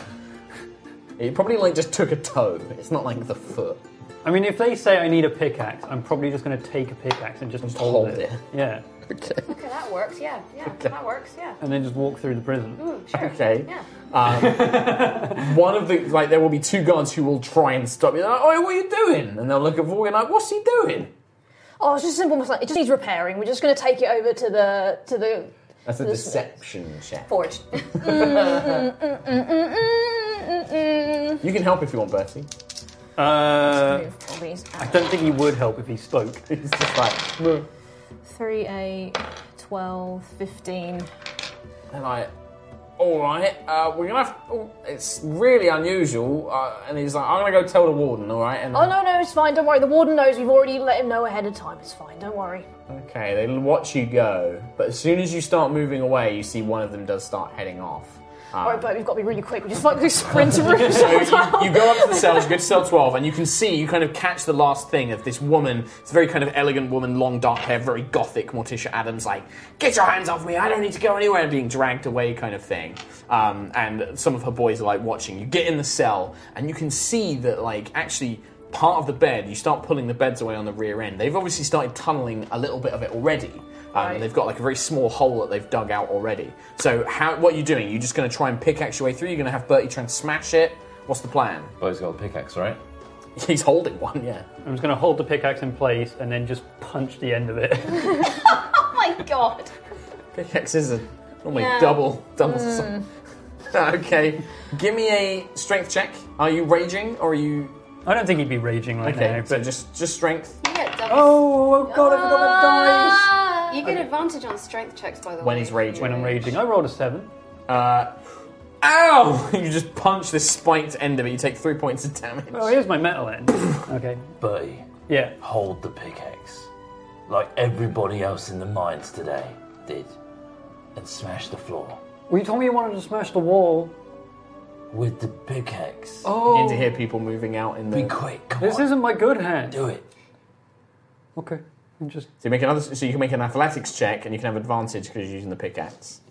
Speaker 3: It probably like just took a toe. It's not like the foot.
Speaker 5: I mean, if they say I need a pickaxe, I'm probably just going to take a pickaxe and just hold,
Speaker 3: hold
Speaker 5: it.
Speaker 3: it.
Speaker 5: Yeah,
Speaker 3: Okay.
Speaker 4: Okay, that works. Yeah,
Speaker 3: (laughs)
Speaker 4: yeah, that works. Yeah.
Speaker 5: and then just walk through the prison.
Speaker 3: Okay. Um,
Speaker 5: (laughs)
Speaker 4: Yeah.
Speaker 3: One of the like, there will be two guards who will try and stop you. They're like, "Oh, what are you doing?" And they'll look at Vorgan like, "What's he doing?"
Speaker 7: Oh, it's just simple mistake. It just needs repairing. We're just going to take it over to the to the.
Speaker 3: That's a
Speaker 7: This-
Speaker 3: deception
Speaker 7: (laughs)
Speaker 3: check.
Speaker 4: Forged.
Speaker 7: Mm-mm-mm-mm-mm.
Speaker 3: You can help if you want, Bertie.
Speaker 5: Uh,
Speaker 7: Move all these
Speaker 5: I
Speaker 7: out.
Speaker 5: don't think he would help if he spoke. (laughs)
Speaker 3: It's just like, "Meh."
Speaker 7: 3, 8, 12, 15.
Speaker 3: and I, all right, uh, we're gonna have. oh, it's really unusual. Uh, and he's like, "I'm gonna go tell the warden." All right. And
Speaker 7: Oh, no, no, it's fine. Don't worry. The warden knows. We've already let him know ahead of time. It's fine. Don't worry.
Speaker 3: Okay, they watch you go, but as soon as you start moving away, you see one of them does start heading off. Um,
Speaker 7: All right, but we've got to be really quick. We just like sprint
Speaker 3: (laughs)
Speaker 7: to room so
Speaker 3: you go up to the cells, you go to cell 12, and you can see, you kind of catch the last thing of this woman. It's a very kind of elegant woman, long dark hair, very gothic Morticia Adams, like, get your hands off me, I don't need to go anywhere, and being dragged away kind of thing. Um, and some of her boys are like watching. You get in the cell, and you can see that, like, actually, part of the bed, you start pulling the beds away on the rear end. They've obviously started tunneling a little bit of it already. Um, They've got like a very small hole that they've dug out already. So, how, what are you doing? You're just going to try and pickaxe your way through. You're going to have Bertie try and smash it. What's the plan?
Speaker 8: Bo's got a pickaxe, right?
Speaker 3: (laughs) He's holding one, yeah.
Speaker 5: I'm just going to hold the pickaxe in place and then just punch the end of it. (laughs)
Speaker 4: Oh my god.
Speaker 3: Pickaxes are normally Oh
Speaker 4: Yeah. Mm. Hmm.
Speaker 3: double, double. si- (laughs) okay, give me a strength check. Are you raging or are you
Speaker 5: I don't think he'd be raging right
Speaker 3: okay?
Speaker 5: now,
Speaker 3: so
Speaker 5: but
Speaker 3: just just strength.
Speaker 4: You get double. Ah.
Speaker 3: Oh, oh god, I forgot
Speaker 4: You get advantage on strength checks, by the way.
Speaker 3: When he's raging.
Speaker 5: when I'm raging, I rolled a seven.
Speaker 3: the dice. Uh, ow! (laughs) You just punch this spiked end of it. You take three points of damage.
Speaker 5: Oh, here's my metal
Speaker 3: (coughs)
Speaker 5: end. Okay,
Speaker 8: Bertie,
Speaker 5: yeah.
Speaker 8: hold the pickaxe. Like everybody else in the mines today did. And smash the floor.
Speaker 5: Well, you told me you wanted to smash the wall. Oh.
Speaker 8: With the pickaxe.
Speaker 3: You begin to hear people moving out in the.
Speaker 8: Oh. Be quick, come
Speaker 5: This
Speaker 8: on.
Speaker 5: isn't my good hand.
Speaker 8: Do it.
Speaker 5: Okay, I'm just
Speaker 3: So you make another. So you can make an athletics check, and you can have advantage because you're using the pickaxe.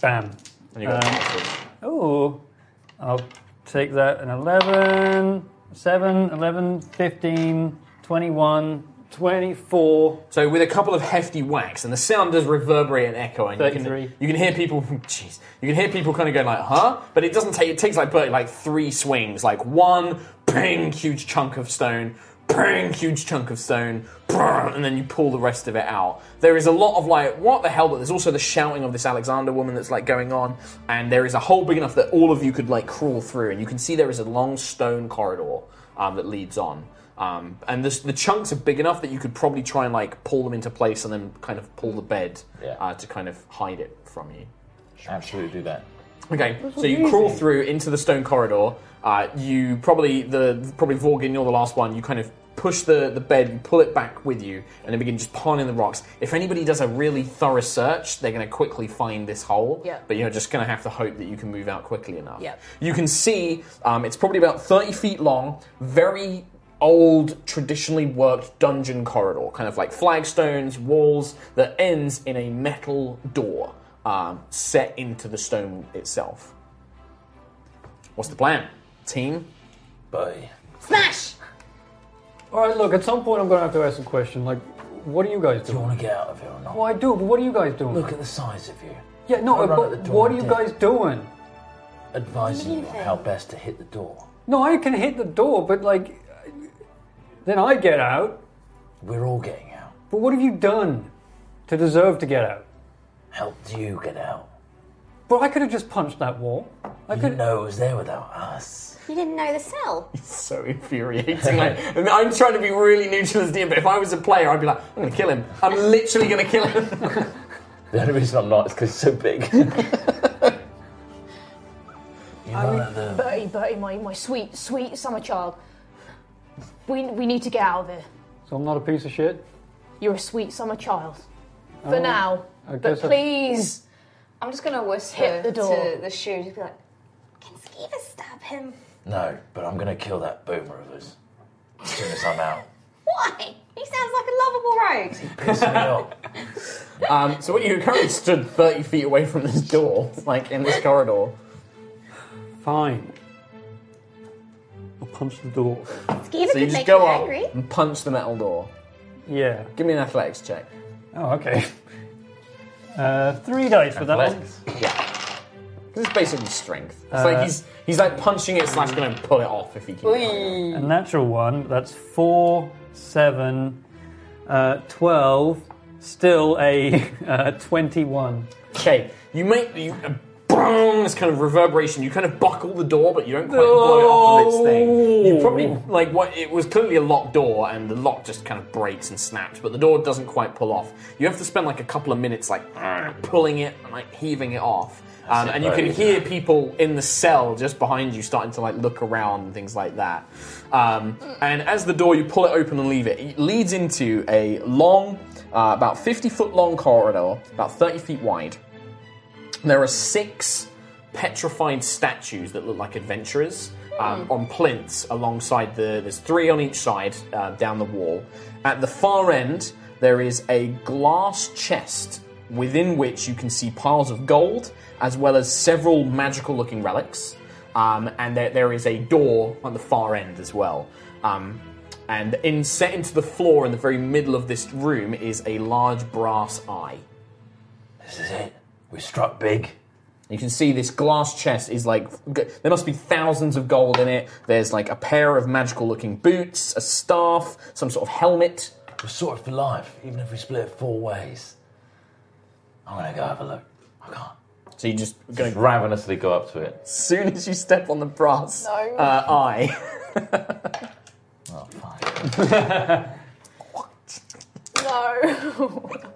Speaker 5: bam.
Speaker 3: And you got
Speaker 5: Um,
Speaker 3: advantage.
Speaker 5: Oh, I'll take that an 11, 7, 11, 15, 21, 24.
Speaker 3: So with a couple of hefty whacks, and the sound does reverberate and echo, and you can,
Speaker 5: 33.
Speaker 3: you can hear people. (laughs) Jeez, you can hear people kind of going like, "Huh?" But it doesn't take. It takes like Bertie like three swings, like one bang, huge chunk of stone, bang, huge chunk of stone, bang, and then you pull the rest of it out. There is a lot of like, "What the hell?" But there's also the shouting of this Alexander woman that's like going on, and there is a hole big enough that all of you could like crawl through, and you can see there is a long stone corridor um, that leads on. Um, and this, the chunks are big enough that you could probably try and like pull them into place and then kind of pull the bed
Speaker 8: Yeah.
Speaker 3: uh, to kind of hide it from you.
Speaker 8: Absolutely do that.
Speaker 3: Okay, so you crawl through into the stone corridor. Uh, you probably the probably Vorgin, you're the last one. You kind of push the, the bed, you pull it back with you, and then begin just piling the rocks. If anybody does a really thorough search, they're going to quickly find this hole.
Speaker 7: Yeah.
Speaker 3: But you're just going to have to hope that you can move out quickly enough.
Speaker 7: Yeah.
Speaker 3: You can see um, it's probably about 30 feet long, very old, traditionally worked dungeon corridor, kind of like flagstones, walls, that ends in a metal door um, set into the stone itself. What's the plan? Team? (laughs)
Speaker 8: Bye.
Speaker 4: Smash!
Speaker 5: All right, look. At some point, I'm going to have to ask a question. Like, what are you guys
Speaker 8: Do you
Speaker 5: doing?
Speaker 8: want to get out of here or not?
Speaker 5: Well, I do, but what are you guys doing?
Speaker 8: Look at the size of you.
Speaker 5: yeah, no,
Speaker 8: I run at
Speaker 5: but
Speaker 8: the door
Speaker 5: what are
Speaker 8: and
Speaker 5: you
Speaker 8: dip.
Speaker 5: guys doing?
Speaker 8: Advising you on how best to hit the door.
Speaker 5: No, I can hit the door, but like, then I get out.
Speaker 8: We're all getting out.
Speaker 5: But what have you done to deserve to get out?
Speaker 8: Helped you get out.
Speaker 5: But I could have just punched that wall. I
Speaker 8: You
Speaker 5: could.
Speaker 8: didn't know it was there without us.
Speaker 9: You didn't know the cell.
Speaker 3: so infuriating. Like, I mean, I'm trying to be really neutral as DM, but if I was a player, I'd be like, I'm going to kill him. I'm literally going to kill him. (laughs)
Speaker 8: The only reason I'm not is because it's so big. (laughs) you run at the.
Speaker 7: Bertie, Bertie, my, my sweet, sweet summer child. We, we need to get out of here.
Speaker 5: So I'm not a piece of shit.
Speaker 7: You're a sweet summer child. For now.
Speaker 5: Oh, I
Speaker 7: But
Speaker 5: guess I-
Speaker 7: please.
Speaker 4: I'm just gonna whisper
Speaker 7: Hit the door.
Speaker 4: to the shoe and just be like,
Speaker 9: Can Skeever stab him?
Speaker 8: No, but I'm going to kill that boomer of us as soon as I'm out.
Speaker 9: Why?
Speaker 4: he sounds like a lovable rogue.
Speaker 8: Piss me off.
Speaker 12: Um, so what you currently stood 30 feet away from this door, like in this corridor.
Speaker 5: Fine. I'll punch the door.
Speaker 9: Skeever
Speaker 12: So you
Speaker 9: could
Speaker 12: just
Speaker 9: make
Speaker 12: go
Speaker 9: you
Speaker 12: up
Speaker 9: angry.
Speaker 12: and punch the metal door.
Speaker 5: Yeah.
Speaker 12: Give me an athletics check.
Speaker 5: Oh, okay. Uh, three dice for that one.
Speaker 8: Athletics.
Speaker 12: This is basically strength. It's
Speaker 5: Uh,
Speaker 12: like he's he's like punching it slash gonna pull it off if he can.
Speaker 5: A natural one. That's four, seven, uh, twelve. Still a (laughs) uh, twenty-one.
Speaker 3: okay, you make you, uh, boom, this kind of reverberation. You kind of buckle the door, but you don't quite blow it off of its thing. You probably like what it was clearly a locked door, and the lock just kind of breaks and snaps, but the door doesn't quite pull off. You have to spend like a couple of minutes like pulling it and like heaving it off. Um,
Speaker 8: it,
Speaker 3: and you
Speaker 8: right.
Speaker 3: can hear people in the cell just behind you starting to like look around and things like that. Um, and as the door, you pull it open and leave it. It leads into a long, uh, about fifty foot long corridor, about thirty feet wide. There are six petrified statues that look like adventurers um, on plinths alongside the. There's three on each side uh, down the wall. At the far end, there is a glass chest within which you can see piles of gold as well as several magical looking relics. Um, and there, there is a door on the far end as well. Um, and in, set into the floor in the very middle of this room is a large brass eye.
Speaker 8: This is it. We struck big.
Speaker 3: You can see this glass chest is like g- there must be thousands of gold in it. There's like a pair of magical looking boots, a staff, some sort of helmet.
Speaker 8: We're sorted for life, even if we split it four ways. I'm going to go have a look. I can't.
Speaker 3: So you just going to
Speaker 8: Ravenously go up to it.
Speaker 3: as soon as you step on the brass
Speaker 7: No.
Speaker 3: uh, eye.
Speaker 8: Oh, (laughs) fine. (laughs)
Speaker 7: No.
Speaker 4: (laughs)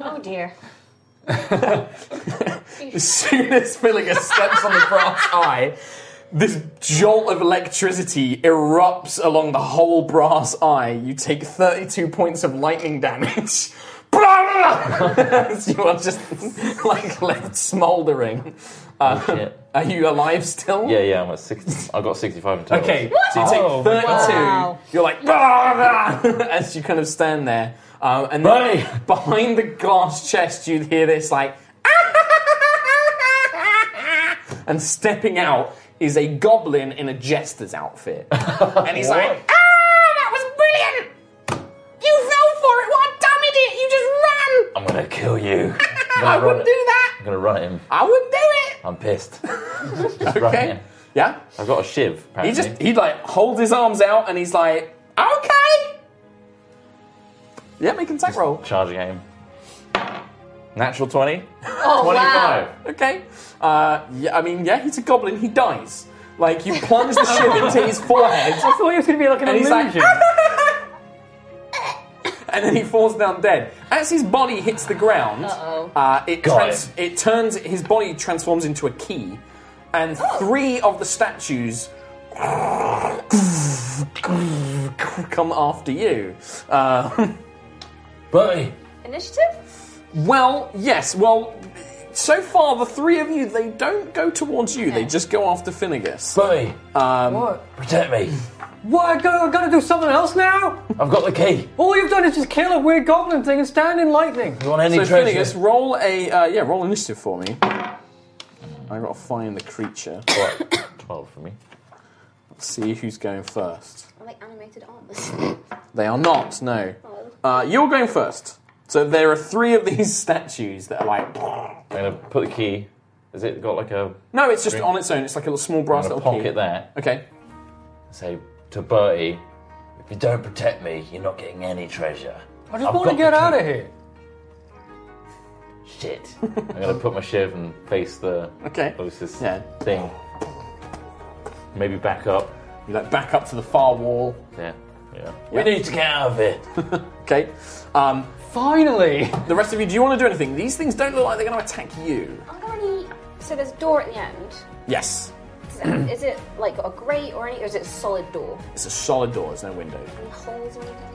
Speaker 4: Oh dear.
Speaker 3: As soon as Philigus steps on the brass eye, this jolt of electricity erupts along the whole brass eye. You take 32 points of lightning damage. (laughs) As (laughs) you are just (laughs) like left (laughs) smouldering. Uh,
Speaker 8: Oh, shit.
Speaker 3: (laughs) Are you alive still?
Speaker 8: Yeah, yeah, I'm at 60. I got 65 in total.
Speaker 3: Okay, so you take 32. You're like, (laughs) as you kind of stand there. Um, and then
Speaker 8: Buddy.
Speaker 3: (laughs) behind the glass chest, you'd hear this like, (laughs) and stepping out is a goblin in a jester's outfit. and he's like, ah, that was brilliant! You fell for it, what a dumb idiot! You just
Speaker 8: I'm going to kill you.
Speaker 3: ran! (laughs) I would do
Speaker 8: I'm
Speaker 3: that!
Speaker 8: going to run at him.
Speaker 3: I would do
Speaker 8: I'm pissed.
Speaker 3: (laughs) it! Okay. Yeah?
Speaker 8: I've got a shiv, apparently.
Speaker 3: He just he like holds his arms out and he's like, okay. Yeah, make an attack roll.
Speaker 8: Charging aim. Natural 20.
Speaker 7: Oh, wow.
Speaker 3: Okay. Uh, yeah, I mean, yeah, he's a goblin. He dies. Like you plunge the shiv into his
Speaker 5: (laughs)
Speaker 3: forehead,
Speaker 5: I thought it was going to be like an
Speaker 3: and he's like,
Speaker 5: illusion.
Speaker 3: (laughs) and then he falls down dead. As his body hits the ground, uh, it,
Speaker 8: Got
Speaker 3: trans- it turns his body transforms into a key, and three of the statues (laughs) come after you. Uh, (laughs)
Speaker 8: Bertie,
Speaker 9: Initiative?
Speaker 3: well, yes. Well, so far the three of you they don't go towards you. They just go after Finnegas.
Speaker 8: Bertie,
Speaker 3: Um,
Speaker 8: protect me.
Speaker 5: What? I gotta, I gotta do something else now?
Speaker 8: I've got the key.
Speaker 5: All you've done is just kill a weird goblin thing and stand in lightning.
Speaker 8: You want any
Speaker 3: so
Speaker 8: treasure?
Speaker 3: Finnegas, roll a uh, yeah, roll initiative for me. I gotta find the creature.
Speaker 8: (coughs) What? Twelve for me.
Speaker 3: Let's see who's going first.
Speaker 4: I like animated arms.
Speaker 3: They are not, no. Uh, you're going first. So there are three of these (laughs) statues that are like.
Speaker 8: I'm gonna put the key. Has it got like a,
Speaker 3: No, it's just on its own. It's like a little small brass
Speaker 8: I'm gonna
Speaker 3: little
Speaker 8: pocket
Speaker 3: key.
Speaker 8: there?
Speaker 3: Okay.
Speaker 8: Say to Bertie, if you don't protect me, you're not getting any treasure.
Speaker 5: I just
Speaker 8: I've
Speaker 5: want to
Speaker 8: got the
Speaker 5: get
Speaker 8: key.
Speaker 5: out of here.
Speaker 3: (laughs)
Speaker 8: Shit. I'm gonna put my shiv and face the
Speaker 3: Okay.
Speaker 8: closest
Speaker 3: Yeah.
Speaker 8: thing. Maybe back up.
Speaker 3: You like back up to the far wall.
Speaker 8: Yeah. Yeah. We need to get out of here.
Speaker 5: (laughs)
Speaker 3: Okay. Um,
Speaker 5: Finally!
Speaker 3: the rest of you, do you want to do anything? These things don't look like they're going to attack you.
Speaker 4: Are there any? So there's a door at the end.
Speaker 3: Yes.
Speaker 4: Is it, is it like got a grate or any? Or is it a solid door?
Speaker 3: It's a solid door. There's no window.
Speaker 4: Any holes or anything?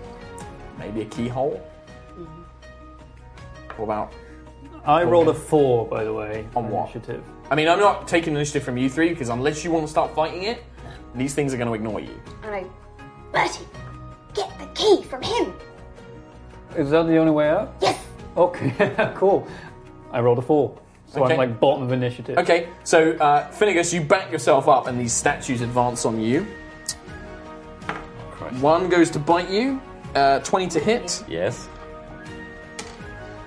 Speaker 3: Maybe a keyhole.
Speaker 4: Hmm.
Speaker 3: What about?
Speaker 5: I rolled a four, by the way.
Speaker 3: On what?
Speaker 5: Initiative.
Speaker 3: I mean, I'm not taking initiative from you three because unless you want to start fighting it, these things are going to ignore you.
Speaker 4: And I
Speaker 9: Bertie, get the key from
Speaker 4: (laughs)
Speaker 9: him.
Speaker 5: Is that the only way out?
Speaker 9: Yes.
Speaker 5: Okay, (laughs) cool. I rolled a four. So
Speaker 3: Okay.
Speaker 5: I'm like bottom of initiative.
Speaker 3: Okay, so uh, Finnegas, you back yourself up, and these statues advance on you. One goes to bite you. Uh, 20 to hit.
Speaker 8: yes.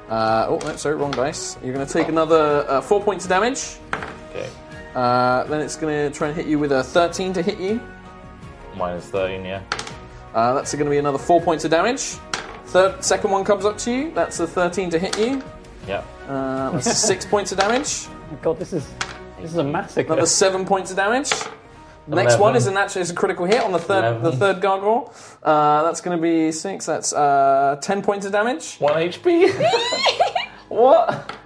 Speaker 3: Uh, oh, no, sorry, wrong dice. You're going to take another uh, 4 points of damage.
Speaker 8: Oh. Okay.
Speaker 3: Uh, then it's going to try and hit you with a 13 to hit you.
Speaker 8: Minus thirteen. Yeah.
Speaker 3: Uh, that's going to be another 4 points of damage. Third, second one comes up to you. That's a 13 to hit you.
Speaker 8: Yeah.
Speaker 3: Uh, that's 6 points of damage.
Speaker 5: (laughs) God, this is this is a massacre.
Speaker 3: Another 7 points of damage. The next one
Speaker 8: Eleven.
Speaker 3: is an actually is a critical hit on the third the
Speaker 8: Eleven.
Speaker 3: third gargoyle. Uh, that's going to be six. That's uh, ten points of damage.
Speaker 8: One
Speaker 3: (laughs)
Speaker 8: HP.
Speaker 3: What?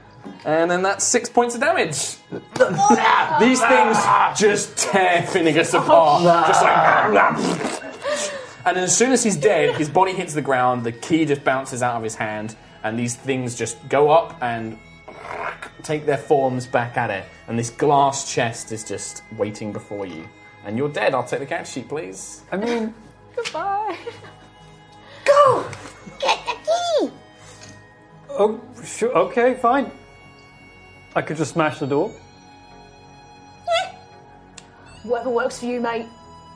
Speaker 3: And then that's six points of damage. (laughs) These things just tear Finnegas apart. Just like. Oh, (laughs) And as soon as he's dead, his body hits the ground, the key just bounces out of his hand, and these things just go up and take their forms back at it. And this glass chest is just waiting before you. And you're dead. I'll take the couch sheet, please.
Speaker 5: I mean,
Speaker 7: Goodbye.
Speaker 9: Go! Get the key!
Speaker 5: oh, sure, okay, fine. I could just smash the door.
Speaker 7: Whatever works for you, mate.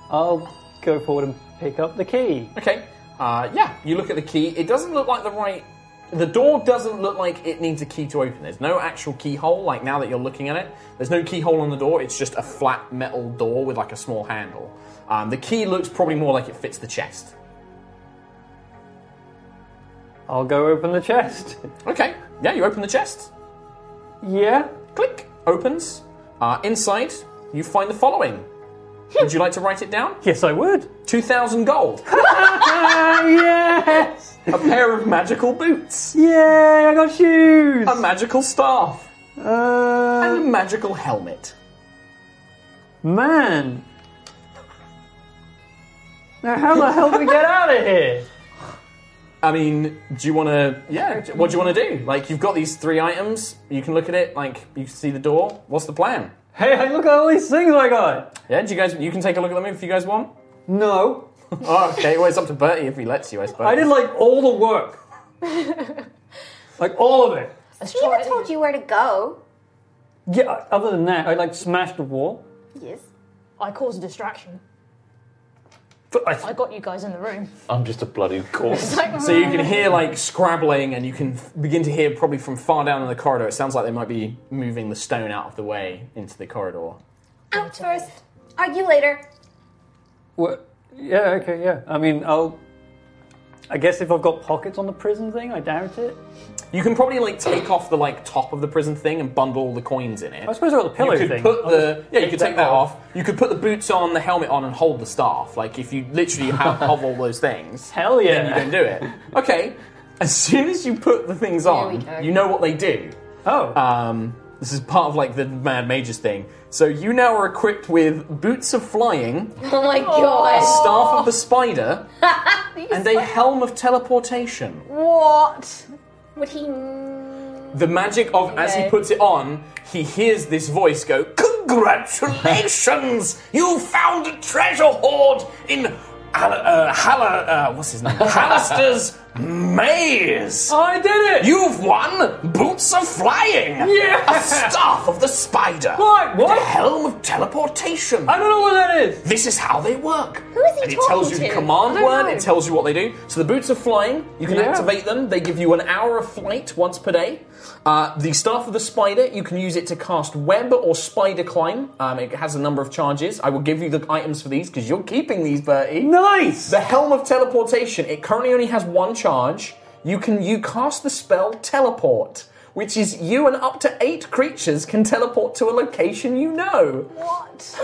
Speaker 5: I'll go forward and pick up the key.
Speaker 3: Okay. Uh, yeah, you look at the key. It doesn't look like the right. The door doesn't look like it needs a key to open. There's no actual keyhole, like now that you're looking at it. There's no keyhole on the door. It's just a flat metal door with like a small handle. Um, the key looks probably more like it fits the chest.
Speaker 5: I'll go open the chest.
Speaker 3: Okay. Yeah, you open the chest.
Speaker 5: Yeah?
Speaker 3: Click. Opens. Uh, inside, you find
Speaker 5: (laughs)
Speaker 3: the following. Would you like to write it down?
Speaker 5: Yes, I would.
Speaker 3: 2,000 gold.
Speaker 5: Ah, (laughs) yes!
Speaker 3: A pair of magical boots.
Speaker 5: Yay, I got shoes!
Speaker 3: A magical staff.
Speaker 5: Uh,
Speaker 3: And a magical helmet.
Speaker 5: man. Now, how the hell do we get out of here?
Speaker 3: I mean, do you want to? Yeah. d- What do you want to do? Like, you've got these three items. You can look at it. Like, you can see the door. What's the plan?
Speaker 5: Hey, hey, look at all these things I got.
Speaker 3: Yeah. Do you guys? You can take a look at them if you guys want.
Speaker 5: No,
Speaker 3: (laughs) Oh, okay. Well, it's up to Bertie if he lets you, I suppose.
Speaker 5: I did like all the work. like all of it.
Speaker 7: Let's
Speaker 9: He
Speaker 7: try
Speaker 9: never
Speaker 7: it.
Speaker 9: told you where to go.
Speaker 5: Yeah, other than that, I like smashed the wall.
Speaker 9: Yes.
Speaker 7: I caused a distraction.
Speaker 5: But I,
Speaker 7: I got you guys in the room.
Speaker 8: I'm just a bloody corpse.
Speaker 3: So you can hear like scrabbling, and you can f- begin to hear probably from far down in the corridor. It sounds like they might be moving the stone out of the way into the corridor.
Speaker 9: Out first. Argue later.
Speaker 5: What? Yeah, okay, yeah. I mean, I'll. I guess if I've got pockets on the prison thing, I doubt it.
Speaker 3: You can probably like take off the like top of the prison thing and bundle all the coins in it.
Speaker 5: I suppose I've got the pillow
Speaker 3: you could
Speaker 5: thing.
Speaker 3: put
Speaker 5: I'll
Speaker 3: the
Speaker 5: just
Speaker 3: yeah, you could take
Speaker 5: that
Speaker 3: that off. You could put the boots on, the helmet on, and hold the staff. Like if you
Speaker 5: (laughs)
Speaker 3: literally have, have all those things,
Speaker 5: Hell yeah.
Speaker 3: then you can do it. Okay, as soon as you put the things on,
Speaker 4: go.
Speaker 3: you know what they do.
Speaker 5: Oh.
Speaker 3: Um, This is part of like the Mad Mages thing. So you now are equipped with boots of flying,
Speaker 4: (laughs) Oh
Speaker 7: (laughs)
Speaker 4: my god.
Speaker 3: staff of the spider,
Speaker 4: (laughs)
Speaker 3: and a helm of teleportation.
Speaker 7: What?
Speaker 9: Would he? n-
Speaker 3: The magic of as he
Speaker 4: Okay.
Speaker 3: puts it on, he hears this voice go, "Congratulations! you found a treasure hoard in Al- uh, Halla- uh,
Speaker 5: (laughs)
Speaker 3: what's his name? Hallister's maze.
Speaker 5: I did it!
Speaker 3: You've won boots of flying,
Speaker 5: Yeah!
Speaker 3: a staff of the spider,
Speaker 5: What?
Speaker 3: and
Speaker 5: What?
Speaker 3: a helm of teleportation.
Speaker 5: I don't know what that is.
Speaker 3: This is how they work.
Speaker 4: Who is he
Speaker 3: And it
Speaker 4: talking
Speaker 3: tells you the
Speaker 4: to?
Speaker 3: command
Speaker 5: I don't
Speaker 3: word,
Speaker 5: know.
Speaker 3: it tells you what they do. So the boots are flying, you can
Speaker 5: Yeah.
Speaker 3: activate them, they give you an hour of flight once per day. Uh, the staff of the spider, you can use it to cast web or spider climb. Um, it has a number of charges. I will give you the items for these because you're keeping these, Bertie.
Speaker 5: Nice.
Speaker 3: The helm of teleportation, it currently only has one charge. You can you cast the spell teleport. Which is you and up to eight creatures can teleport to a location you know.
Speaker 7: What?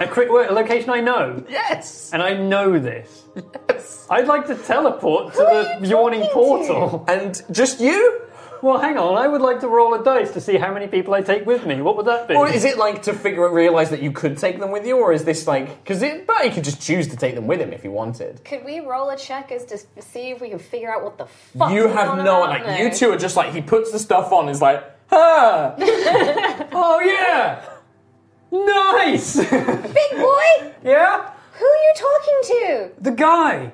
Speaker 4: (laughs)
Speaker 5: A, cri- wait, a location I know,
Speaker 3: Yes!
Speaker 5: and I know this.
Speaker 3: Yes!
Speaker 5: I'd like to teleport to
Speaker 7: Who are
Speaker 5: the
Speaker 7: you
Speaker 5: yawning
Speaker 7: talking to?
Speaker 5: portal.
Speaker 3: And just you?
Speaker 5: Well, hang on. I would like to roll a dice to see how many people I take with me. What would that be?
Speaker 3: Or is it like to figure out, realize that you could take them with you, or is this like because it? But he could just choose to take them with him if he wanted.
Speaker 4: Could we roll a check as to s- see if we can figure out what the fuck?
Speaker 3: you
Speaker 4: is
Speaker 3: have
Speaker 4: going
Speaker 3: no
Speaker 4: on
Speaker 3: idea.
Speaker 4: there?
Speaker 3: You two are just like he puts the stuff on. Is like, ah,
Speaker 4: (laughs)
Speaker 3: oh yeah,
Speaker 5: nice?
Speaker 4: Big
Speaker 3: (laughs)
Speaker 4: boy,
Speaker 5: yeah,
Speaker 4: who are you talking to?
Speaker 5: the guy,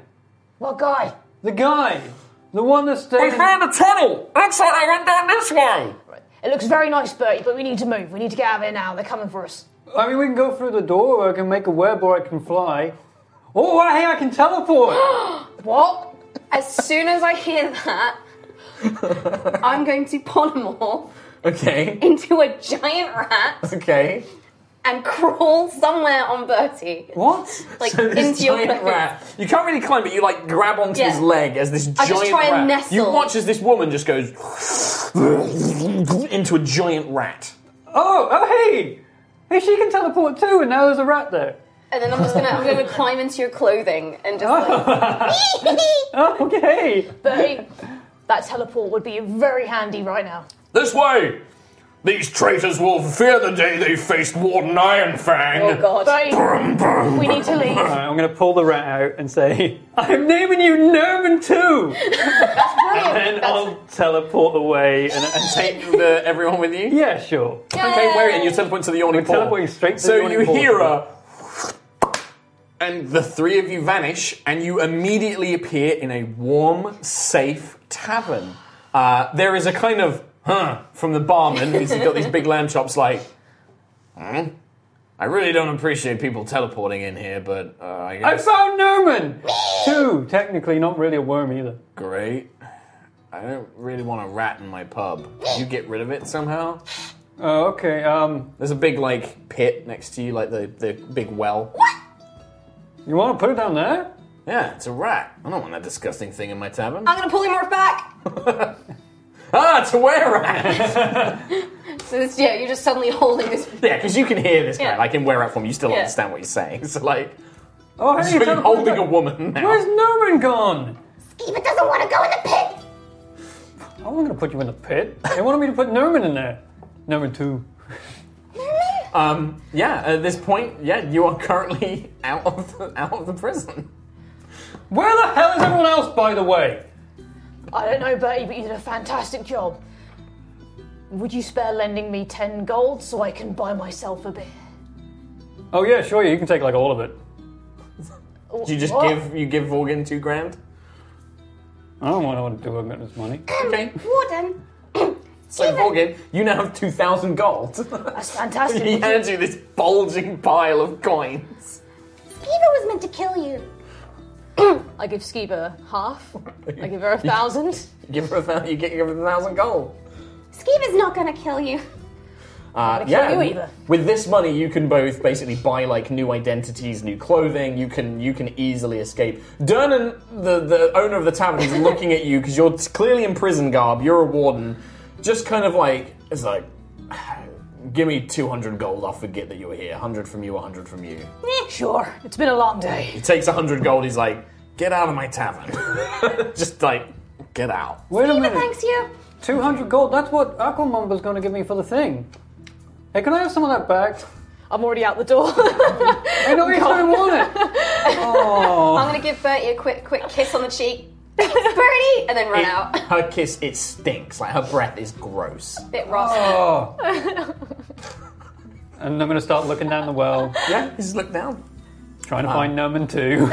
Speaker 7: What
Speaker 4: (gasps)
Speaker 7: guy?
Speaker 5: the guy, the one that stayed.
Speaker 3: we found a tunnel. Looks like they went down this way.
Speaker 7: It looks very nice, Bertie, but we need to move. We need to get out of here now. They're coming for us.
Speaker 5: I mean, we can go through the door, or I can make a web, or I can fly. Oh, hey, I can teleport.
Speaker 3: (gasps)
Speaker 7: What?
Speaker 4: As soon as I hear that, I'm going to polymorph
Speaker 3: Okay, (laughs)
Speaker 4: into a giant rat
Speaker 3: okay.
Speaker 4: and crawl somewhere on Bertie.
Speaker 5: what?
Speaker 4: Like
Speaker 3: So this
Speaker 4: into your
Speaker 3: giant
Speaker 4: clothes.
Speaker 3: rat. You can't really climb, but you like grab onto
Speaker 4: Yeah.
Speaker 3: his leg as this
Speaker 4: I
Speaker 3: giant
Speaker 4: just try
Speaker 3: rat.
Speaker 4: and nestle.
Speaker 3: You watch as this woman just goes into a giant rat.
Speaker 5: Oh, oh, hey, hey, she can teleport too, and now there's a rat there.
Speaker 4: And then I'm just gonna I'm gonna climb into your clothing and just like
Speaker 5: Okay.
Speaker 7: Bertie, that teleport would be very handy right now.
Speaker 3: This way! These traitors will fear the day they faced Warden
Speaker 4: Oh
Speaker 3: Ironfang.
Speaker 4: god.
Speaker 7: Bertie, we need to leave.
Speaker 5: Alright, (clears throat) I'm gonna pull the rat out and say, (laughs) I'm naming you Nerman too! and then I'll teleport away and, and say,
Speaker 3: Take the, everyone with you?
Speaker 5: yeah, sure.
Speaker 3: Okay, where are you? And you're teleporting to the yawning
Speaker 5: We're
Speaker 3: portal.
Speaker 5: teleporting straight to
Speaker 3: so
Speaker 5: the yawning
Speaker 3: you hear
Speaker 5: portal.
Speaker 3: a. And the three of you vanish, and you immediately appear in a warm, safe tavern. Uh, there is a kind of, huh, from the barman. He's got these big lamb chops like, hmm? I really don't appreciate people teleporting in here, but uh, I guess.
Speaker 5: I found Nerman! Two, technically, not really a worm either.
Speaker 3: Great. I don't really want a rat in my pub. Could you get rid of it somehow?
Speaker 5: Oh, okay, um,
Speaker 3: There's a big like pit next to you, like the, the big well.
Speaker 5: you wanna put it down there?
Speaker 3: Yeah, it's a rat. I don't want that disgusting thing in my tavern.
Speaker 4: I'm gonna polymorph back.
Speaker 3: ah, it's a were rat. (laughs)
Speaker 4: So this yeah, you're just suddenly holding this
Speaker 3: yeah, because you can hear this guy.
Speaker 4: Yeah.
Speaker 3: Like in were rat form, you still
Speaker 4: Yeah.
Speaker 3: understand what he's saying. (laughs) So like,
Speaker 5: Oh, hey,
Speaker 3: so
Speaker 5: you
Speaker 3: you're
Speaker 5: teleported
Speaker 3: holding
Speaker 5: back.
Speaker 3: a woman now.
Speaker 5: Where's Nerman gone?
Speaker 9: Eva doesn't want to go in the pit.
Speaker 5: I wasn't gonna put you in the pit. They wanted me to put Nerman in there. Nerman two.
Speaker 3: um, yeah, at this point, yeah, you are currently (laughs) out of the, out of the prison.
Speaker 5: Where the hell is everyone else, by the way?
Speaker 7: I don't know, Bertie, but you did a fantastic job. Would you spare lending me 10 gold so I can buy myself a beer?
Speaker 5: Oh, yeah, sure, you can take like all of it.
Speaker 3: Do you just
Speaker 7: What?
Speaker 3: give you give Vorgan two grand?
Speaker 5: I don't wanna- want to do with this money.
Speaker 3: Okay.
Speaker 9: Warden,
Speaker 3: So Vorgan, you now have two thousand gold.
Speaker 7: That's
Speaker 3: (laughs)
Speaker 7: fantastic.
Speaker 3: He
Speaker 7: Would you-
Speaker 3: hands you this bulging pile of coins.
Speaker 9: Eva was meant to kill you.
Speaker 7: (clears throat) I give Skeever half. I give her a thousand.
Speaker 3: Give her a thousand, (laughs) you get give her a thousand gold.
Speaker 9: Skeever's not gonna kill you.
Speaker 3: Uh,
Speaker 7: kill
Speaker 3: yeah,
Speaker 7: you
Speaker 3: with-
Speaker 7: either.
Speaker 3: with this money, you can both basically buy like new identities, new clothing. You can you can easily escape. Dernan, the the owner of the
Speaker 7: (laughs)
Speaker 3: tavern, is looking at you because you're t- clearly in prison garb. You're a warden, just kind of like it's like, (sighs) give me two hundred gold. I'll forget that you were here. Hundred from you, hundred from you.
Speaker 7: Eh, Sure, it's been a long day.
Speaker 3: He takes hundred gold. He's like, get out of my tavern. (laughs) just like, get out.
Speaker 5: Wait a
Speaker 9: Eva
Speaker 5: minute.
Speaker 9: thanks you.
Speaker 5: 200 gold, that's what Aquamumba's going to give me for the thing. Hey, can I have some of that back?
Speaker 7: I'm already out the door.
Speaker 5: (laughs) I know you don't want it. Oh.
Speaker 7: Oh.
Speaker 4: I'm gonna give Bertie a quick, quick kiss on the cheek. Thanks, Bertie, and then run out.
Speaker 3: Her kiss, it stinks. Like her breath is gross.
Speaker 4: Bit (laughs) rough.
Speaker 5: Oh. and I'm going to start looking down the (laughs) well,
Speaker 3: Yeah, (laughs) just look down.
Speaker 5: trying to find
Speaker 7: (laughs)
Speaker 5: Numan too.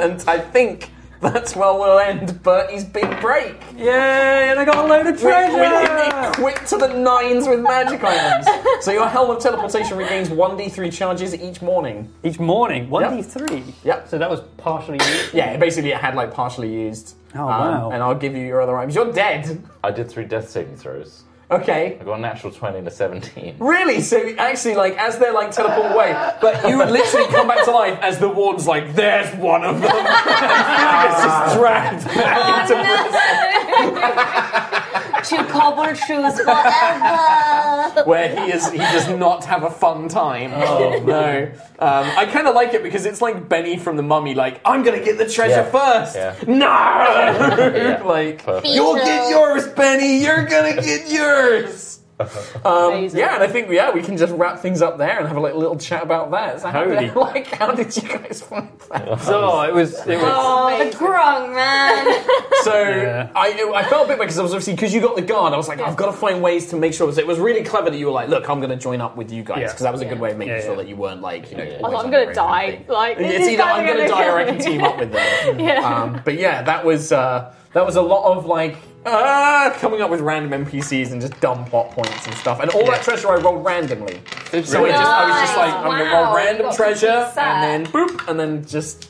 Speaker 3: And I think that's where we'll end Bertie's big break.
Speaker 5: Yay, and I got a load of
Speaker 3: We're-
Speaker 5: treasure!
Speaker 3: We're equipped to the nines with magic items. So your helm of teleportation regains 1d3 charges each morning.
Speaker 5: Each morning, 1d3.
Speaker 3: Yep.
Speaker 5: So that was partially used.
Speaker 3: Yeah, basically it had like partially used. Um,
Speaker 5: Oh, wow.
Speaker 3: And I'll give you your other items. You're dead.
Speaker 12: I did three death saving throws.
Speaker 3: Okay.
Speaker 12: I got a natural 20 and a 17.
Speaker 3: Really? So actually, like as they're like teleport away, but you would literally come back to life as the warden's like, "There's one of them." It's just dragged back into
Speaker 9: Oh, Two cobbler shoes forever.
Speaker 3: where he is he does not have a fun time. Oh no! Um, I kind of like it because it's like Benny from the Mummy. Like I'm gonna get the treasure
Speaker 12: Yeah.
Speaker 3: first.
Speaker 12: Yeah.
Speaker 3: No!
Speaker 12: Yeah.
Speaker 3: (laughs) Like
Speaker 12: Perfect.
Speaker 3: you'll get yours, Benny. You're gonna
Speaker 12: (laughs)
Speaker 3: get yours. Um, yeah, and I think yeah we can just wrap things up there and have a like, little chat about that. So how
Speaker 5: Holy.
Speaker 3: did, like how did you guys find (laughs) that?
Speaker 5: So it was. It was
Speaker 4: Oh, the grung, man.
Speaker 3: So
Speaker 5: Yeah.
Speaker 3: I, I felt a bit weird because I was obviously because you got the guard. I was like, I've got to find ways to make sure. So it was really clever that you were like, look, I'm going to join up with you guys
Speaker 5: Yeah.
Speaker 3: because that was a good way of making
Speaker 5: Yeah,
Speaker 3: sure
Speaker 5: yeah.
Speaker 3: that you weren't like, you know,
Speaker 7: I'm
Speaker 3: always on
Speaker 7: gonna
Speaker 3: your own
Speaker 7: die.
Speaker 3: thing.
Speaker 7: Like,
Speaker 3: it's
Speaker 7: these
Speaker 3: either
Speaker 7: guys
Speaker 3: I'm
Speaker 7: are
Speaker 3: going to
Speaker 7: gonna
Speaker 3: die or I
Speaker 7: kill (laughs) me.
Speaker 3: can team up with them.
Speaker 7: Yeah.
Speaker 3: Um, but yeah, that was uh, that was a lot of like. Uh, coming up with random NPCs and just dumb plot points and stuff, and all that treasure I rolled randomly. So I, just, I was just like,
Speaker 4: Nice.
Speaker 3: I'm gonna
Speaker 4: Wow,
Speaker 3: roll
Speaker 4: you
Speaker 3: random
Speaker 4: got some
Speaker 3: treasure,
Speaker 4: good stuff.
Speaker 3: and then boop, and then just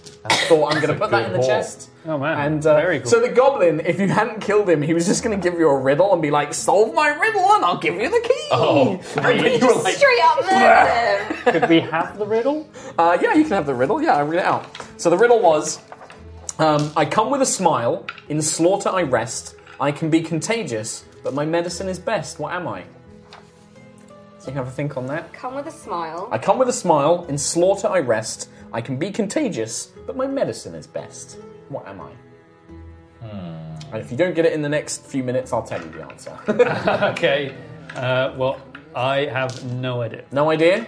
Speaker 3: thought I'm gonna
Speaker 12: a
Speaker 3: put that
Speaker 12: good
Speaker 3: in the
Speaker 12: haul.
Speaker 3: chest.
Speaker 5: Oh, man.
Speaker 3: And uh,
Speaker 5: Very cool.
Speaker 3: so the goblin, if you hadn't killed him, he was just gonna give you a riddle and be like, "Solve my riddle, and I'll give you the key."
Speaker 12: Oh,
Speaker 3: (laughs) and then you were like,
Speaker 4: Straight up murder him.
Speaker 5: could we have the riddle?
Speaker 3: uh, yeah, you can have the riddle. Yeah, I read it out. So the riddle was um, I come with a smile, in slaughter I rest. I can be contagious, but my medicine is best. What am I? So you can have a think on that.
Speaker 4: (laughs) Come with a smile.
Speaker 3: I come with a smile, in slaughter I rest. I can be contagious, but my medicine is best. What am I?
Speaker 8: Hmm.
Speaker 3: And if you don't get it in the next few minutes, I'll tell you the answer.
Speaker 5: (laughs) Okay. Uh, well, I have no idea.
Speaker 3: no idea?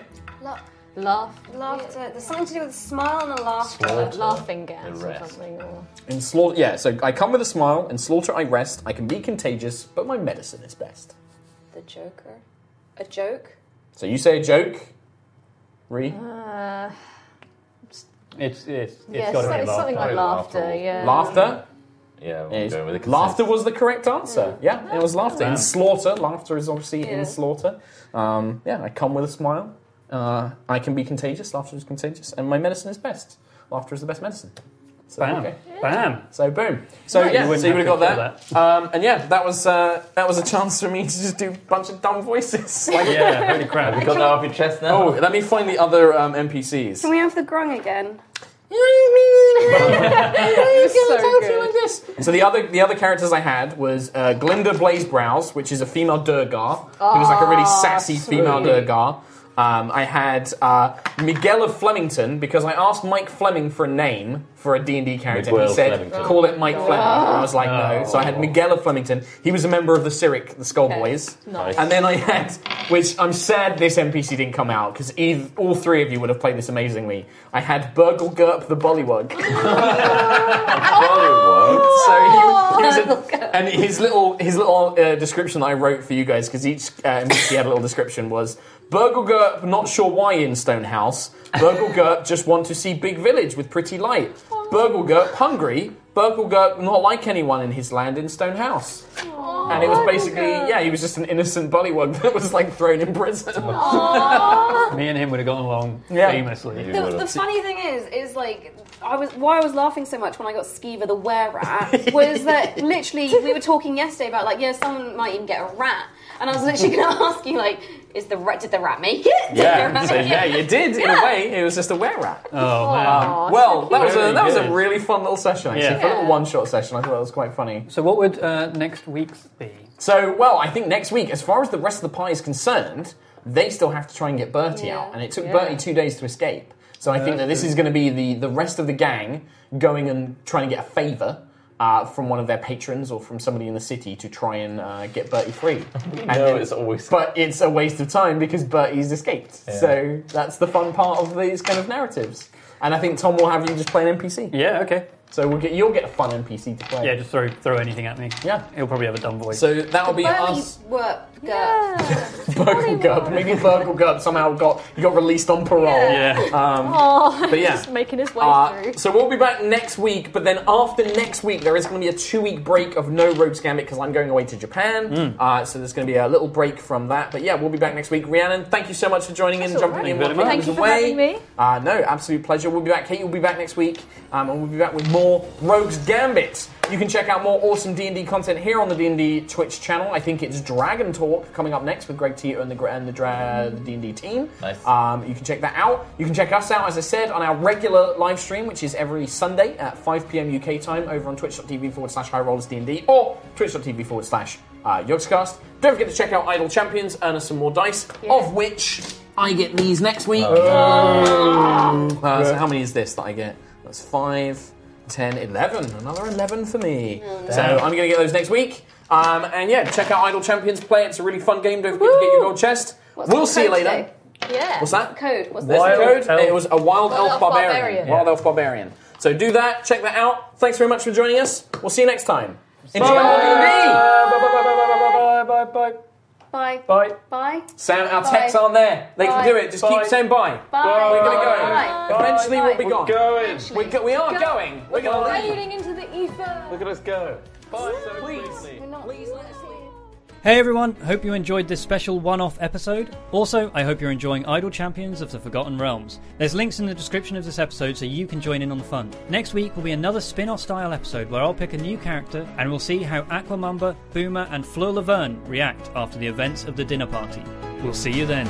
Speaker 7: Laugh,
Speaker 4: Laughter. There's something to do with a smile and a laugh.
Speaker 12: Slaughter.
Speaker 7: laughing gas or
Speaker 12: Arrest.
Speaker 7: something. Or...
Speaker 3: In slaughter, yeah. So I come with a smile, in slaughter I rest. I can be contagious, but my medicine is best.
Speaker 4: The Joker. A joke.
Speaker 3: So you say a joke, Re?
Speaker 7: Uh,
Speaker 5: It's, it's, it's
Speaker 7: yeah,
Speaker 5: got to
Speaker 7: so-
Speaker 5: be
Speaker 7: it's
Speaker 5: laughter.
Speaker 7: something like
Speaker 12: Laughter.
Speaker 7: laughter. Yeah.
Speaker 3: laughter?
Speaker 12: Yeah, I'm
Speaker 3: Is-
Speaker 12: going with the consent.
Speaker 3: laughter was the correct
Speaker 7: Mm.
Speaker 3: answer. Yeah, it was laughter. In slaughter, laughter is obviously
Speaker 4: Yeah.
Speaker 3: in slaughter. Um, yeah, I come with a smile. Uh, I can be contagious, laughter is contagious, and my medicine is best. Laughter is the best medicine. So,
Speaker 5: Bam.
Speaker 3: okay.
Speaker 5: Bam.
Speaker 3: So boom. So
Speaker 5: Nice. You
Speaker 3: yeah,
Speaker 5: wouldn't
Speaker 3: so you would
Speaker 5: have
Speaker 3: have
Speaker 5: to
Speaker 3: got
Speaker 5: kill
Speaker 3: that. Um, and yeah, that was uh, that was a chance for me to just do a bunch of dumb voices. Like,
Speaker 5: Yeah, holy crap.
Speaker 12: Have you got that off your chest now?
Speaker 3: Oh, let me find the other um, NPCs.
Speaker 4: Can we have the grung (laughs) again?
Speaker 5: (laughs)
Speaker 4: (laughs)
Speaker 7: so good.
Speaker 3: So the other the other characters I had was uh, Glinda Blazebrows, which is a female Durgar, who was like a really sassy female Durgar. Um, I had uh, Miguel of Flemington because I asked Mike Fleming for a name for a D&D character. and
Speaker 12: Miguel
Speaker 3: he said,
Speaker 12: Flemington. Oh.
Speaker 3: "Call it Mike Fleming." And I was like, "No." So I had Miguel of Flemington. He was a member of the Cyric, the Skullboys.
Speaker 12: Nice.
Speaker 3: And then I had, which I'm sad this NPC didn't come out because all three of you would have played this amazingly. I had Burgle Gurp the Bullywug.
Speaker 12: Bollywood.
Speaker 3: So (laughs) he, he was a, and his little his little uh, description that I wrote for you guys because each uh, NPC had a little description was Burglegurp not sure why in Stonehouse Burglegurp just want to see big village with pretty light Burglegurp hungry Burglegurp not like anyone in his land in Stonehouse and it was basically yeah he was just an innocent bullywug (laughs) that was like thrown in prison
Speaker 5: Me and him would have gotten along
Speaker 3: Yeah.
Speaker 5: famously.
Speaker 4: The, the funny thing is, is like I was why I was laughing so much when I got Skeever the were
Speaker 3: (laughs)
Speaker 4: rat was that literally we were talking yesterday about like yeah someone might even get a rat and I was
Speaker 3: (laughs)
Speaker 4: literally going to ask you like is the rat did the rat make it? Did (laughs) the
Speaker 3: yeah
Speaker 4: rat
Speaker 3: so
Speaker 4: make it?
Speaker 3: yeah you did in a way it was just a were rat
Speaker 5: Oh, man.
Speaker 3: well that was a
Speaker 5: Very
Speaker 3: that was a
Speaker 5: good.
Speaker 3: really fun little session actually
Speaker 5: Yeah.
Speaker 3: for a little one shot session I thought that was quite funny.
Speaker 5: So, what would uh, next week's be?
Speaker 3: So, well, I think next week, as far as the rest of the pie is concerned, they still have to try and get Bertie
Speaker 4: Yeah.
Speaker 3: out, and it took
Speaker 4: Yeah.
Speaker 3: Bertie two days to escape. So I think that this is going to be the the rest of the gang going and trying to get a favour. uh, from one of their patrons or from somebody in the city to try and uh, get Bertie
Speaker 5: (laughs)
Speaker 3: free. and
Speaker 12: know it's always-
Speaker 3: But it's a waste of time because Bertie's escaped. So that's the fun part of these kind of narratives. And I think Tom will have you just play an NPC.
Speaker 5: Yeah, okay.
Speaker 3: So we'll get you'll get a fun NPC to play.
Speaker 5: Yeah, just throw throw anything at me.
Speaker 3: Yeah.
Speaker 5: He'll probably have a dumb voice.
Speaker 3: So that'll be
Speaker 4: Burly
Speaker 3: us.
Speaker 4: work, girl.
Speaker 3: Burgle Gub. Maybe Burgle Gub somehow got he got released on parole. Um,
Speaker 5: yeah.
Speaker 7: Oh, (laughs)
Speaker 3: But yeah.
Speaker 7: just making his way
Speaker 3: Uh,
Speaker 7: through.
Speaker 3: so we'll be back next week, but then after next week, there is going to be a two week break of no ropes gambit because I'm going away to Japan. Uh, so there's going to be a little break from that. But yeah, we'll be back next week. Rhiannon, thank you so much for joining in,
Speaker 7: That's all
Speaker 3: jumping
Speaker 7: right.
Speaker 3: in.
Speaker 5: Thank you
Speaker 3: while
Speaker 5: very
Speaker 3: Kate
Speaker 7: Thank you
Speaker 5: much.
Speaker 3: was
Speaker 7: for
Speaker 3: away.
Speaker 7: having me.
Speaker 3: Uh, no, absolute pleasure. We'll be back. Kate, you'll be back next week, um, and we'll be back with more Rogues Gambit. You can check out more awesome D and D content here on the D and D Twitch channel. I think it's Dragon Talk coming up next with Greg Tito and the and the Dra- the D and D team.
Speaker 12: Nice.
Speaker 3: Um, you can check that out. You can check us out, as I said, on our regular live stream, which is every Sunday at 5 p.m. UK time over on twitch.tv forward slash high rollers D&D or twitch.tv forward slash uh, yogscast. Don't forget to check out Idle Champions, earn us some more dice, of which I get these next week. Uh, so how many is this that I get? That's five, ten, eleven. Another 11 for me. So I'm going to get those next week. Um, and yeah, check out Idle Champions play. It's a really fun game. Don't forget to get your gold chest.
Speaker 4: What's
Speaker 3: we'll
Speaker 4: the
Speaker 3: see you
Speaker 4: code
Speaker 3: later.
Speaker 4: today?
Speaker 14: Yeah.
Speaker 3: What's that?
Speaker 4: Code. What's
Speaker 3: There's the
Speaker 4: the
Speaker 5: Wild
Speaker 3: code.
Speaker 5: elf.
Speaker 3: It was a wild, elf,
Speaker 14: elf
Speaker 3: barbarian.
Speaker 14: barbarian.
Speaker 3: Wild elf barbarian. So do that. Check that out. Thanks very much for joining us. We'll see you next time. Enjoy D&D.
Speaker 5: Bye, bye, bye, bye, bye, bye, bye, bye,
Speaker 4: Bye.
Speaker 5: bye, bye.
Speaker 4: Bye.
Speaker 3: Sam, our
Speaker 4: Bye.
Speaker 3: texts aren't there. They
Speaker 4: Bye.
Speaker 3: can do it. Just
Speaker 5: Bye.
Speaker 3: keep saying bye.
Speaker 4: Bye.
Speaker 3: We're gonna go.
Speaker 4: Bye.
Speaker 3: Eventually,
Speaker 4: Bye.
Speaker 3: we'll be gone.
Speaker 5: Going.
Speaker 3: We're go- we are going. We're gonna leave.
Speaker 7: Wading into the ether.
Speaker 12: Look at us go.
Speaker 3: Please,
Speaker 4: We're not
Speaker 3: please let us leave.
Speaker 2: Hey everyone, hope you enjoyed this special one off episode. Also, I hope you're enjoying Idle Champions of the Forgotten Realms. There's links in the description of this episode so you can join in on the fun. Next week will be another spin off style episode where I'll pick a new character and we'll see how Aquamumba, Boomer, and Fleur Laverne react after the events of the dinner party. We'll see you then.